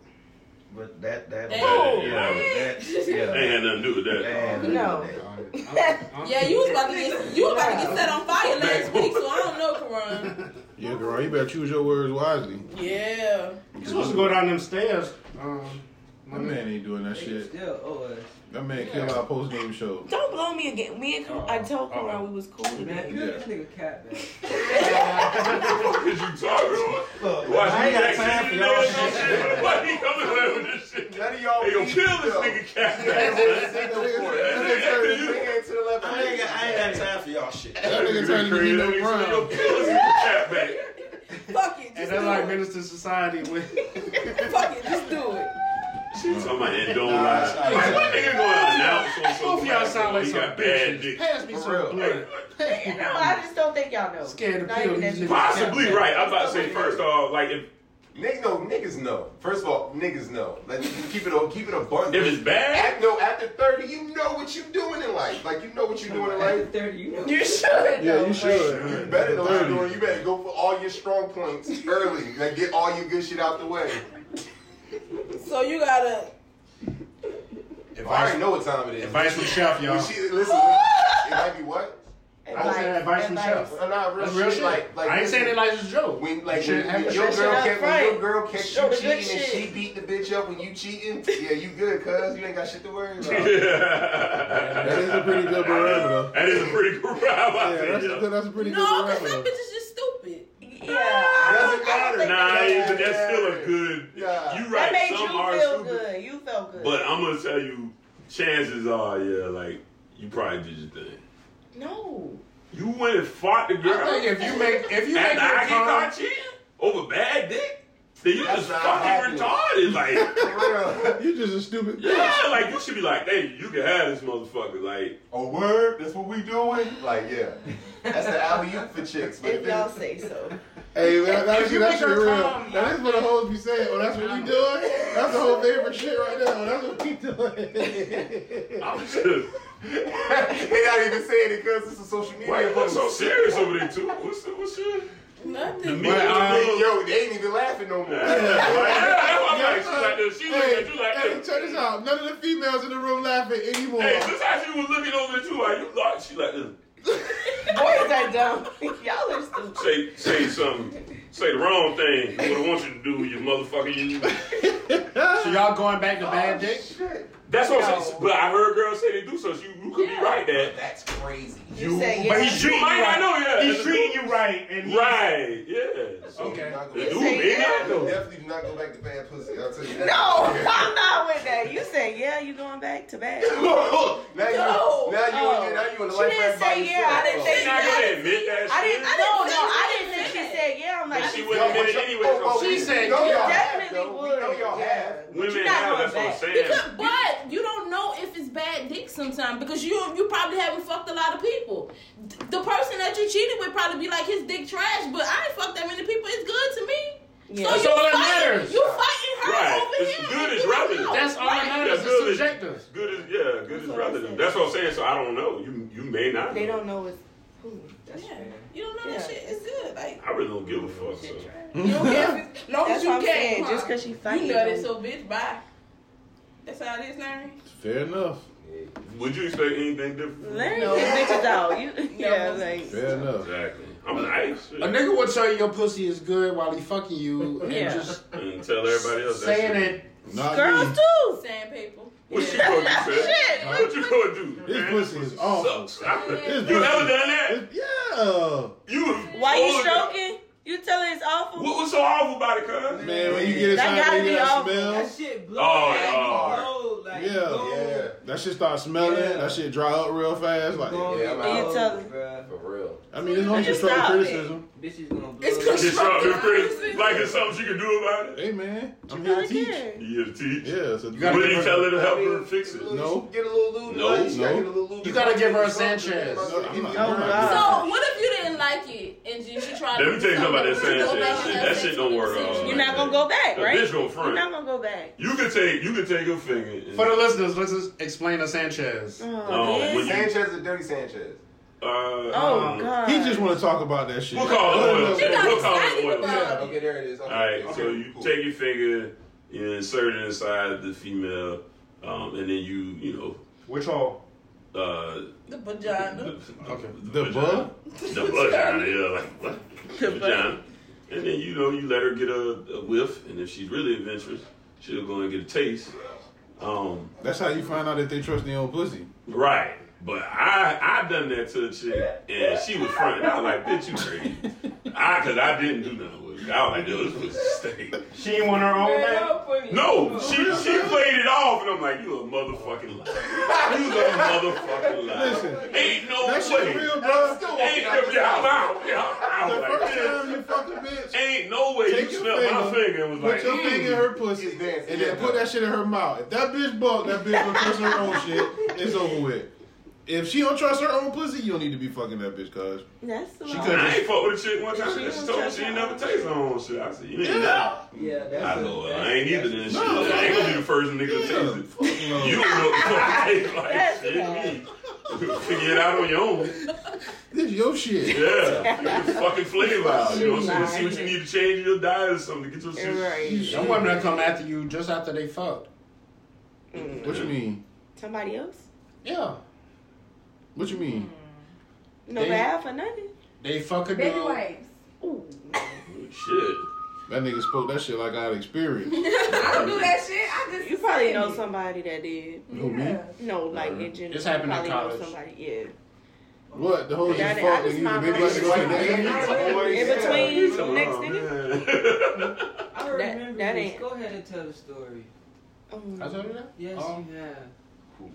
Speaker 13: but that that
Speaker 11: Oh,
Speaker 13: yeah,
Speaker 11: what?
Speaker 13: that- yeah.
Speaker 1: They had nothing to do with that.
Speaker 13: No.
Speaker 11: Yeah, you was about to get you was about to get set on fire last week, so I don't know, Karan.
Speaker 6: Yeah, girl, you better choose your words wisely.
Speaker 11: Yeah.
Speaker 8: You supposed to go down them stairs. Um,
Speaker 6: My man ain't doing that shit.
Speaker 7: Still owe us.
Speaker 6: That man killed our post game show.
Speaker 2: Don't blow me again. Me and Ka- I told
Speaker 6: Uh-oh.
Speaker 2: Karan we was cool.
Speaker 7: Man, you this nigga cat, man.
Speaker 1: What is you talking about?
Speaker 13: Look,
Speaker 1: Why
Speaker 13: I
Speaker 1: you
Speaker 13: ain't got time
Speaker 1: acting
Speaker 13: for
Speaker 1: in
Speaker 13: y'all
Speaker 1: there and
Speaker 13: shit.
Speaker 1: shit? Why he coming away with this shit?
Speaker 9: None of y'all
Speaker 1: They gonna
Speaker 9: beef,
Speaker 1: kill this
Speaker 9: though.
Speaker 1: nigga cat.
Speaker 9: That nigga turned his finger into the left.
Speaker 13: I ain't got, I ain't got time for y'all shit.
Speaker 6: That nigga turned into
Speaker 1: That nigga
Speaker 6: Nino
Speaker 1: said,
Speaker 6: Brown.
Speaker 1: "Yo, kill this nigga cat, man."
Speaker 11: Fuck it,
Speaker 8: and
Speaker 11: just
Speaker 8: that's
Speaker 11: do
Speaker 8: like
Speaker 11: it.
Speaker 8: Minister Society with.
Speaker 11: Fuck it, just do it.
Speaker 1: She talking about that don't
Speaker 8: Nah,
Speaker 1: lie.
Speaker 8: it's not-
Speaker 1: That nigga gonna announce on
Speaker 8: Both of
Speaker 1: social
Speaker 8: y'all
Speaker 1: media
Speaker 8: sound like
Speaker 1: he
Speaker 8: some
Speaker 1: got bad
Speaker 8: bitches.
Speaker 1: dick.
Speaker 8: Pass me some blood.
Speaker 2: no, I just don't think y'all know.
Speaker 8: Scared
Speaker 2: Not even that-
Speaker 1: Possibly right. I'm about to say first off, like if
Speaker 9: Niggas know, niggas know. First of all, niggas know. Like keep it on, keep it abundant.
Speaker 1: If it's bad?
Speaker 9: At- no, after thirty, you know what you doing in life. Like you know what you doing in life.
Speaker 7: Thirty, you know.
Speaker 2: You should.
Speaker 6: Yeah,
Speaker 2: know,
Speaker 6: you
Speaker 2: but-
Speaker 6: should.
Speaker 9: You better know what you're
Speaker 6: 30.
Speaker 9: doing. You better go for all your strong points early. Like get all your good shit out the way.
Speaker 11: So you gotta
Speaker 9: If I already know what time it is.
Speaker 8: Advice from Chef, y'all.
Speaker 9: When she, listen, when- it might be what?
Speaker 8: I just said advice from Chef.
Speaker 9: No, no, real,
Speaker 8: That's real
Speaker 9: shit.
Speaker 8: shit.
Speaker 9: Like, like
Speaker 8: I ain't saying it like it's a joke.
Speaker 9: When like
Speaker 8: You
Speaker 9: when,
Speaker 8: shouldn't have
Speaker 9: you-
Speaker 8: to
Speaker 9: your
Speaker 8: say shit
Speaker 9: girl catch
Speaker 8: out
Speaker 9: when your
Speaker 8: front.
Speaker 9: girl catch
Speaker 8: Show
Speaker 9: you
Speaker 8: the
Speaker 9: cheating
Speaker 8: good
Speaker 9: and
Speaker 8: shit.
Speaker 9: she beat the bitch up when you cheating, yeah, you good, cuz you ain't got shit to worry about.
Speaker 1: that
Speaker 6: That is a pretty good barometer.
Speaker 1: is a pretty good
Speaker 6: Yeah, that's a
Speaker 1: ride.
Speaker 6: good. That's a pretty
Speaker 11: No,
Speaker 6: good
Speaker 11: because some
Speaker 6: barometer.
Speaker 11: bitches just stupid.
Speaker 2: Yeah, I
Speaker 9: Doesn't
Speaker 2: don't, I don't
Speaker 9: matter.
Speaker 2: think
Speaker 1: Nah,
Speaker 2: that-
Speaker 1: but that's still a good.
Speaker 9: Yeah.
Speaker 1: You
Speaker 2: That
Speaker 1: right.
Speaker 2: made
Speaker 1: some
Speaker 2: you
Speaker 1: are
Speaker 2: feel
Speaker 1: stupid,
Speaker 2: good. You felt good.
Speaker 1: but I'm gonna tell you, chances are, yeah, like you probably did your thing.
Speaker 2: no.
Speaker 1: You went and fought the girl.
Speaker 8: I think if you make if you make
Speaker 1: After I
Speaker 8: your
Speaker 1: get
Speaker 8: time,
Speaker 1: caught cheating over bad dick, then you
Speaker 9: That's
Speaker 1: just
Speaker 9: not
Speaker 1: fucking
Speaker 9: happening.
Speaker 1: retarded. Like,
Speaker 9: For real.
Speaker 6: You just a stupid.
Speaker 1: yeah, like you should be like, hey, you can have this motherfucker. Like,
Speaker 9: A word, that's what we doing? Like, yeah. That's the alley oop for chicks. But
Speaker 2: If y'all say so.
Speaker 6: Hey, man, that,
Speaker 8: If you
Speaker 6: that's
Speaker 8: make her
Speaker 6: real.
Speaker 8: come,
Speaker 6: That is what the hoes be saying. Oh, that's what you doing? That's the whole favorite shit right now. That's what we doing.
Speaker 1: I'm just.
Speaker 9: they not even saying it because it's a social media
Speaker 1: Why you look
Speaker 9: post.
Speaker 1: so serious over there too? What's what's your? The
Speaker 11: Nothing.
Speaker 1: meat of the
Speaker 9: Hey,
Speaker 1: bull-
Speaker 9: uh, yo, they ain't even laughing no more.
Speaker 1: Yeah, that's why I'm like, she like this. She looking
Speaker 6: hey,
Speaker 1: at you like
Speaker 6: hey,
Speaker 1: this.
Speaker 6: check this out. None of the females in the room laughing anymore.
Speaker 1: Hey, this how she was looking over at you. Like you like she like this.
Speaker 2: Boys are dumb. y'all are stupid.
Speaker 1: Say say something. Say the wrong thing. What I want you to do, you motherfucker. You.
Speaker 8: so y'all going back to
Speaker 9: Oh,
Speaker 8: bad dick?
Speaker 9: Shit.
Speaker 1: That's what I'm saying. But I heard girls say they do so. You, you could be right there.
Speaker 9: That's crazy.
Speaker 2: You say
Speaker 8: But
Speaker 2: yeah.
Speaker 8: he's treating
Speaker 1: You might
Speaker 8: you right.
Speaker 1: not know, yeah.
Speaker 8: He's treating you right, and he-
Speaker 1: Right. Yeah. So,
Speaker 6: Oh,
Speaker 8: Okay.
Speaker 9: Not
Speaker 1: Dude,
Speaker 9: go
Speaker 2: Say
Speaker 1: man,
Speaker 2: yeah.
Speaker 1: I
Speaker 9: back-
Speaker 1: know.
Speaker 9: Definitely do not go back to bad pussy. I'll tell you that.
Speaker 2: No, I'm not with that. You say yeah, you going back to bad.
Speaker 9: now you,
Speaker 2: No.
Speaker 9: now you,
Speaker 2: Oh.
Speaker 9: now you in the
Speaker 2: She
Speaker 9: life
Speaker 2: didn't
Speaker 9: raft by
Speaker 2: say yeah, I didn't
Speaker 9: yourself.
Speaker 2: say
Speaker 1: She not gonna admit that.
Speaker 2: I didn't.
Speaker 1: shit.
Speaker 2: I didn't. No, no, I didn't think she said yeah. I'm like,
Speaker 1: But she
Speaker 2: you
Speaker 1: wouldn't
Speaker 9: Y'all-
Speaker 1: admit it anyway.
Speaker 9: oh,
Speaker 1: so
Speaker 9: oh, we
Speaker 1: she said
Speaker 9: know y'all have,
Speaker 2: definitely
Speaker 9: though.
Speaker 2: would.
Speaker 9: We know y'all
Speaker 2: yeah.
Speaker 9: have.
Speaker 1: women
Speaker 2: You're not
Speaker 1: have. That's
Speaker 2: going
Speaker 1: what I'm
Speaker 2: back.
Speaker 1: saying.
Speaker 11: Because, but you don't know if it's bad dick sometimes because you you probably haven't fucked a lot of people. D- The person that you cheated with probably be like his dick trash, but I ain't fucked that many people. It's good to me.
Speaker 2: Yeah.
Speaker 11: So
Speaker 8: That's
Speaker 11: you
Speaker 8: all that
Speaker 11: fighting,
Speaker 8: matters.
Speaker 11: You fighting her
Speaker 1: Right.
Speaker 11: over
Speaker 1: It's
Speaker 11: him.
Speaker 1: good
Speaker 11: and
Speaker 1: is
Speaker 11: you don't
Speaker 1: relative.
Speaker 11: know.
Speaker 8: That's all that
Speaker 11: Right.
Speaker 8: matters.
Speaker 1: Yeah, good.
Speaker 8: It's subjective.
Speaker 1: Good as yeah, good as
Speaker 2: what I
Speaker 1: relative.
Speaker 2: said.
Speaker 1: That's what I'm saying. So I don't know. You you may not.
Speaker 2: They
Speaker 1: know.
Speaker 2: don't know what's who. That's
Speaker 11: Yeah. You don't know that
Speaker 2: Yeah.
Speaker 11: shit. Is good. Like
Speaker 1: I really don't give a fuck. So.
Speaker 11: you don't care if it's long as
Speaker 2: That's
Speaker 11: you
Speaker 2: what I'm
Speaker 11: can.
Speaker 2: saying.
Speaker 11: huh?
Speaker 2: Just 'cause she
Speaker 11: you
Speaker 2: fighting
Speaker 11: know that
Speaker 2: don't-
Speaker 11: so bitch. Bye. That's how it is, Larry.
Speaker 6: Fair enough.
Speaker 1: Would you expect anything different?
Speaker 2: Let no. these bitches out. You, yeah, like
Speaker 6: Fair enough.
Speaker 1: Exactly. I'm nice.
Speaker 8: A nigga will tell you your pussy is good while he fucking you, and
Speaker 2: Yeah.
Speaker 8: just
Speaker 1: And tell everybody else. that
Speaker 8: saying
Speaker 1: shit.
Speaker 8: it.
Speaker 6: Not
Speaker 2: girls
Speaker 6: me.
Speaker 2: too.
Speaker 11: Sandpaper.
Speaker 1: What you gonna do, Fed? What you gonna do?
Speaker 6: This
Speaker 1: man?
Speaker 6: pussy is awful.
Speaker 1: Sucks. I-
Speaker 6: This
Speaker 1: You
Speaker 6: pussy-
Speaker 1: ever done that?
Speaker 6: Yeah. Yeah.
Speaker 1: You.
Speaker 2: Why you stroking? You tell her it's awful.
Speaker 1: What was so awful about it, cuz?
Speaker 6: Man, when you get
Speaker 2: That
Speaker 6: inside,
Speaker 2: gotta
Speaker 6: nigga,
Speaker 2: be
Speaker 6: that
Speaker 2: awful.
Speaker 6: smell.
Speaker 2: That shit
Speaker 1: blow Oh, that yeah. hard.
Speaker 6: yeah. yeah. That shit start smelling. That shit dry up real fast. Like,
Speaker 9: Yeah, I'm out.
Speaker 2: You tell her.
Speaker 9: For real.
Speaker 6: I mean, it's only constructive criticism.
Speaker 9: Bitches gonna
Speaker 2: It's
Speaker 1: Constructive criticism. Like it's something she can do about it.
Speaker 6: Hey man, I'm here to teach.
Speaker 1: You gotta teach.
Speaker 6: Yeah, so
Speaker 1: What did you tell her to help her fix it?
Speaker 6: No,
Speaker 9: Get a little lube.
Speaker 1: No,
Speaker 9: nut, she gotta
Speaker 6: no.
Speaker 9: get a little lube
Speaker 13: You gotta
Speaker 9: nut.
Speaker 13: give her a
Speaker 9: Get little
Speaker 13: Sanchez.
Speaker 9: lube
Speaker 2: Oh,
Speaker 9: nut.
Speaker 6: I'm not-
Speaker 9: Get
Speaker 6: I'm
Speaker 9: little
Speaker 6: not-
Speaker 9: lube nut.
Speaker 11: So what if you didn't like it and you, she tried?
Speaker 1: Let me tell you
Speaker 11: to do
Speaker 1: something about that
Speaker 11: something? Go
Speaker 1: Sanchez
Speaker 11: back and
Speaker 1: shit.
Speaker 11: have
Speaker 1: That
Speaker 11: sex
Speaker 1: shit don't
Speaker 11: with
Speaker 1: work.
Speaker 11: the
Speaker 1: Uh,
Speaker 2: You're not gonna go back,
Speaker 1: The
Speaker 2: right?
Speaker 1: bitch gonna front.
Speaker 2: You're not gonna go back.
Speaker 1: You could take you could take your finger. And,
Speaker 13: For the listeners, let's just explain the Sanchez.
Speaker 2: Mm.
Speaker 1: Oh,
Speaker 2: yes.
Speaker 1: when you-
Speaker 9: Sanchez is dirty Sanchez.
Speaker 1: uh,
Speaker 2: Oh God.
Speaker 6: He just want to talk about that shit.
Speaker 1: We'll call it oil.
Speaker 11: She got
Speaker 1: We'll call it
Speaker 11: excited
Speaker 1: oil.
Speaker 11: about it.
Speaker 9: Okay, there it is.
Speaker 1: All
Speaker 9: Okay,
Speaker 1: right, so
Speaker 9: okay,
Speaker 1: you
Speaker 9: cool.
Speaker 1: take your finger, you insert it inside the female, um, and then you you know
Speaker 8: Which hole?
Speaker 1: uh,
Speaker 11: The vagina.
Speaker 8: Okay.
Speaker 6: The butt?
Speaker 1: the vagina, yeah, like what? The vagina. And then you know you let her get a, a whiff, and if she's really adventurous, she'll go and get a taste. Um,
Speaker 6: That's how you find out if they trust their own pussy.
Speaker 1: right. But I I done that to a chick, and she was fronting. I was like, bitch, you crazy. I cause I didn't do nothing with it. I was like, dude, this was a mistake.
Speaker 8: She ain't want her own back.
Speaker 1: No, she she played it off, and I'm like, you a motherfucking liar. You a motherfucking liar.
Speaker 6: Listen,
Speaker 1: Ain't no
Speaker 6: that
Speaker 1: way.
Speaker 6: shit real, bro.
Speaker 9: Still
Speaker 1: Ain't
Speaker 9: walking out
Speaker 1: no yeah, I'm out.
Speaker 9: the house.
Speaker 1: Yeah, I'm
Speaker 6: The
Speaker 1: out. Like,
Speaker 6: first
Speaker 1: bitch,
Speaker 6: time you fuck a bitch,
Speaker 1: ain't no way
Speaker 6: Take
Speaker 1: you
Speaker 6: your
Speaker 1: smelled my
Speaker 6: finger,
Speaker 1: finger and was
Speaker 6: put
Speaker 1: like,
Speaker 6: your
Speaker 1: mm.
Speaker 6: finger in her pussy,
Speaker 9: It's dancing,
Speaker 6: and then
Speaker 9: yeah.
Speaker 6: put that shit in her mouth. If that bitch buck, that bitch gonna trust her own shit. It's over with. If she don't trust her own pussy, you don't need to be fucking that bitch, cuz.
Speaker 2: That's a
Speaker 6: She
Speaker 2: lot.
Speaker 6: could-
Speaker 1: I ain't fuck with a chick one time.
Speaker 2: She
Speaker 1: She,
Speaker 2: don't
Speaker 1: told me
Speaker 2: touch
Speaker 1: she ain't
Speaker 2: her.
Speaker 1: never tasted her own shit. I said, you ain't
Speaker 6: Yeah.
Speaker 7: Yeah, that's
Speaker 1: I
Speaker 7: a-
Speaker 1: know.
Speaker 7: that's-
Speaker 1: I ain't either then shit. I ain't gonna be the first nigga to
Speaker 6: Yeah.
Speaker 1: taste
Speaker 6: Fuck
Speaker 1: it.
Speaker 6: no.
Speaker 1: You don't know what it tastes like.
Speaker 2: That's
Speaker 1: Shit, me. Figure it out on your own.
Speaker 6: This your shit.
Speaker 1: Yeah, get the fucking flavor out. You know what I'm saying? See what you
Speaker 2: Right.
Speaker 1: need to change in your diet or something. Get your shit.
Speaker 2: Right.
Speaker 8: Some women that come after you just after they fucked.
Speaker 6: What you mean?
Speaker 2: Somebody else?
Speaker 8: Yeah.
Speaker 6: What you mean?
Speaker 2: No
Speaker 8: They-
Speaker 2: bad for nothing.
Speaker 8: They fuck a
Speaker 5: Baby
Speaker 8: dog.
Speaker 5: wipes.
Speaker 2: Ooh.
Speaker 1: Shit.
Speaker 6: That nigga spoke that shit like I had experience.
Speaker 5: I don't do that shit. I just
Speaker 2: You probably
Speaker 5: said
Speaker 2: know
Speaker 5: it.
Speaker 2: somebody that did.
Speaker 6: Who me?
Speaker 5: Yeah.
Speaker 2: No, like in general.
Speaker 8: This happened
Speaker 2: you
Speaker 8: in
Speaker 2: probably Know
Speaker 8: college.
Speaker 2: somebody. Yeah.
Speaker 6: What? The whole
Speaker 2: Got
Speaker 6: just
Speaker 2: it.
Speaker 6: fuck
Speaker 2: I just
Speaker 6: nigga.
Speaker 2: found
Speaker 6: Baby,
Speaker 2: out.
Speaker 6: I should go like
Speaker 2: In
Speaker 6: that.
Speaker 1: You
Speaker 2: between
Speaker 1: talking
Speaker 2: next
Speaker 1: about,
Speaker 2: nigga.
Speaker 1: Oh, man.
Speaker 7: I
Speaker 2: That-
Speaker 7: remember
Speaker 2: that
Speaker 7: this.
Speaker 2: ain't-
Speaker 7: Go ahead and tell the story.
Speaker 8: I
Speaker 2: Um,
Speaker 8: told you that?
Speaker 7: Yes,
Speaker 8: Um,
Speaker 7: you have.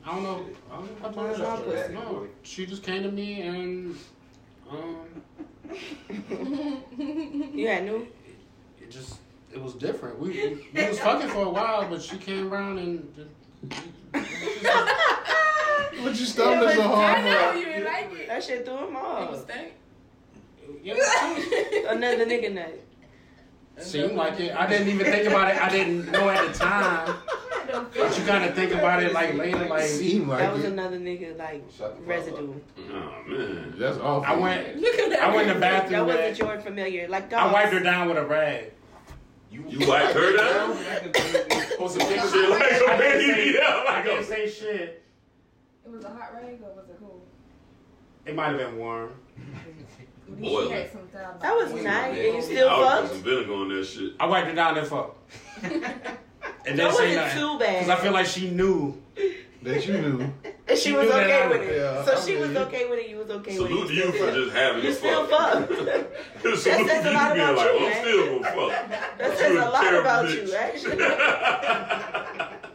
Speaker 8: I don't know. I don't know.
Speaker 2: Where's my pussy?
Speaker 8: No, she just came to me and um,
Speaker 2: you had new.
Speaker 8: it just it was different. We, we, we was fucking for a while, but she came around and just,
Speaker 6: What you stumbling so hard
Speaker 11: I know
Speaker 6: for?
Speaker 11: you didn't like it.
Speaker 2: Oh. That shit threw him
Speaker 11: It
Speaker 2: off.
Speaker 11: was stank.
Speaker 8: yeah, it
Speaker 2: Another nigga nut.
Speaker 8: seemed like it. I didn't even think about it. I didn't know at the time, but you gotta think about it like later. Like
Speaker 6: Seem
Speaker 2: That
Speaker 6: like
Speaker 2: was
Speaker 6: it.
Speaker 2: another nigga like
Speaker 9: Shut the fuck
Speaker 2: residue.
Speaker 1: Oh, man.
Speaker 6: That's awful.
Speaker 8: I went,
Speaker 11: Look at that.
Speaker 8: I went in the
Speaker 2: That
Speaker 8: bathroom.
Speaker 2: wasn't
Speaker 8: and
Speaker 2: your familiar. Like dogs.
Speaker 8: I wiped her down with a rag.
Speaker 1: You wiped her down?
Speaker 7: Like a baby.
Speaker 8: On some pictures.
Speaker 1: Shit, like a
Speaker 8: I didn't
Speaker 1: baby.
Speaker 8: say-
Speaker 1: Yeah,
Speaker 8: I
Speaker 1: like
Speaker 8: didn't
Speaker 1: a.
Speaker 8: say shit.
Speaker 5: It was a hot rag or was it cool?
Speaker 8: It might have been warm.
Speaker 5: At least
Speaker 1: Boiling.
Speaker 5: she had some thought
Speaker 2: That was
Speaker 5: about it.
Speaker 2: nice. And you still
Speaker 1: I would put
Speaker 2: fucked.
Speaker 1: some vinegar on that shit.
Speaker 8: I wiped her down and fuck. And
Speaker 2: That
Speaker 8: didn't say
Speaker 2: wasn't
Speaker 8: nothing.
Speaker 2: too bad.
Speaker 8: Cause I feel like she knew.
Speaker 6: That you knew.
Speaker 2: And she
Speaker 8: You
Speaker 2: was
Speaker 8: do that
Speaker 2: okay
Speaker 8: out
Speaker 2: with
Speaker 8: of-
Speaker 2: it.
Speaker 6: yeah,
Speaker 2: so
Speaker 6: I
Speaker 2: she was
Speaker 6: believe you.
Speaker 2: okay with it. You was okay with it.
Speaker 1: Salute to you
Speaker 2: still
Speaker 1: for
Speaker 2: fucked.
Speaker 1: just having
Speaker 2: You
Speaker 1: to
Speaker 2: still
Speaker 1: fuck. Salute
Speaker 2: fucked.
Speaker 1: to you
Speaker 2: says
Speaker 1: being
Speaker 2: a lot
Speaker 1: like, "Oh,
Speaker 2: about you,
Speaker 1: I'm
Speaker 2: man.
Speaker 1: still gonna fuck.
Speaker 2: That
Speaker 1: You
Speaker 2: says
Speaker 1: a
Speaker 2: a lot
Speaker 1: terrible
Speaker 2: about
Speaker 1: bitch.
Speaker 2: you, actually.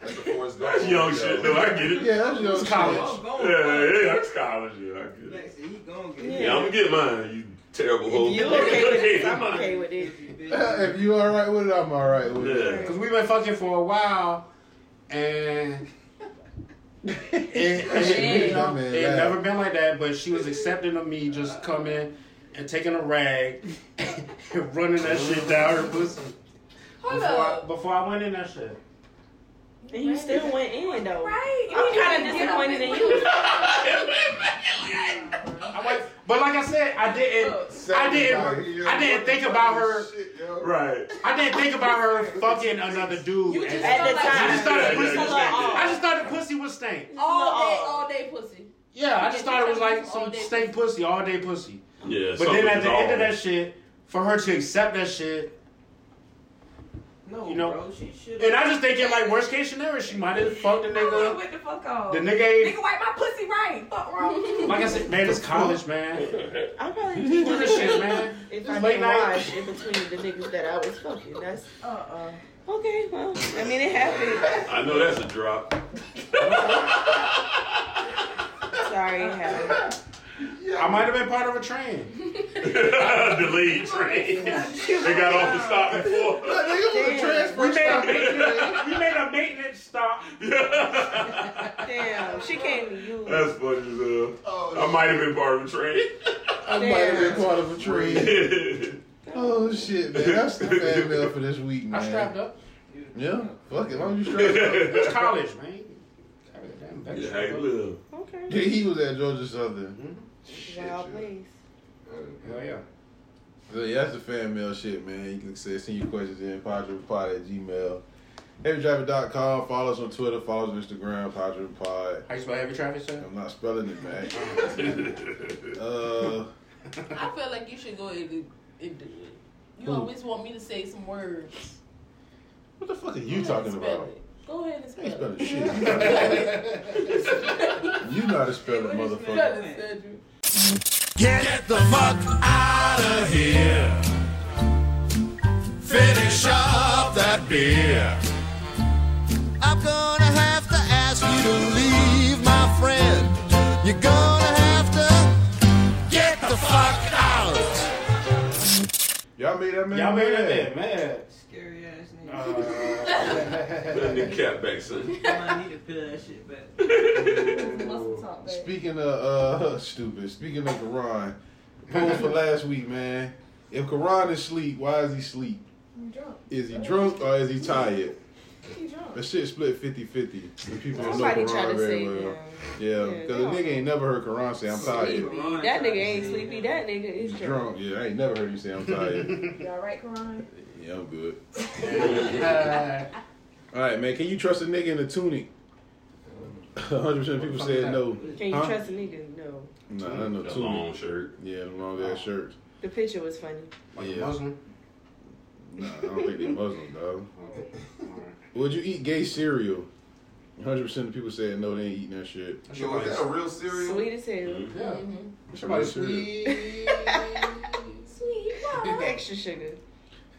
Speaker 9: That's the force dog.
Speaker 1: Young shit, though. I get it.
Speaker 6: Yeah, that's your
Speaker 8: It's college.
Speaker 7: I'm going
Speaker 1: Yeah,
Speaker 7: for it.
Speaker 1: yeah, that's college. Yeah, I get it.
Speaker 7: Next, he gonna get
Speaker 1: Yeah, I'm gonna get mine, you terrible hoe.
Speaker 2: You okay with it? I'm okay with it.
Speaker 7: it.
Speaker 6: If you alright with it, I'm alright with it.
Speaker 1: Yeah.
Speaker 8: Cause we've been fucking for a while, and it, it- you know,
Speaker 6: Man,
Speaker 8: it
Speaker 6: man.
Speaker 8: never been like that. But she was accepting of me just coming and taking a rag and running that shit down her pussy.
Speaker 5: Hold
Speaker 8: Before I,
Speaker 5: up.
Speaker 8: before I went in that shit,
Speaker 2: And you still went in though.
Speaker 5: Right?
Speaker 2: I'm kind of disappointed in you.
Speaker 8: I went, but like I said, I didn't, I didn't, I didn't think about her.
Speaker 1: Right.
Speaker 8: I didn't think about her fucking another dude.
Speaker 11: You just
Speaker 8: I
Speaker 2: At the
Speaker 8: just
Speaker 2: time,
Speaker 8: thought her
Speaker 1: Yeah,
Speaker 8: pussy was
Speaker 1: yeah,
Speaker 8: stank.
Speaker 1: yeah.
Speaker 8: I just thought the pussy was stank.
Speaker 11: All day, all day pussy.
Speaker 8: Yeah, I just thought it was like
Speaker 11: All
Speaker 8: some
Speaker 11: day
Speaker 8: stank pussy, all day pussy.
Speaker 1: Yeah.
Speaker 8: But then at the end of that shit, for her to accept that shit,
Speaker 7: No,
Speaker 8: you know.
Speaker 7: bro, she should.
Speaker 8: And I just think in like worst case scenario, she might have fucked the nigga. up.
Speaker 5: What the fuck off?
Speaker 8: The nigga ain't-
Speaker 5: Nigga, wipe my pussy right. Fuck wrong.
Speaker 8: Like I said, man, it's college, man.
Speaker 12: I probably
Speaker 8: Do this shit, man.
Speaker 12: If
Speaker 8: It's
Speaker 12: I
Speaker 8: late
Speaker 12: didn't
Speaker 8: night.
Speaker 12: watch in between the niggas that I was fucking, that's uh
Speaker 5: Uh-uh.
Speaker 12: uh Okay, well, I mean it happened.
Speaker 1: I know that's a drop.
Speaker 12: Sorry, it happened.
Speaker 8: I might have been part of a train.
Speaker 1: the lead train. they got off the
Speaker 2: uh,
Speaker 1: stop before.
Speaker 8: We made a maintenance, we made a maintenance stop.
Speaker 12: Damn, she came to you.
Speaker 1: That's funny as hell. I might have been part of a train.
Speaker 6: Oh, I might have been part of a train. oh shit, man! That's the fan mail for this week, man.
Speaker 8: I strapped up.
Speaker 6: Yeah, fuck it. As long as you strapped up.
Speaker 8: It's college, man. Damn, better
Speaker 1: Yeah,
Speaker 8: strap
Speaker 1: hey,
Speaker 8: up.
Speaker 1: look.
Speaker 12: Okay.
Speaker 6: Yeah, he was at Georgia Southern. Hmm?
Speaker 12: Wild place.
Speaker 8: Hell yeah.
Speaker 6: So yeah, that's the fan mail shit, man. You can say, send your questions in podrepod at gmail. HeavyDriver.com. Follow us on Twitter. Follow us on Instagram. Podrepod.
Speaker 8: How you spell heavy traffic, sir?
Speaker 6: I'm not spelling it, man. uh,
Speaker 11: I feel like you should go ahead and, and do it. You
Speaker 6: Who?
Speaker 11: always want me to say some words.
Speaker 6: what the fuck are you talking about?
Speaker 11: Go ahead and spell
Speaker 6: You
Speaker 11: it.
Speaker 6: spelling shit. you know how to spell it,
Speaker 11: Spell
Speaker 6: motherfucker.
Speaker 11: it, Cedric.
Speaker 16: Get the fuck out of here. Finish up that beer.
Speaker 17: I'm gonna have to ask you to leave, my friend. You're gonna have to get the fuck out.
Speaker 6: Y'all made that man.
Speaker 8: Y'all made that
Speaker 6: mad.
Speaker 8: man mad.
Speaker 7: Scary ass nigga.
Speaker 1: Let the cat back, son.
Speaker 7: I need to feel that shit back.
Speaker 5: Muscle talk, babe.
Speaker 6: Speaking of uh, stupid. Speaking of Quran, post for last week, man. If Quran is sleep, why is he sleep?
Speaker 5: You drunk.
Speaker 6: Is he drunk or is he tired?
Speaker 5: You drunk.
Speaker 6: That shit split 50-50. The people don't know
Speaker 12: Somebody
Speaker 6: Quran
Speaker 12: tryna
Speaker 6: very
Speaker 12: say,
Speaker 6: well. Yeah,
Speaker 12: Yeah,
Speaker 6: because
Speaker 12: they
Speaker 6: a nigga ain't never heard Quran say I'm tired.
Speaker 12: Sleepy. uh, That nigga ain't sleepy. That nigga is drunk.
Speaker 6: Drunk, yeah, I ain't never heard you say I'm tired.
Speaker 5: Y'all right, Karan?
Speaker 6: yeah, I'm good.
Speaker 8: Uh,
Speaker 6: All right, man. Can you trust a nigga in a tunic? 100 percent of people said no.
Speaker 12: Can you
Speaker 6: Huh?
Speaker 12: trust a nigga? No.
Speaker 6: Nah, I know
Speaker 1: The
Speaker 6: tunic.
Speaker 1: long shirt.
Speaker 6: Yeah, the long ass shirts.
Speaker 12: The picture was funny.
Speaker 9: Oh,
Speaker 6: yeah.
Speaker 8: Muslim.
Speaker 6: Nah, I don't think they Muslim, dog. Would you eat gay cereal? 100 percent of people said no. They ain't eating that shit.
Speaker 9: Yo, is that a real cereal?
Speaker 12: Sweet as hell.
Speaker 8: Yeah.
Speaker 6: Somebody cereal.
Speaker 1: Mm-hmm.
Speaker 12: Sweet. Extra sugar.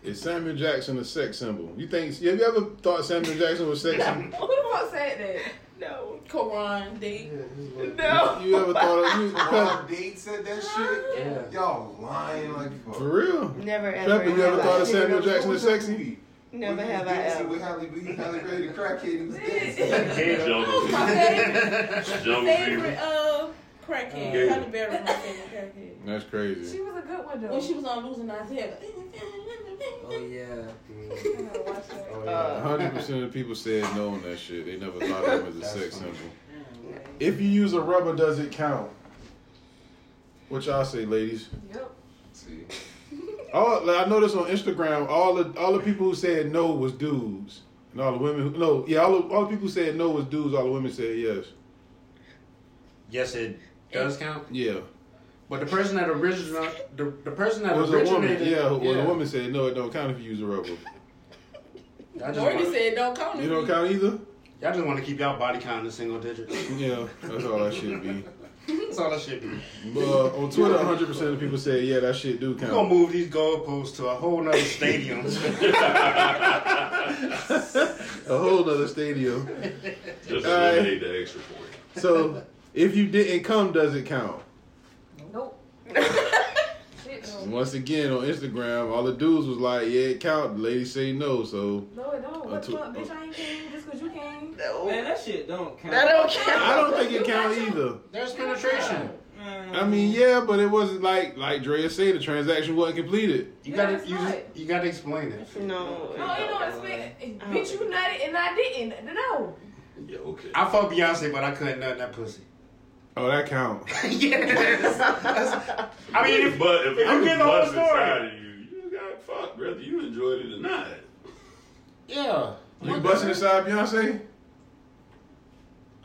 Speaker 6: Is Samuel Jackson a sex symbol? You think? Have you ever thought Samuel Jackson was sexy?
Speaker 5: Who the fuck said that?
Speaker 12: No.
Speaker 11: Koran, D.
Speaker 12: No.
Speaker 6: You ever thought of you?
Speaker 9: Ron Date said that shit? Y'all lying like fuck.
Speaker 6: For real?
Speaker 12: Never ever.
Speaker 6: Pepper, you ever thought of
Speaker 12: have I,
Speaker 6: Samuel Jackson is sexy?
Speaker 12: never have I ever.
Speaker 9: With Halle Berry, Halle Berry, the crackhead, he was dancing.
Speaker 1: Jungle
Speaker 11: My favorite,
Speaker 1: Jungle
Speaker 11: favorite
Speaker 1: fever.
Speaker 11: uh, crackhead.
Speaker 1: Yeah.
Speaker 11: Halle Berry was my favorite crackhead.
Speaker 6: That's
Speaker 5: She
Speaker 6: crazy.
Speaker 5: was a good one, though.
Speaker 11: When she was on Losing Eyes Head.
Speaker 9: Oh yeah.
Speaker 5: I gotta watch that.
Speaker 8: Oh,
Speaker 6: hundred percent of the people said no on that shit. They never thought of him as a sex symbol. If you use a rubber, does it count? What y'all say, ladies?
Speaker 5: Yep.
Speaker 9: See.
Speaker 6: All like, I noticed on Instagram, all the all the people who said no was dudes, and all the women who no, yeah, all the, all the people who said no was dudes. All the women said yes.
Speaker 8: Yes, it does count.
Speaker 6: Yeah,
Speaker 8: But the person that original, the, the person that
Speaker 6: was a
Speaker 8: originated,
Speaker 6: woman. Yeah, well, a woman said no, it don't count if you use a rubber.
Speaker 8: I just
Speaker 11: Gordy
Speaker 8: want,
Speaker 11: said, don't come to
Speaker 6: You don't
Speaker 11: me."
Speaker 6: count either.
Speaker 8: y'all just want to keep y'all body count in single digits.
Speaker 6: Yeah, that's all that should be.
Speaker 8: That's all that shit be.
Speaker 6: But uh, on Twitter, 100 percent of people said, "Yeah, that shit do
Speaker 8: We're gonna
Speaker 6: count."
Speaker 8: move these goalposts to a whole nother stadium.
Speaker 6: A whole nother stadium.
Speaker 1: Just
Speaker 6: All right.
Speaker 1: eliminate the extra point.
Speaker 6: So, if you didn't come, does it count?
Speaker 5: Nope. Shit, no.
Speaker 6: And once again, on Instagram, all the dudes was like, "Yeah, it count." The ladies say no, so
Speaker 5: No, it don't.
Speaker 6: Uh,
Speaker 5: What the
Speaker 6: to-
Speaker 5: fuck, bitch? I ain't came just because you came.
Speaker 7: Man, that shit don't count.
Speaker 12: That don't count.
Speaker 6: I don't think it count either.
Speaker 8: There's penetration.
Speaker 7: Man,
Speaker 6: I mean, yeah, but it wasn't like like Drea said, the transaction wasn't completed.
Speaker 8: You
Speaker 5: No,
Speaker 8: gotta
Speaker 5: it's
Speaker 8: you,
Speaker 5: not.
Speaker 8: you gotta explain it.
Speaker 12: No.
Speaker 5: No, you know what I'm saying? Bitch, you nutted and I didn't. No.
Speaker 1: Yeah, okay.
Speaker 8: I fuck Beyonce, but I couldn't nut that pussy.
Speaker 6: Oh, that count.
Speaker 8: yes. I mean, if,
Speaker 1: but if,
Speaker 8: if you
Speaker 1: you
Speaker 8: get
Speaker 1: get
Speaker 8: the whole
Speaker 1: all
Speaker 8: story.
Speaker 1: inside of you, you got fucked, brother. You enjoyed it or not?
Speaker 8: yeah,
Speaker 6: You busting inside Beyonce?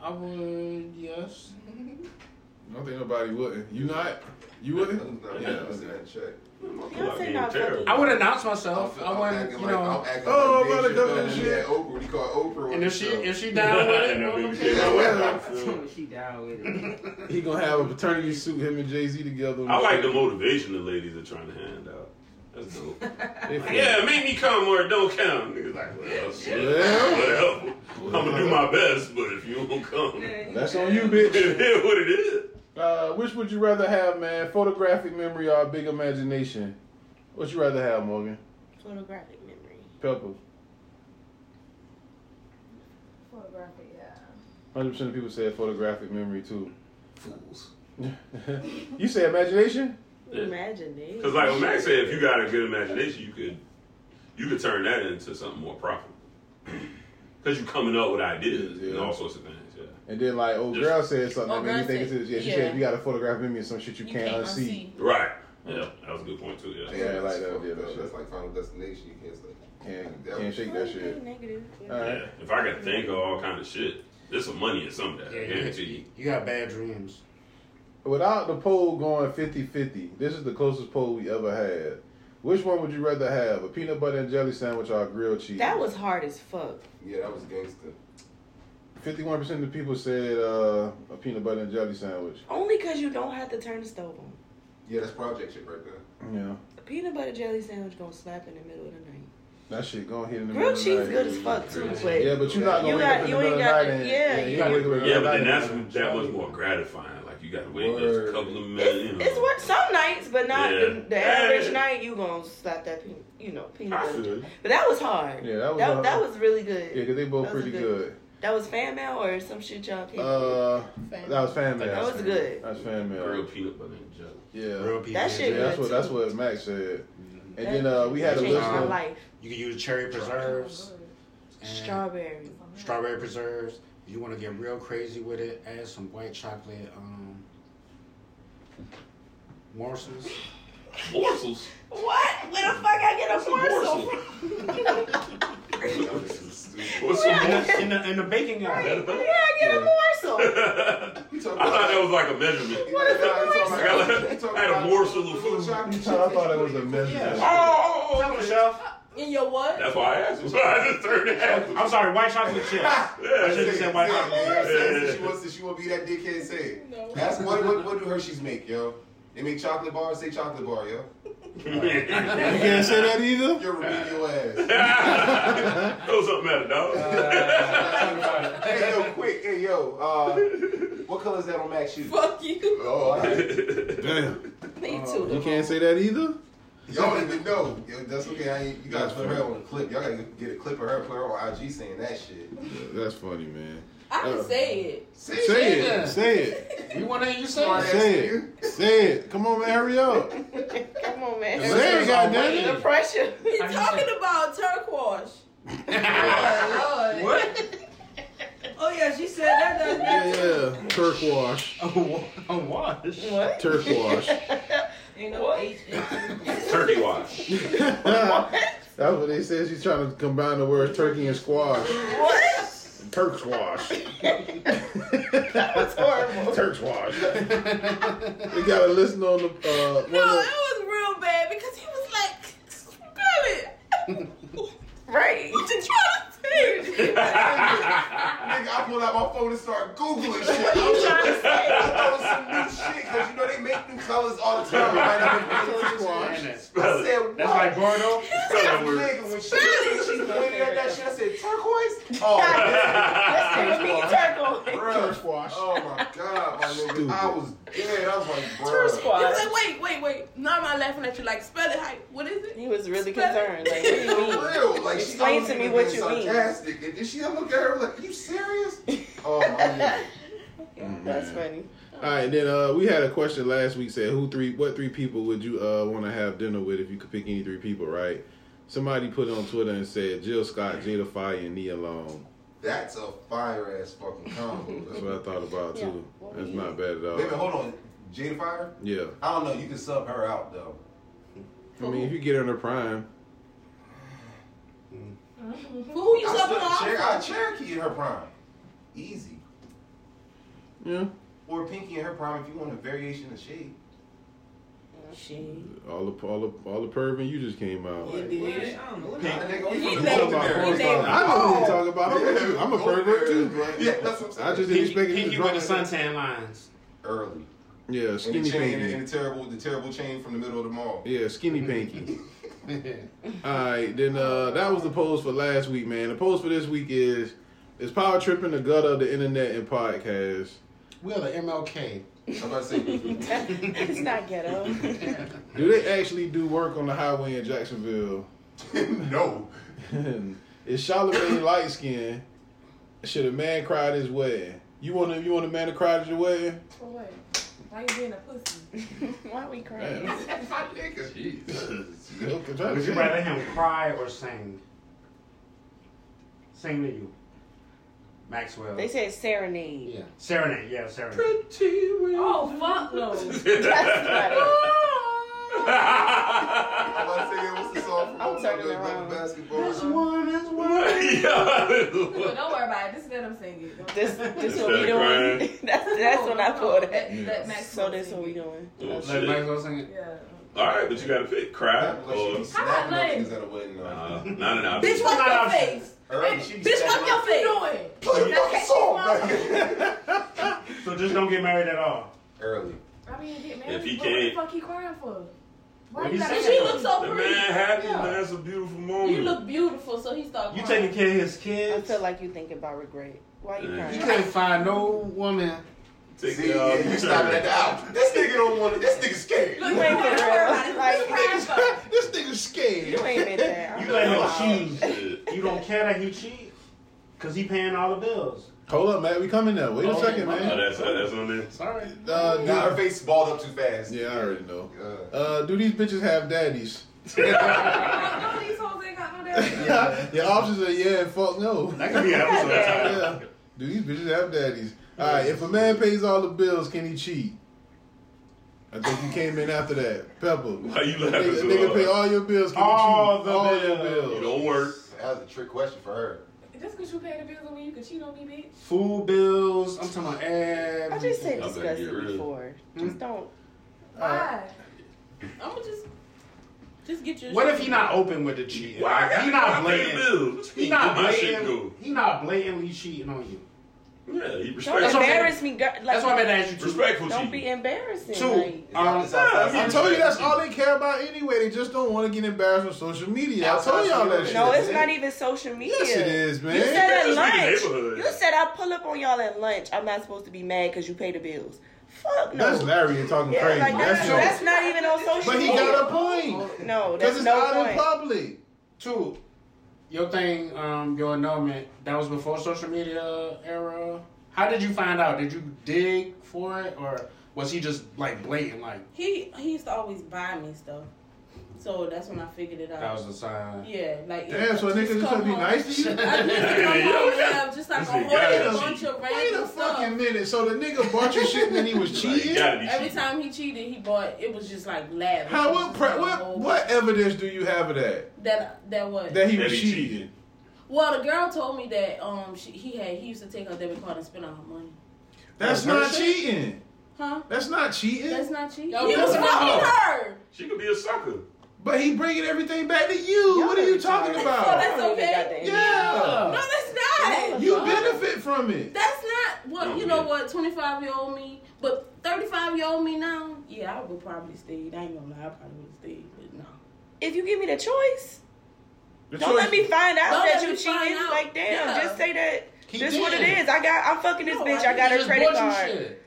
Speaker 8: I would. Yes.
Speaker 6: I don't think nobody would. You not? You wouldn't?
Speaker 9: No, yeah, I was in that check.
Speaker 8: I would announce myself. I wouldn't, you know.
Speaker 9: Oh, I'm about to go this shit. Oprah, what do you call it? Oprah?
Speaker 8: And if she if she down with it, okay.
Speaker 7: she down with it.
Speaker 6: He gonna have a paternity suit, him and Jay Z together.
Speaker 1: I like the motivation the ladies are trying to hand out. That's dope. Like, yeah, make me come or don't come. Niggas like, well, shit,
Speaker 6: Well.
Speaker 1: whatever. I'm gonna do my best, but if you don't come,
Speaker 6: That's on you, bitch.
Speaker 1: it is what it is.
Speaker 6: Uh, which would you rather have, man? Photographic memory or a big imagination? What you rather have, Morgan?
Speaker 2: Photographic memory.
Speaker 6: Pepper.
Speaker 5: Photographic, yeah.
Speaker 6: Hundred percent of people said photographic memory too. Fools. you say imagination?
Speaker 2: Imagine it.
Speaker 1: Because like what Max said, if you got a good imagination, you could you could turn that into something more profitable. Because you're coming up with ideas and all sorts of things. Yeah.
Speaker 6: And then like old girl said something that
Speaker 1: Old
Speaker 6: made me
Speaker 1: girl
Speaker 6: think
Speaker 1: said-
Speaker 6: it's yeah, she
Speaker 1: yeah.
Speaker 6: Oh, said if you got a photographic memory of some shit you, can't, unsee.
Speaker 1: Right. Yeah, that was a good point too. Yeah.
Speaker 6: Yeah, like that. Yeah, that
Speaker 9: That's
Speaker 6: shit.
Speaker 9: like Final Destination. You can't say.
Speaker 6: Can't, can't shake that shit.
Speaker 2: Negative.
Speaker 1: Yeah. If I could think of all kind of shit, there's some money in some of that. I
Speaker 8: Yeah.
Speaker 1: guarantee you.
Speaker 8: You got bad dreams.
Speaker 6: Without the poll going 50-50, this is the closest poll we ever had. Which one would you rather have? A peanut butter and jelly sandwich or a grilled cheese?
Speaker 2: That was hard as fuck.
Speaker 9: Yeah, that was gangster.
Speaker 6: Fifty-one percent of the people said uh, a peanut butter and jelly sandwich.
Speaker 2: Only because you don't have to turn the stove on.
Speaker 9: Yeah, that's project shit right there.
Speaker 6: Yeah,
Speaker 2: A peanut butter jelly sandwich gonna slap in the middle of the night.
Speaker 6: that shit gonna hit in the
Speaker 2: Grilled
Speaker 6: middle of the
Speaker 2: cheese
Speaker 6: night.
Speaker 2: good as fuck too, but
Speaker 6: Yeah, but you're not gonna
Speaker 2: you got- you ain't
Speaker 6: wake up in the middle of the
Speaker 2: got-
Speaker 6: night and
Speaker 2: yeah,
Speaker 6: you
Speaker 2: you
Speaker 6: ain't wake up in the
Speaker 1: Yeah, but
Speaker 6: middle of the
Speaker 1: then
Speaker 6: night.
Speaker 1: that's that was more gratifying. Like you got to wait just a couple of minutes. You know.
Speaker 2: It's what some nights, but not
Speaker 1: Yeah.
Speaker 2: the, the average night. You gonna slap that peanut, you know, peanut
Speaker 1: I
Speaker 2: butter.
Speaker 1: feel
Speaker 2: jelly.
Speaker 1: you.
Speaker 2: But that was hard.
Speaker 6: Yeah, that was
Speaker 2: that,
Speaker 6: hard.
Speaker 2: that was really good.
Speaker 6: Yeah, 'cause they both
Speaker 2: That was
Speaker 6: pretty
Speaker 2: good. That was fan mail or some shit y'all came.
Speaker 6: Uh,
Speaker 2: Fan
Speaker 6: that was fan mail.
Speaker 2: That was good.
Speaker 6: That's fan mail.
Speaker 1: Grilled peanut butter and jelly.
Speaker 6: Yeah,
Speaker 8: Grilled peanut
Speaker 2: That shit
Speaker 6: Yeah, that's
Speaker 2: good
Speaker 6: what that's
Speaker 2: too.
Speaker 6: what Max said.
Speaker 1: Mm-hmm.
Speaker 6: And
Speaker 2: That
Speaker 6: then uh, we had a
Speaker 2: changed my
Speaker 6: listener.
Speaker 2: life.
Speaker 8: You can use cherry preserves, and
Speaker 2: Strawberry.
Speaker 8: strawberry preserves. If you want to get real crazy with it, add some white chocolate um, morsels.
Speaker 1: Morsels.
Speaker 2: What? Where the
Speaker 6: Mm.
Speaker 2: fuck I get a morsel? from?
Speaker 1: What's
Speaker 8: in,
Speaker 1: some morsel?
Speaker 8: the, in, the, in the baking oven.
Speaker 2: Yeah, I get a morsel.
Speaker 1: I thought that was like a measurement. Like, I had- I had a morsel of food.
Speaker 6: I thought that was a message.
Speaker 1: Oh, oh,
Speaker 8: Chocolate shelf.
Speaker 11: In your what?
Speaker 1: That's why I asked. That's why I just turned it. out.
Speaker 8: I'm sorry, white chocolate chips. I should have said white chocolate chips.
Speaker 9: She wants to. She want to be that dickhead. Say. That's what. What, what do Hershey's make, yo? They make chocolate bars. Say chocolate bar, yo.
Speaker 6: You can't say that either.
Speaker 9: You're remedial ass.
Speaker 1: Throw something at it, dog.
Speaker 9: hey yo, quick, hey yo, uh, what color is that on Max shoes?
Speaker 11: Fuck you.
Speaker 9: Oh, all right.
Speaker 6: Damn,
Speaker 2: Me too.
Speaker 6: you can't say that either.
Speaker 9: y'all don't even know. Yo, that's okay. I ain't, you gotta put her on the clip. Y'all gotta get a clip of her, put her on IG saying that shit.
Speaker 6: That's funny, man.
Speaker 11: I can
Speaker 6: Uh,
Speaker 11: say it.
Speaker 9: Say,
Speaker 6: Say it. Say it.
Speaker 8: We want to hear you say
Speaker 9: Smart
Speaker 8: it.
Speaker 9: ass
Speaker 6: Say it. Say it. Come on, man. Hurry up.
Speaker 2: Come on, man.
Speaker 6: Say it,
Speaker 2: The
Speaker 6: goddamn.
Speaker 2: pressure.
Speaker 11: He's talking about turquoise.
Speaker 7: Oh, Lord.
Speaker 8: What?
Speaker 7: Oh, yeah, she said that does
Speaker 6: Yeah, yeah. Turk wash.
Speaker 8: A wa- a wash.
Speaker 2: What?
Speaker 6: Turk wash.
Speaker 7: Ain't no H in
Speaker 1: Turkey wash.
Speaker 6: That's what they said. She's trying to combine the words turkey and squash.
Speaker 2: What?
Speaker 6: Turk squash.
Speaker 2: That's horrible.
Speaker 6: Turk squash. we got a listener on the. Uh, one
Speaker 11: No,
Speaker 6: of-
Speaker 11: it was real bad because he was like, spell it.
Speaker 2: Right.
Speaker 11: What you trying to say?
Speaker 9: Nigga, I pulled out my phone and started googling shit. What you trying to say? I was some new shit because you know they make new colors all the time. Right? I mean,
Speaker 8: Turk wash.
Speaker 9: I said, what?
Speaker 8: That's like Bordeaux.
Speaker 1: Spell that word.
Speaker 9: Nigga, when she, when she pointed at that shit, I said, turquoise? Oh,
Speaker 2: Let's take a meat turkle.
Speaker 9: bro.
Speaker 6: squash.
Speaker 9: Oh my god, my nigga. I
Speaker 6: Stupid.
Speaker 9: was dead. I was like,
Speaker 2: Turk
Speaker 9: bruh.
Speaker 11: He
Speaker 2: squad.
Speaker 11: was like, wait, wait, wait. Now I'm not laughing at you. Like, spell it. How, what is it?
Speaker 2: He was really
Speaker 11: Spell
Speaker 2: concerned. Like, what do
Speaker 11: it.
Speaker 2: you mean?
Speaker 9: For real. Like, she
Speaker 2: Explain
Speaker 9: always
Speaker 2: to me
Speaker 9: been
Speaker 2: what you mean.
Speaker 9: sarcastic. And then she look at her like, you serious? Oh my Mm-hmm. nigga.
Speaker 2: That's funny.
Speaker 6: All right, then uh, we had a question last week. Said who three, what three people would you uh, want to have dinner with if you could pick any three people, right? Somebody put it on Twitter and said Jill Scott, Jada Fire, and Nia Long.
Speaker 9: That's a fire ass fucking combo.
Speaker 6: That's what I thought about too. That's not bad at all.
Speaker 9: Wait, a minute, hold on. Jada Fire?
Speaker 6: Yeah,
Speaker 9: I don't know. You can sub her out though.
Speaker 6: I mean if you get her in her prime,
Speaker 11: Who you
Speaker 9: I
Speaker 11: subbing off?
Speaker 9: Cher- I Cherokee in her prime. Easy.
Speaker 6: yeah,
Speaker 9: Or Pinky in her prime if you want a variation of shade.
Speaker 6: All the all the all the pervin you just came out.
Speaker 7: I don't know what the
Speaker 9: nigga.
Speaker 6: You talking about porn stars. I know what you're talking about. I'm, a- I'm a pervert too. But
Speaker 9: Yeah, that's what I'm saying.
Speaker 6: I just didn't expect you to
Speaker 8: Pinky
Speaker 6: drop
Speaker 8: with the suntan lines.
Speaker 9: Early.
Speaker 6: Yeah,
Speaker 9: And the
Speaker 6: skinny
Speaker 9: chain, and the,
Speaker 6: pinky.
Speaker 9: terrible, the terrible chain from the middle of the mall.
Speaker 6: Yeah,
Speaker 9: Mm-hmm.
Speaker 6: skinny pinky. All right, then uh, that was the post for last week, man. The post for this week is is power tripping the gutter of the internet and podcast.
Speaker 8: We are the MLK.
Speaker 9: I'm about to say.
Speaker 2: it's not ghetto.
Speaker 6: Do they actually do work on the highway in Jacksonville?
Speaker 9: no.
Speaker 6: Is Charlemagne light skinned? Should a man cry at his wedding? You want a, you want a man to cry at your wedding?
Speaker 5: For what? Why you being a pussy?
Speaker 2: Why we
Speaker 6: crying?
Speaker 9: My nigga.
Speaker 8: Would you rather him cry or sing? Sing to you. Maxwell.
Speaker 2: They said serenade.
Speaker 8: Yeah. Serenade, yeah, serenade.
Speaker 5: Oh fuck no.
Speaker 9: I'm about to say, yeah, what's the song from Old Town Black Basketball? This
Speaker 8: one, this
Speaker 9: one.
Speaker 5: Well, don't worry about it. Just let them sing it. Don't-
Speaker 2: This this
Speaker 9: Instead
Speaker 2: what we
Speaker 9: of
Speaker 2: doing.
Speaker 9: crying.
Speaker 2: that's that's what I pulled at.
Speaker 5: Let- let Max
Speaker 2: So that's what we doing.
Speaker 1: Oh,
Speaker 8: Let
Speaker 1: shit.
Speaker 8: Maxwell sing it.
Speaker 5: Yeah.
Speaker 1: All right, but you gotta pick cry or
Speaker 5: How about like,
Speaker 9: At a wedding, though.
Speaker 1: uh, no, no, no.
Speaker 5: bitch, wipe your face.
Speaker 9: Early,
Speaker 5: Hey,
Speaker 9: she be
Speaker 5: bitch, wipe
Speaker 9: standing
Speaker 5: your
Speaker 9: up.
Speaker 5: face. What you doing?
Speaker 9: Play the fucking song,
Speaker 8: So just don't get married at all.
Speaker 9: Early.
Speaker 5: I mean, get married.
Speaker 1: If he
Speaker 5: but what
Speaker 1: can't-
Speaker 5: the fuck he crying for? Why
Speaker 8: Well,
Speaker 5: you
Speaker 8: he
Speaker 5: gotta
Speaker 8: said-
Speaker 5: she look so
Speaker 1: The
Speaker 5: pretty.
Speaker 1: man happy,
Speaker 5: Yeah.
Speaker 1: man. That's a beautiful moment.
Speaker 11: You look beautiful, so he started
Speaker 8: You
Speaker 11: crying.
Speaker 8: taking care of his
Speaker 2: I
Speaker 8: kids.
Speaker 2: feel like you thinking about regret. Why you
Speaker 8: You
Speaker 2: crying?
Speaker 8: can't find no woman.
Speaker 1: Take
Speaker 9: See,
Speaker 1: it
Speaker 9: yeah,
Speaker 1: off.
Speaker 9: you stopping at the album. This nigga don't want it. This nigga scared.
Speaker 2: You ain't been there. Like
Speaker 6: this nigga scared.
Speaker 2: you ain't been there.
Speaker 8: You let him choose.
Speaker 1: Shit.
Speaker 8: You don't care that he cheat, cause he paying all the bills.
Speaker 6: Hold up, Matt. We coming now. Wait a
Speaker 8: Oh,
Speaker 6: second,
Speaker 8: my
Speaker 1: Oh,
Speaker 6: man.
Speaker 1: that's that's on there.
Speaker 8: Sorry.
Speaker 6: Uh,
Speaker 9: Nah,
Speaker 6: do-
Speaker 9: her face balled up too fast.
Speaker 6: yeah, I already know.
Speaker 9: Uh,
Speaker 6: Uh, do these bitches have daddies?
Speaker 5: No, these hoes ain't got no daddy.
Speaker 6: Your options are yeah and fuck no.
Speaker 1: That could be an episode title.
Speaker 6: Yeah. Do these bitches have daddies? All right. If a man pays all the bills, can he cheat? I think you came in after that, Pepper.
Speaker 1: Why you
Speaker 6: Nigga,
Speaker 1: laughing so
Speaker 6: nigga
Speaker 1: hard?
Speaker 6: pay all your bills. Can
Speaker 8: All
Speaker 6: you cheat?
Speaker 8: the
Speaker 6: all
Speaker 8: bills.
Speaker 6: your
Speaker 1: You
Speaker 6: bills.
Speaker 1: don't work.
Speaker 9: that was a trick question for her.
Speaker 5: Just because you pay the bills don't mean you can cheat on me, bitch.
Speaker 8: Food bills. I'm talking about
Speaker 2: I just
Speaker 8: everything.
Speaker 2: said
Speaker 1: I better get
Speaker 2: disgusting
Speaker 1: rid of it.
Speaker 2: before.
Speaker 9: Hmm.
Speaker 2: Just don't.
Speaker 5: Uh, Why?
Speaker 11: I'm gonna just, just get your.
Speaker 8: What if he not open with the cheating?
Speaker 1: Why I
Speaker 8: Like,
Speaker 1: got
Speaker 8: he not
Speaker 1: I pay the
Speaker 8: blatant.
Speaker 1: bills. What you
Speaker 8: He
Speaker 1: mean,
Speaker 8: not
Speaker 1: where my shit
Speaker 8: blatant.
Speaker 1: go?
Speaker 8: He not blatantly cheating on you.
Speaker 1: Yeah, he
Speaker 2: Don't
Speaker 1: respects.
Speaker 8: what I'm
Speaker 2: embarrass me. Girl. Like,
Speaker 8: That's why I'm gonna ask you two.
Speaker 1: Respectful
Speaker 2: Don't
Speaker 1: cheating.
Speaker 2: be embarrassing.
Speaker 8: Two.
Speaker 2: Like,
Speaker 8: Um,
Speaker 9: It's outside-
Speaker 1: I mean,
Speaker 6: I told you that's all they care about anyway. They just don't want to get embarrassed on social media. I told y'all that shit.
Speaker 2: no, it's not even social media.
Speaker 6: Yes, it is, man.
Speaker 2: You said at
Speaker 1: Just leave the
Speaker 2: lunch.
Speaker 1: neighborhood.
Speaker 2: You said I pull up on y'all at lunch. I'm not supposed to be mad because you pay the bills. Fuck no.
Speaker 6: That's Larry talking
Speaker 2: yeah,
Speaker 6: crazy.
Speaker 2: like that's, that's
Speaker 6: that's,
Speaker 2: not even on social
Speaker 6: but he
Speaker 2: media.
Speaker 6: got a point.
Speaker 2: no, that's
Speaker 6: Because it's
Speaker 2: no
Speaker 6: out
Speaker 2: point.
Speaker 6: in public.
Speaker 8: Two. Your thing, um, your annulment, that was before social media era. How did you find out? Did you dig for it, or was he just like blatant? Like
Speaker 11: He he used to always buy me stuff, so that's when I figured it out.
Speaker 2: Uh-huh.
Speaker 8: that was a sign.
Speaker 11: yeah, like
Speaker 6: Damn, so a nigga just gonna be nice to you?
Speaker 11: I used to come home and have just like a
Speaker 1: This nigga
Speaker 11: whole
Speaker 1: gotta
Speaker 11: bunch
Speaker 1: cheat.
Speaker 11: of
Speaker 6: Wait a
Speaker 11: random
Speaker 6: fucking
Speaker 11: stuff.
Speaker 6: minute. So the nigga bought you shit and then he was
Speaker 1: Like, you
Speaker 6: cheating?
Speaker 1: gotta be
Speaker 11: Every
Speaker 1: cheating.
Speaker 11: time he cheated, he bought. It was just like lavish.
Speaker 6: How
Speaker 11: It was
Speaker 6: what,
Speaker 11: just
Speaker 6: pre-
Speaker 11: like a
Speaker 6: what
Speaker 11: whole-
Speaker 6: what evidence do you have of that?
Speaker 11: That that was.
Speaker 6: That he
Speaker 1: That
Speaker 6: was
Speaker 1: he
Speaker 6: cheating.
Speaker 1: cheated.
Speaker 11: well, the girl told me that um she, he had he used to take her debit card and spend all her money.
Speaker 6: That's
Speaker 8: Her
Speaker 6: not
Speaker 8: shit?
Speaker 6: cheating.
Speaker 11: Huh?
Speaker 6: That's not
Speaker 11: That's
Speaker 6: cheating.
Speaker 11: not cheating.
Speaker 8: Yo,
Speaker 11: he was
Speaker 8: that's
Speaker 11: fucking
Speaker 8: not-
Speaker 11: her.
Speaker 1: She could be a sucker.
Speaker 6: But he bringing everything back to you.
Speaker 2: Y'all
Speaker 6: what are you
Speaker 2: retarded.
Speaker 6: talking
Speaker 11: So
Speaker 6: about?
Speaker 11: that's okay.
Speaker 6: Yeah.
Speaker 11: No, that's not.
Speaker 6: You benefit from it.
Speaker 11: That's not what
Speaker 1: No,
Speaker 11: you know.
Speaker 1: yeah.
Speaker 11: What twenty five year old me, but thirty five year old me now. Yeah, I would probably stay. I ain't gonna lie, I probably would stay. But no,
Speaker 2: If you give me the choice,
Speaker 6: The
Speaker 2: don't
Speaker 6: choice-
Speaker 2: let me find out
Speaker 11: Don't
Speaker 2: that
Speaker 11: let
Speaker 2: you
Speaker 11: me find
Speaker 2: cheating.
Speaker 11: out.
Speaker 2: Like damn,
Speaker 11: Yeah.
Speaker 2: just say that.
Speaker 8: He
Speaker 2: this what it
Speaker 8: did.
Speaker 2: is. I got. I'm fucking this
Speaker 11: No,
Speaker 2: bitch. I
Speaker 11: I-
Speaker 2: got
Speaker 8: He
Speaker 2: her
Speaker 8: just
Speaker 2: credit
Speaker 8: bought you
Speaker 2: card,
Speaker 8: shit.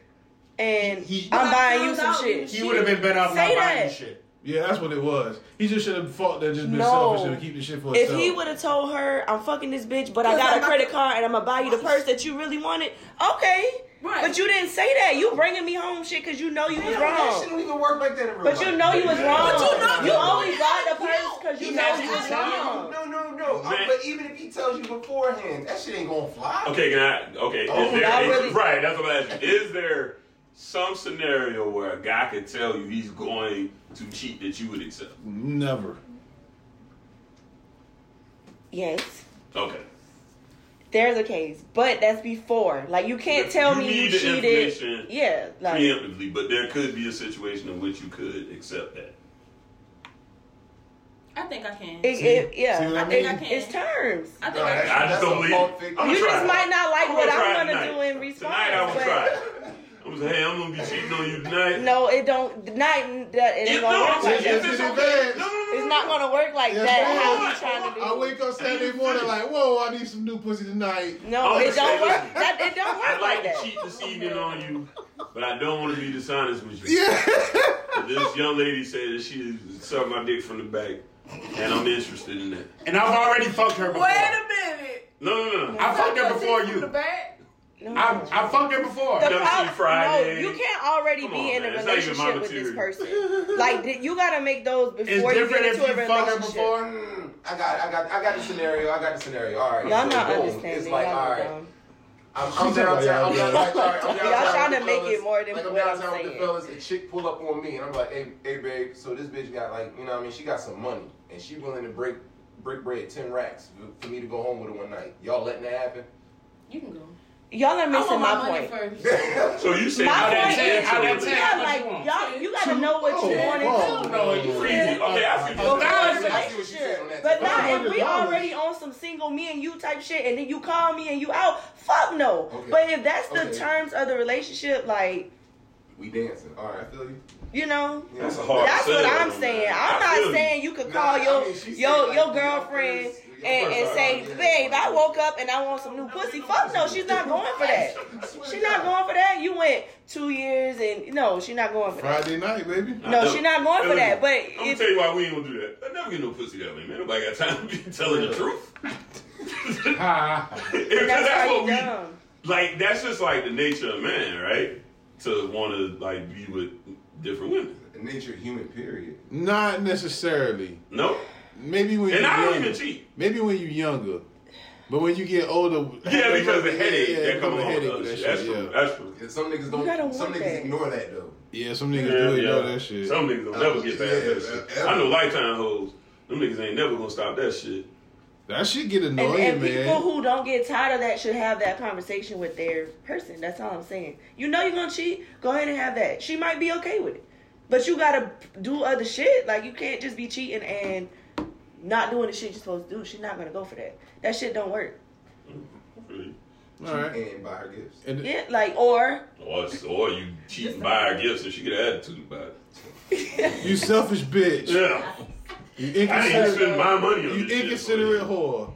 Speaker 2: and
Speaker 8: He-
Speaker 2: I'm
Speaker 11: I
Speaker 2: buying
Speaker 11: found
Speaker 2: you some
Speaker 11: out you
Speaker 2: shit.
Speaker 11: was
Speaker 8: He would have been better off
Speaker 2: Say
Speaker 8: not buying
Speaker 2: that.
Speaker 8: you shit.
Speaker 6: Yeah, that's what it was. He just should have fought that just been
Speaker 2: No.
Speaker 6: selfish and keep the shit for
Speaker 2: If
Speaker 6: himself.
Speaker 2: he would have told her, I'm fucking this bitch, but I
Speaker 11: Cause
Speaker 2: got
Speaker 11: I'm
Speaker 2: a
Speaker 11: not-
Speaker 2: credit card and I'm gonna buy you the purse that you really wanted, okay.
Speaker 11: Right.
Speaker 2: But you didn't say that. You bringing me home shit because you know you was
Speaker 9: Damn, That shit
Speaker 2: wrong.
Speaker 9: don't even work like that in real
Speaker 2: But you know you was wrong.
Speaker 11: But you know
Speaker 2: you
Speaker 11: you
Speaker 2: only
Speaker 11: doing
Speaker 2: bought the
Speaker 11: it.
Speaker 2: purse because you
Speaker 9: He
Speaker 2: know
Speaker 9: has
Speaker 2: you
Speaker 9: to
Speaker 2: was
Speaker 9: tell you.
Speaker 2: wrong.
Speaker 9: No, no, no. Uh,
Speaker 1: Man.
Speaker 9: But even if he tells you beforehand, that shit ain't gonna fly.
Speaker 1: Okay, can I? Okay,
Speaker 9: Oh,
Speaker 1: is there,
Speaker 9: y'all
Speaker 1: is-
Speaker 9: really-
Speaker 1: right? That's what I asked you. Is there some scenario where a guy could tell you he's going to cheat that you would accept?
Speaker 6: Never.
Speaker 2: Yes.
Speaker 1: Okay,
Speaker 2: There's a case, but that's before. Like you can't tell
Speaker 1: you
Speaker 2: me
Speaker 1: need
Speaker 2: you
Speaker 1: the
Speaker 2: cheated.
Speaker 1: information
Speaker 2: Yeah, like
Speaker 1: preemptively, but there could be a situation in which you could accept that.
Speaker 11: I think I can.
Speaker 2: it, it, yeah.
Speaker 1: See what I
Speaker 2: I think
Speaker 1: mean?
Speaker 2: It's terms.
Speaker 11: I
Speaker 1: No, I just don't believe. it. I'ma
Speaker 2: You
Speaker 1: try
Speaker 2: just
Speaker 1: it.
Speaker 2: might not like
Speaker 1: I'ma
Speaker 2: what
Speaker 1: try it
Speaker 2: I'm gonna
Speaker 1: tonight.
Speaker 2: do in response.
Speaker 1: Tonight I'm gonna
Speaker 2: but-
Speaker 1: try. it. I'm gonna say, hey, I'm gonna be cheating on you tonight.
Speaker 2: No, it don't. Not that it ain't gonna
Speaker 1: no,
Speaker 2: work
Speaker 1: it's-
Speaker 2: like
Speaker 1: it's-
Speaker 2: that.
Speaker 1: it's
Speaker 6: okay. No,
Speaker 2: It's not gonna work like
Speaker 6: Yes,
Speaker 2: that.
Speaker 6: ma'am.
Speaker 2: How you trying to do?
Speaker 6: I wake up Saturday morning like, whoa, I need some new pussy tonight.
Speaker 2: No,
Speaker 1: I'm
Speaker 2: it
Speaker 1: just
Speaker 2: don't
Speaker 1: saying,
Speaker 2: work.
Speaker 1: listen,
Speaker 2: That it don't work
Speaker 1: I'd
Speaker 2: like
Speaker 1: like
Speaker 2: that.
Speaker 1: to cheat this evening on you, but I don't want to be dishonest with you. this young lady said that she sucked my dick from the back, and I'm interested in that.
Speaker 8: And I've already fucked her before.
Speaker 5: Wait a minute.
Speaker 1: No, no, no.
Speaker 8: I fucked her
Speaker 5: Suck
Speaker 8: before
Speaker 5: dick from
Speaker 8: you.
Speaker 5: The back?
Speaker 8: I, I fucked her before.
Speaker 2: The prob- No, you can't already be in a
Speaker 8: man. It's not
Speaker 2: relationship
Speaker 8: even my
Speaker 2: with this
Speaker 8: material.
Speaker 2: person. like th- you gotta make those before you get into a relationship.
Speaker 9: Mm, I got, I got, I got the scenario. I got the scenario. All right.
Speaker 2: Y'all
Speaker 9: so
Speaker 2: not
Speaker 9: boom.
Speaker 2: understanding.
Speaker 9: It's like,
Speaker 2: Y'all
Speaker 9: all
Speaker 2: are
Speaker 9: right.
Speaker 2: dumb.
Speaker 9: I'm, I'm downtown. I'm down- like, all right, I'm downtown.
Speaker 2: Y'all trying
Speaker 9: with
Speaker 2: to
Speaker 9: the
Speaker 2: make
Speaker 9: fellas.
Speaker 2: it more than
Speaker 9: like, I'm
Speaker 2: what I'm
Speaker 9: downtown with the
Speaker 2: saying.
Speaker 9: fellas. A chick pull up on me, and I'm like, hey, hey, babe. So this bitch got like, you know, what I mean, she got some money, and she willing to break, break bread, ten racks for- for me to go home with her one night. Y'all letting that happen?
Speaker 11: You can go.
Speaker 2: Y'all are missing my, point.
Speaker 1: So you said
Speaker 2: My
Speaker 1: how that
Speaker 2: point
Speaker 1: ten,
Speaker 2: is,
Speaker 1: how that
Speaker 2: you
Speaker 1: ten-
Speaker 2: gotta, like, y'all, you gotta know what you
Speaker 9: Oh,
Speaker 2: want
Speaker 8: Oh,
Speaker 2: to do.
Speaker 9: Mm.
Speaker 1: Freezy. Okay, I see.
Speaker 2: Before
Speaker 1: what
Speaker 2: the
Speaker 1: you're saying.
Speaker 2: relationship. But not if we already on some single me and you type shit, and then you call me and you out. Fuck no. But if that's the
Speaker 9: Okay.
Speaker 2: terms of the relationship, like
Speaker 9: We dancing. All right, I feel you.
Speaker 2: you know,
Speaker 9: That's a hard
Speaker 2: that's what
Speaker 9: sell,
Speaker 2: I'm
Speaker 9: man.
Speaker 2: saying. I'm
Speaker 9: I feel
Speaker 2: not
Speaker 9: you.
Speaker 2: saying you could
Speaker 9: Nah,
Speaker 2: call
Speaker 9: I
Speaker 2: your
Speaker 9: mean, she
Speaker 2: your
Speaker 9: said,
Speaker 2: your
Speaker 9: like,
Speaker 2: girlfriend
Speaker 9: your
Speaker 2: and, and
Speaker 9: first
Speaker 2: say,
Speaker 9: time,
Speaker 2: babe, I woke up and I want some new pussy. Fuck no, she's not going for that. She's not going for that. You went two years and no, she's not going for that.
Speaker 6: Friday night, baby.
Speaker 2: No, she not going for that. But
Speaker 1: I'm gonna
Speaker 2: if
Speaker 1: tell you why we ain't gonna do that. I never get no pussy that way, man. Nobody got time to be telling the truth. Because that's what we like. That's just like the nature of man, right? To want to like be with different women.
Speaker 9: The nature of human, period.
Speaker 6: Not necessarily.
Speaker 1: No.
Speaker 6: Maybe when
Speaker 1: And
Speaker 6: you're
Speaker 1: I don't
Speaker 6: younger.
Speaker 1: even cheat.
Speaker 6: Maybe when you're younger. But when you get older,
Speaker 1: Yeah, because the headache
Speaker 6: yeah,
Speaker 1: that
Speaker 6: become
Speaker 1: come
Speaker 6: a
Speaker 1: along with
Speaker 6: headache
Speaker 1: other
Speaker 6: with that
Speaker 1: shit. That's
Speaker 6: shit,
Speaker 1: true.
Speaker 6: yeah.
Speaker 1: That's true.
Speaker 9: Yeah, some niggas don't. Some niggas ignore that though.
Speaker 6: Yeah, some niggas
Speaker 1: Yeah,
Speaker 6: do ignore
Speaker 1: yeah.
Speaker 6: that shit.
Speaker 1: Some niggas don't never get past that shit. I know lifetime hoes. Them niggas ain't never gonna stop that shit.
Speaker 6: That shit get
Speaker 2: and, and people who don't get tired of that should have that conversation with their person. That's all I'm saying. You know you're gonna cheat. Go ahead and have that. She might be okay with it, but you gotta do other shit. Like you can't just be cheating and not doing the shit you're supposed to do. She's not gonna go for that. That shit don't work.
Speaker 6: All right.
Speaker 9: And buy her gifts.
Speaker 2: Yeah, like or
Speaker 1: Or, or you cheat and buy her gifts and she get an attitude about it.
Speaker 6: You selfish bitch.
Speaker 1: Yeah.
Speaker 6: You
Speaker 1: I didn't
Speaker 6: inconsiderate.
Speaker 1: spend my money on
Speaker 6: You
Speaker 1: this shit.
Speaker 6: inconsiderate whore.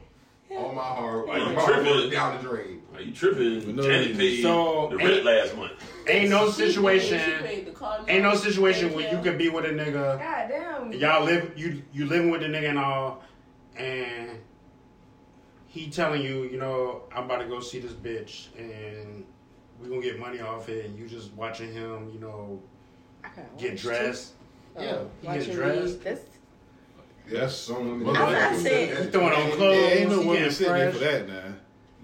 Speaker 9: All my hard
Speaker 1: Why you
Speaker 9: my hard
Speaker 1: tripping?
Speaker 9: work down the drain.
Speaker 1: Are you tripping?
Speaker 6: No
Speaker 1: Janet
Speaker 6: reason.
Speaker 1: paid
Speaker 8: So,
Speaker 1: the rent
Speaker 8: ain't-
Speaker 1: last month.
Speaker 8: Ain't no situation.
Speaker 5: She paid the car
Speaker 8: Ain't no
Speaker 5: note.
Speaker 8: situation where you could be with a nigga.
Speaker 5: God damn.
Speaker 8: and Y'all live you you living with the nigga and all, and he telling you, you know, I'm about to go see this bitch, and we gonna get money off it, and you just watching him, you know, get dressed. Yeah, he get dressed.
Speaker 6: That's so many.
Speaker 8: I'm not saying- He throwing on clothes,
Speaker 6: Yeah, ain't no
Speaker 8: he
Speaker 6: woman
Speaker 8: getting
Speaker 6: sitting there for
Speaker 8: fresh.
Speaker 6: that now.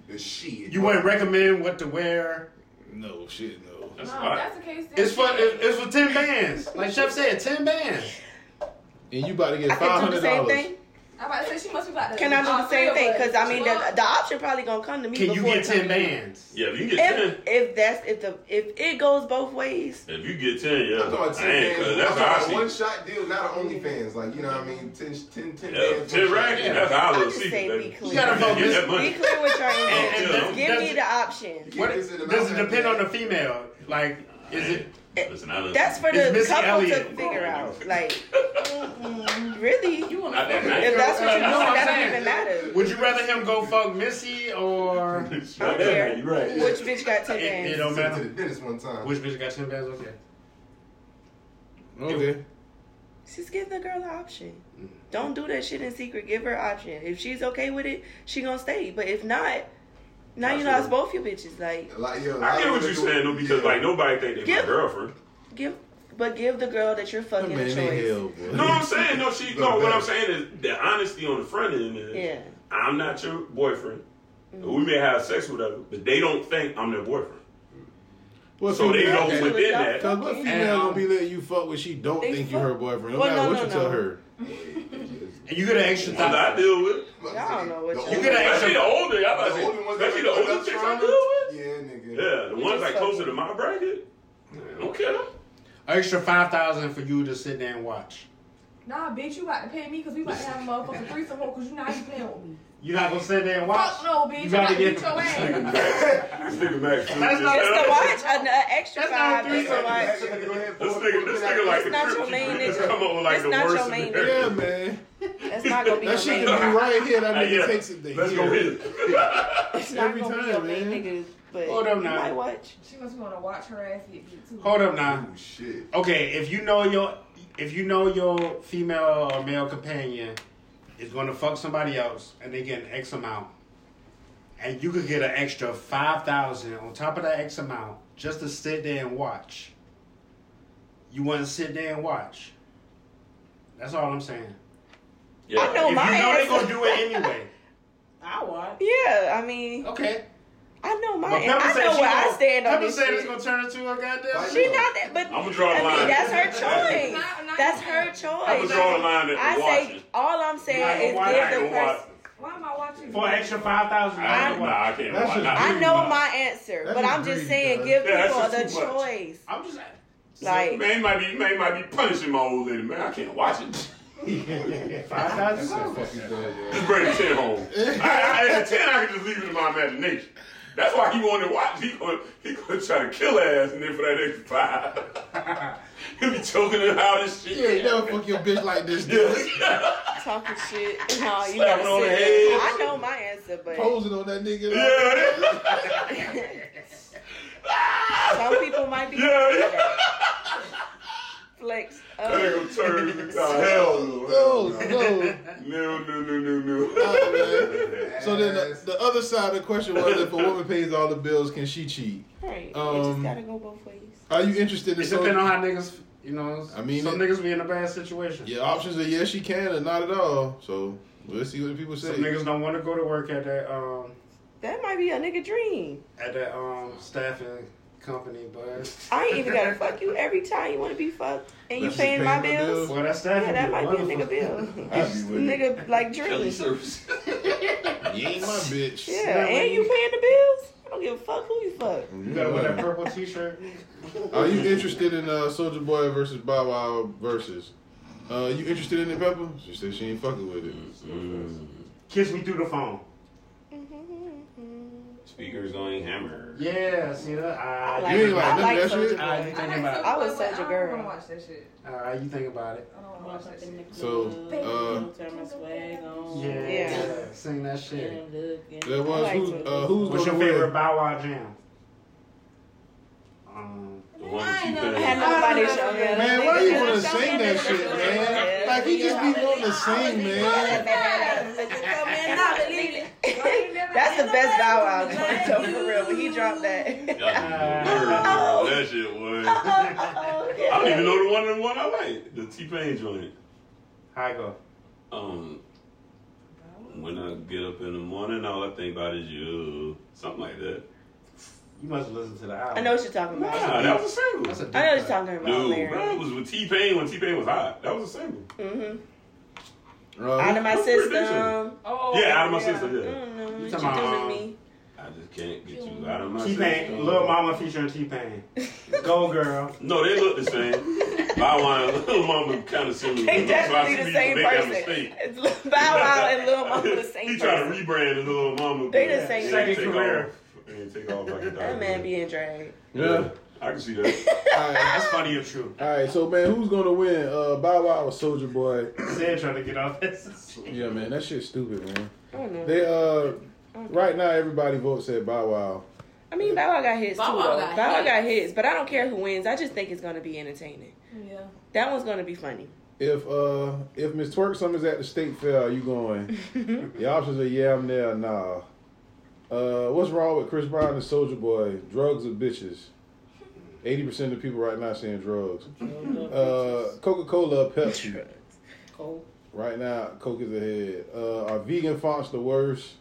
Speaker 9: The shit.
Speaker 8: You wouldn't recommend what to wear.
Speaker 6: No shit, no.
Speaker 5: No, that's the case.
Speaker 8: It's for it- it's for ten bands. Like Chef said, ten bands.
Speaker 6: And you about to
Speaker 2: I
Speaker 6: get five
Speaker 2: can do
Speaker 6: hundred
Speaker 2: the same
Speaker 6: dollars.
Speaker 2: thing.
Speaker 5: I'm about to say she must be about to.
Speaker 2: Can I do
Speaker 5: all
Speaker 2: the
Speaker 5: three
Speaker 2: same
Speaker 5: of
Speaker 2: thing?
Speaker 5: us.
Speaker 2: Because I mean, the,
Speaker 5: Well,
Speaker 2: the option probably gonna come to me.
Speaker 8: Can you
Speaker 2: before
Speaker 8: get
Speaker 2: it come
Speaker 8: ten
Speaker 2: to you.
Speaker 8: bands?
Speaker 1: Yeah, if you get
Speaker 2: If, if that's if the if it goes both ways,
Speaker 1: ten, if you get ten, yeah.
Speaker 9: I'm talking about
Speaker 1: I ain't,
Speaker 9: ten
Speaker 1: cause
Speaker 9: fans.
Speaker 1: that's
Speaker 9: I'm
Speaker 1: how I
Speaker 9: talking
Speaker 1: see.
Speaker 9: about one
Speaker 1: it.
Speaker 9: shot deal, not an OnlyFans. Like you know what I mean? Ten, ten, ten
Speaker 1: Yeah,
Speaker 9: bands.
Speaker 1: ten racks. That's how I
Speaker 2: I'm
Speaker 1: little
Speaker 2: just
Speaker 1: secret.
Speaker 2: saying
Speaker 1: baby.
Speaker 2: be
Speaker 1: You
Speaker 2: clear.
Speaker 1: gotta fuck
Speaker 8: Be
Speaker 1: get that
Speaker 2: be
Speaker 1: money.
Speaker 2: clear with your
Speaker 1: And,
Speaker 2: intentions.
Speaker 1: uh,
Speaker 2: Just give
Speaker 8: does
Speaker 2: me
Speaker 8: it-
Speaker 2: the option.
Speaker 8: What does it depend on the female? Like, is it?
Speaker 1: Listen, I
Speaker 2: That's for
Speaker 8: It's
Speaker 2: the
Speaker 8: Missy
Speaker 2: couple
Speaker 8: Elliott.
Speaker 2: to figure out. Like, really?
Speaker 1: Not that night.
Speaker 2: if that's what you're doing,
Speaker 8: No, I'm
Speaker 2: that don't
Speaker 8: saying.
Speaker 2: even matter.
Speaker 8: Would you rather him go fuck Missy or?
Speaker 1: Not that night, you right.
Speaker 2: Which bitch got ten
Speaker 8: It,
Speaker 2: bands?
Speaker 8: it don't
Speaker 9: To the
Speaker 8: matter.
Speaker 9: dentist one time.
Speaker 8: Which bitch got ten bands? Okay.
Speaker 6: Okay.
Speaker 2: Just give the girl an option. Don't do that shit in secret. Give her an option. If she's okay with it, she gonna stay. But if not, now you lost both your bitches. Like,
Speaker 9: Like, yo,
Speaker 1: I get what you're saying though, because like nobody think they my
Speaker 2: Yeah.
Speaker 1: girlfriend.
Speaker 2: give, but give the girl that you're fucking a
Speaker 6: Man,
Speaker 2: choice.
Speaker 6: they hell, boy.
Speaker 1: No, I'm saying no. She no. What I'm saying is the honesty on the front end is
Speaker 2: Yeah.
Speaker 1: I'm not your boyfriend. We may have sex, with whatever, but they don't think I'm their boyfriend.
Speaker 6: What
Speaker 1: So they
Speaker 6: female-
Speaker 1: know within that-
Speaker 6: Cause what female
Speaker 8: And, um,
Speaker 6: gonna be letting you fuck when she don't think you her boyfriend? No
Speaker 2: Well,
Speaker 6: matter
Speaker 2: no,
Speaker 6: what
Speaker 2: no,
Speaker 6: you tell
Speaker 2: no.
Speaker 6: her.
Speaker 8: And you get an extra
Speaker 1: Ones I
Speaker 8: thousand.
Speaker 1: deal with.
Speaker 2: Y'all don't know what
Speaker 1: You get an extra. the older. I'm about to say. Especially the older chicks I deal with. Yeah, nigga. Yeah, the
Speaker 8: You
Speaker 1: ones
Speaker 8: just
Speaker 1: like
Speaker 8: fuck
Speaker 1: closer to my bracket. I don't care.
Speaker 8: extra five thousand for you to sit there and watch.
Speaker 5: Nah, bitch, you about to pay me because we about to have a motherfucking threesome home because you not even playing with me.
Speaker 8: You're not gonna sit there and watch.
Speaker 5: Fuck no, bitch.
Speaker 8: You
Speaker 5: I'm about
Speaker 8: gotta
Speaker 5: to
Speaker 8: get
Speaker 5: beat your ass.
Speaker 1: This nigga Max.
Speaker 2: That's not just to watch an uh, extra
Speaker 1: That's not
Speaker 2: five. Just to watch.
Speaker 1: This nigga, this nigga like
Speaker 2: That's not your main
Speaker 1: Just
Speaker 2: nigga.
Speaker 1: come up with like
Speaker 2: That's
Speaker 1: the
Speaker 2: not
Speaker 1: worst.
Speaker 2: your main
Speaker 1: scenario.
Speaker 2: nigga.
Speaker 6: man.
Speaker 2: That's not gonna be
Speaker 6: That
Speaker 2: your
Speaker 6: shit
Speaker 2: main
Speaker 6: could be
Speaker 2: nigga.
Speaker 6: right here. That
Speaker 1: Uh,
Speaker 6: nigga
Speaker 1: yeah.
Speaker 6: takes it. there.
Speaker 1: Let's go hit it.
Speaker 2: It's not gonna be your main nigga. But
Speaker 8: Hold up
Speaker 2: you
Speaker 8: now.
Speaker 2: might watch.
Speaker 5: She must want to watch her ass get beat too.
Speaker 8: Hold up now.
Speaker 6: shit.
Speaker 8: Okay, if you know your if you know your female or male companion is going to fuck somebody else and they get an X amount, and you could get an extra five thousand on top of that X amount just to sit there and watch. You want to sit there and watch. That's all I'm saying.
Speaker 1: Yeah.
Speaker 2: I know Oh,
Speaker 8: if
Speaker 2: my
Speaker 8: you know
Speaker 2: ass.
Speaker 8: they're gonna do it anyway.
Speaker 2: I watch. Yeah, I mean.
Speaker 8: Okay.
Speaker 2: I know my.
Speaker 8: But Pepper
Speaker 2: I
Speaker 8: said
Speaker 2: know
Speaker 8: she
Speaker 2: where I
Speaker 8: gonna-
Speaker 2: stand on
Speaker 8: Pepper
Speaker 2: this
Speaker 8: said
Speaker 2: shit.
Speaker 8: it's gonna turn into a goddamn.
Speaker 2: She not that, but
Speaker 1: I'ma draw a
Speaker 2: I mean,
Speaker 1: line.
Speaker 2: that's her choice.
Speaker 5: Not- not
Speaker 2: that's
Speaker 5: even-
Speaker 2: her choice.
Speaker 1: I'ma draw a line at
Speaker 2: I
Speaker 1: watching.
Speaker 2: say all I'm
Speaker 8: You're not
Speaker 2: saying
Speaker 8: gonna
Speaker 2: is
Speaker 8: watch.
Speaker 1: I
Speaker 2: give
Speaker 1: ain't
Speaker 2: the
Speaker 1: gonna watch.
Speaker 2: person.
Speaker 5: Why am I watching?
Speaker 8: For an extra five thousand.
Speaker 1: I ain't- Nah, I can't
Speaker 6: That's
Speaker 1: watch.
Speaker 6: just
Speaker 1: Nah, nah.
Speaker 2: I know my answer,
Speaker 6: That's
Speaker 2: but
Speaker 6: just
Speaker 2: I'm just
Speaker 6: greedy,
Speaker 2: saying
Speaker 6: dog.
Speaker 2: give
Speaker 1: Yeah, that's
Speaker 2: people the
Speaker 1: just too much.
Speaker 2: choice.
Speaker 8: I'm just.
Speaker 2: Like
Speaker 1: Man might be man might be punishing my old lady. Man, I can't watch it.
Speaker 8: Five thousand.
Speaker 1: Just bring the ten home. I, I, at ten, I can just leave it to my imagination. That's why he wanted to watch. He going he going to try to kill her ass, and then for that extra five, he'll be choking her out and shit.
Speaker 6: You ain't never fuck your bitch like this, dude.
Speaker 1: Yeah.
Speaker 2: talking shit. No, you
Speaker 1: Slap
Speaker 2: gotta
Speaker 1: it on
Speaker 2: sit
Speaker 1: the head.
Speaker 2: there. I know my answer, but
Speaker 6: Posing on that nigga.
Speaker 1: yeah.
Speaker 2: some people might be
Speaker 1: Yeah, yeah.
Speaker 2: flexed.
Speaker 1: That
Speaker 2: Up.
Speaker 1: nigga turned. Nah, hell no.
Speaker 6: No,
Speaker 1: hell
Speaker 6: no.
Speaker 1: No, no, no, no, no.
Speaker 6: So then the, the other side of the question was if a woman pays all the bills, can she cheat?
Speaker 2: Right. it
Speaker 6: Um,
Speaker 2: just gotta go both ways.
Speaker 6: Are you interested in
Speaker 8: It
Speaker 6: so-
Speaker 8: depends on how niggas. You know,
Speaker 6: I mean
Speaker 8: some
Speaker 6: it-
Speaker 8: niggas be in a bad situation.
Speaker 6: Your options are yes, she can, or not at all. So we'll see what the people say.
Speaker 8: Some niggas don't want to go to work at that um
Speaker 2: That might be a nigga dream.
Speaker 8: at that um staffing company, but
Speaker 2: I ain't even gotta fuck you every time you wanna be fucked and you
Speaker 6: Let's just
Speaker 2: paying
Speaker 6: pay
Speaker 2: my
Speaker 6: my
Speaker 2: bills.
Speaker 6: bills.
Speaker 8: well, that staffing
Speaker 2: Yeah, that might be a nigga
Speaker 8: wonderful.
Speaker 2: bill.
Speaker 6: I'd be with it.
Speaker 2: nigga like dream.
Speaker 1: service.
Speaker 6: You ain't my bitch.
Speaker 2: Yeah,
Speaker 8: That way
Speaker 2: and you
Speaker 8: you-
Speaker 2: paying the bills? I don't give a fuck who you fuck.
Speaker 8: You gotta wear that purple T-shirt.
Speaker 6: Are you interested in uh, Soldier Boy versus Bow Wow versus? Uh, you interested in it, Pepper? She said she ain't fucking with it.
Speaker 8: Kiss me through the phone.
Speaker 1: Speakers going hammer.
Speaker 8: Yeah, see that?
Speaker 2: I
Speaker 8: Ah,
Speaker 2: like,
Speaker 6: You ain't like
Speaker 2: I
Speaker 6: none
Speaker 2: like
Speaker 6: of that
Speaker 2: Soulja
Speaker 6: shit?
Speaker 8: ah, you
Speaker 2: Boy.
Speaker 8: thinking
Speaker 5: like
Speaker 8: about?
Speaker 2: I was
Speaker 5: Soulja Boy,
Speaker 2: such a
Speaker 5: I
Speaker 2: girl.
Speaker 5: don't want to watch that shit.
Speaker 8: it. Ah, you think about it?
Speaker 5: I don't want to watch that shit.
Speaker 6: So, uh,
Speaker 8: Yeah,
Speaker 2: Yeah.
Speaker 8: sing that shit.
Speaker 6: there
Speaker 2: I
Speaker 6: was
Speaker 2: like
Speaker 6: who?
Speaker 2: Soulja
Speaker 6: Uh, who's
Speaker 8: What's your
Speaker 6: gonna
Speaker 8: favorite
Speaker 6: win?
Speaker 8: Bow Wow jam? Um,
Speaker 1: The one that you
Speaker 2: I had
Speaker 1: think.
Speaker 2: nobody show me.
Speaker 6: Man, why you wanna sing that shit, man?
Speaker 2: Yeah.
Speaker 6: Like he just be wanting to sing, man.
Speaker 2: That's the best Bow Wow joint, though, for real. When he dropped that.
Speaker 1: Y'all be nerds, bro. That shit was. I don't even know the one the one I like. The T Pain joint.
Speaker 8: how it go?
Speaker 1: Um, when I get up in the morning, all I think about is you. Something like that.
Speaker 8: You must listen to the album.
Speaker 2: I know what you're talking about.
Speaker 1: Nah, that was a single.
Speaker 8: That's a
Speaker 2: I know what you're talking about,
Speaker 1: no, bro, it
Speaker 2: Larry.
Speaker 1: was with T Pain when T Pain was hot. That was a single.
Speaker 2: Mm-hmm. Out
Speaker 6: Uh,
Speaker 2: of my
Speaker 1: That's pretty decent.
Speaker 2: system.
Speaker 5: Oh,
Speaker 1: yeah, out of my system.
Speaker 2: I
Speaker 1: Yeah.
Speaker 2: don't know
Speaker 8: You
Speaker 2: what
Speaker 8: talking about,
Speaker 2: you're doing
Speaker 8: um,
Speaker 2: to me.
Speaker 1: I just can't get you out of my
Speaker 8: T
Speaker 1: system.
Speaker 8: Pain, Lil Mama featuring T Pain. Go girl.
Speaker 1: No, they look the same. Bow Wow and Lil Mama kind of similar.
Speaker 2: They
Speaker 1: So I see
Speaker 2: definitely the
Speaker 1: people
Speaker 2: same
Speaker 1: make that
Speaker 2: person.
Speaker 1: mistake.
Speaker 2: It's Lil Bow Wow and Lil Mama the same
Speaker 1: He trying
Speaker 2: person.
Speaker 1: to rebrand his little mama.
Speaker 2: They
Speaker 1: but
Speaker 2: the same
Speaker 1: she ain't
Speaker 8: person.
Speaker 1: take
Speaker 8: Career.
Speaker 1: off- ain't take off like a dog.
Speaker 2: That man be in drag.
Speaker 6: yeah.
Speaker 1: I can see that.
Speaker 6: All right.
Speaker 8: That's funny and true.
Speaker 6: All right. So man, who's gonna win? Uh, Bow Wow or Soldier Boy?
Speaker 8: Sam trying to get off this.
Speaker 6: Yeah, man, that shit's stupid, man.
Speaker 2: I don't know.
Speaker 6: They uh, right now everybody votes at Bow Wow.
Speaker 2: I mean, Bow Wow got hits
Speaker 11: Bow
Speaker 2: too.
Speaker 11: Wow
Speaker 2: though.
Speaker 11: got
Speaker 2: Bow Wow
Speaker 11: hits.
Speaker 2: got hits, but I don't care who wins. I just think it's gonna be entertaining.
Speaker 11: Yeah.
Speaker 2: That one's gonna be funny.
Speaker 6: If uh, if Miss Twerk Summers at the state fair, are you going? Your options are yeah, I'm there, nah. Uh, what's wrong with Chris Brown and Soldier Boy? Drugs or bitches? Eighty percent of people right now saying drugs. Uh, Coca Cola or Pepsi?
Speaker 2: Cool.
Speaker 6: Right now, Coke is ahead. Uh, are vegan fonts the worst?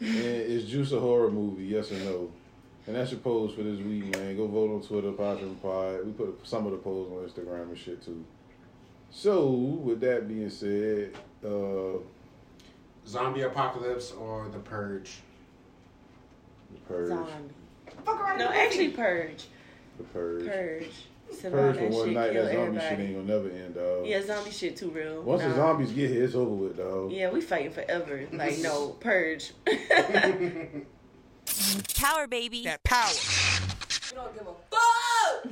Speaker 6: And is Juice a horror movie? Yes or no? And that's your polls for this week, man. Go vote on Twitter, Podrum Pod. We put some of the polls on Instagram and shit too. So, with that being said, Uh,
Speaker 8: Zombie Apocalypse or The Purge?
Speaker 6: The Purge.
Speaker 2: No, actually, Purge.
Speaker 6: The Purge.
Speaker 2: Purge. Sit around
Speaker 6: Purge for
Speaker 2: that
Speaker 6: one
Speaker 2: shit,
Speaker 6: night.
Speaker 2: kill
Speaker 6: That zombie shit
Speaker 2: everybody.
Speaker 6: ain't gonna never end, dog.
Speaker 2: Yeah, zombie shit too real.
Speaker 6: Once the
Speaker 2: Nah.
Speaker 6: zombies get here, it's over with, dog.
Speaker 2: Yeah, we fighting forever. Like no purge.
Speaker 29: Power, baby.
Speaker 11: That power. We don't give a fuck.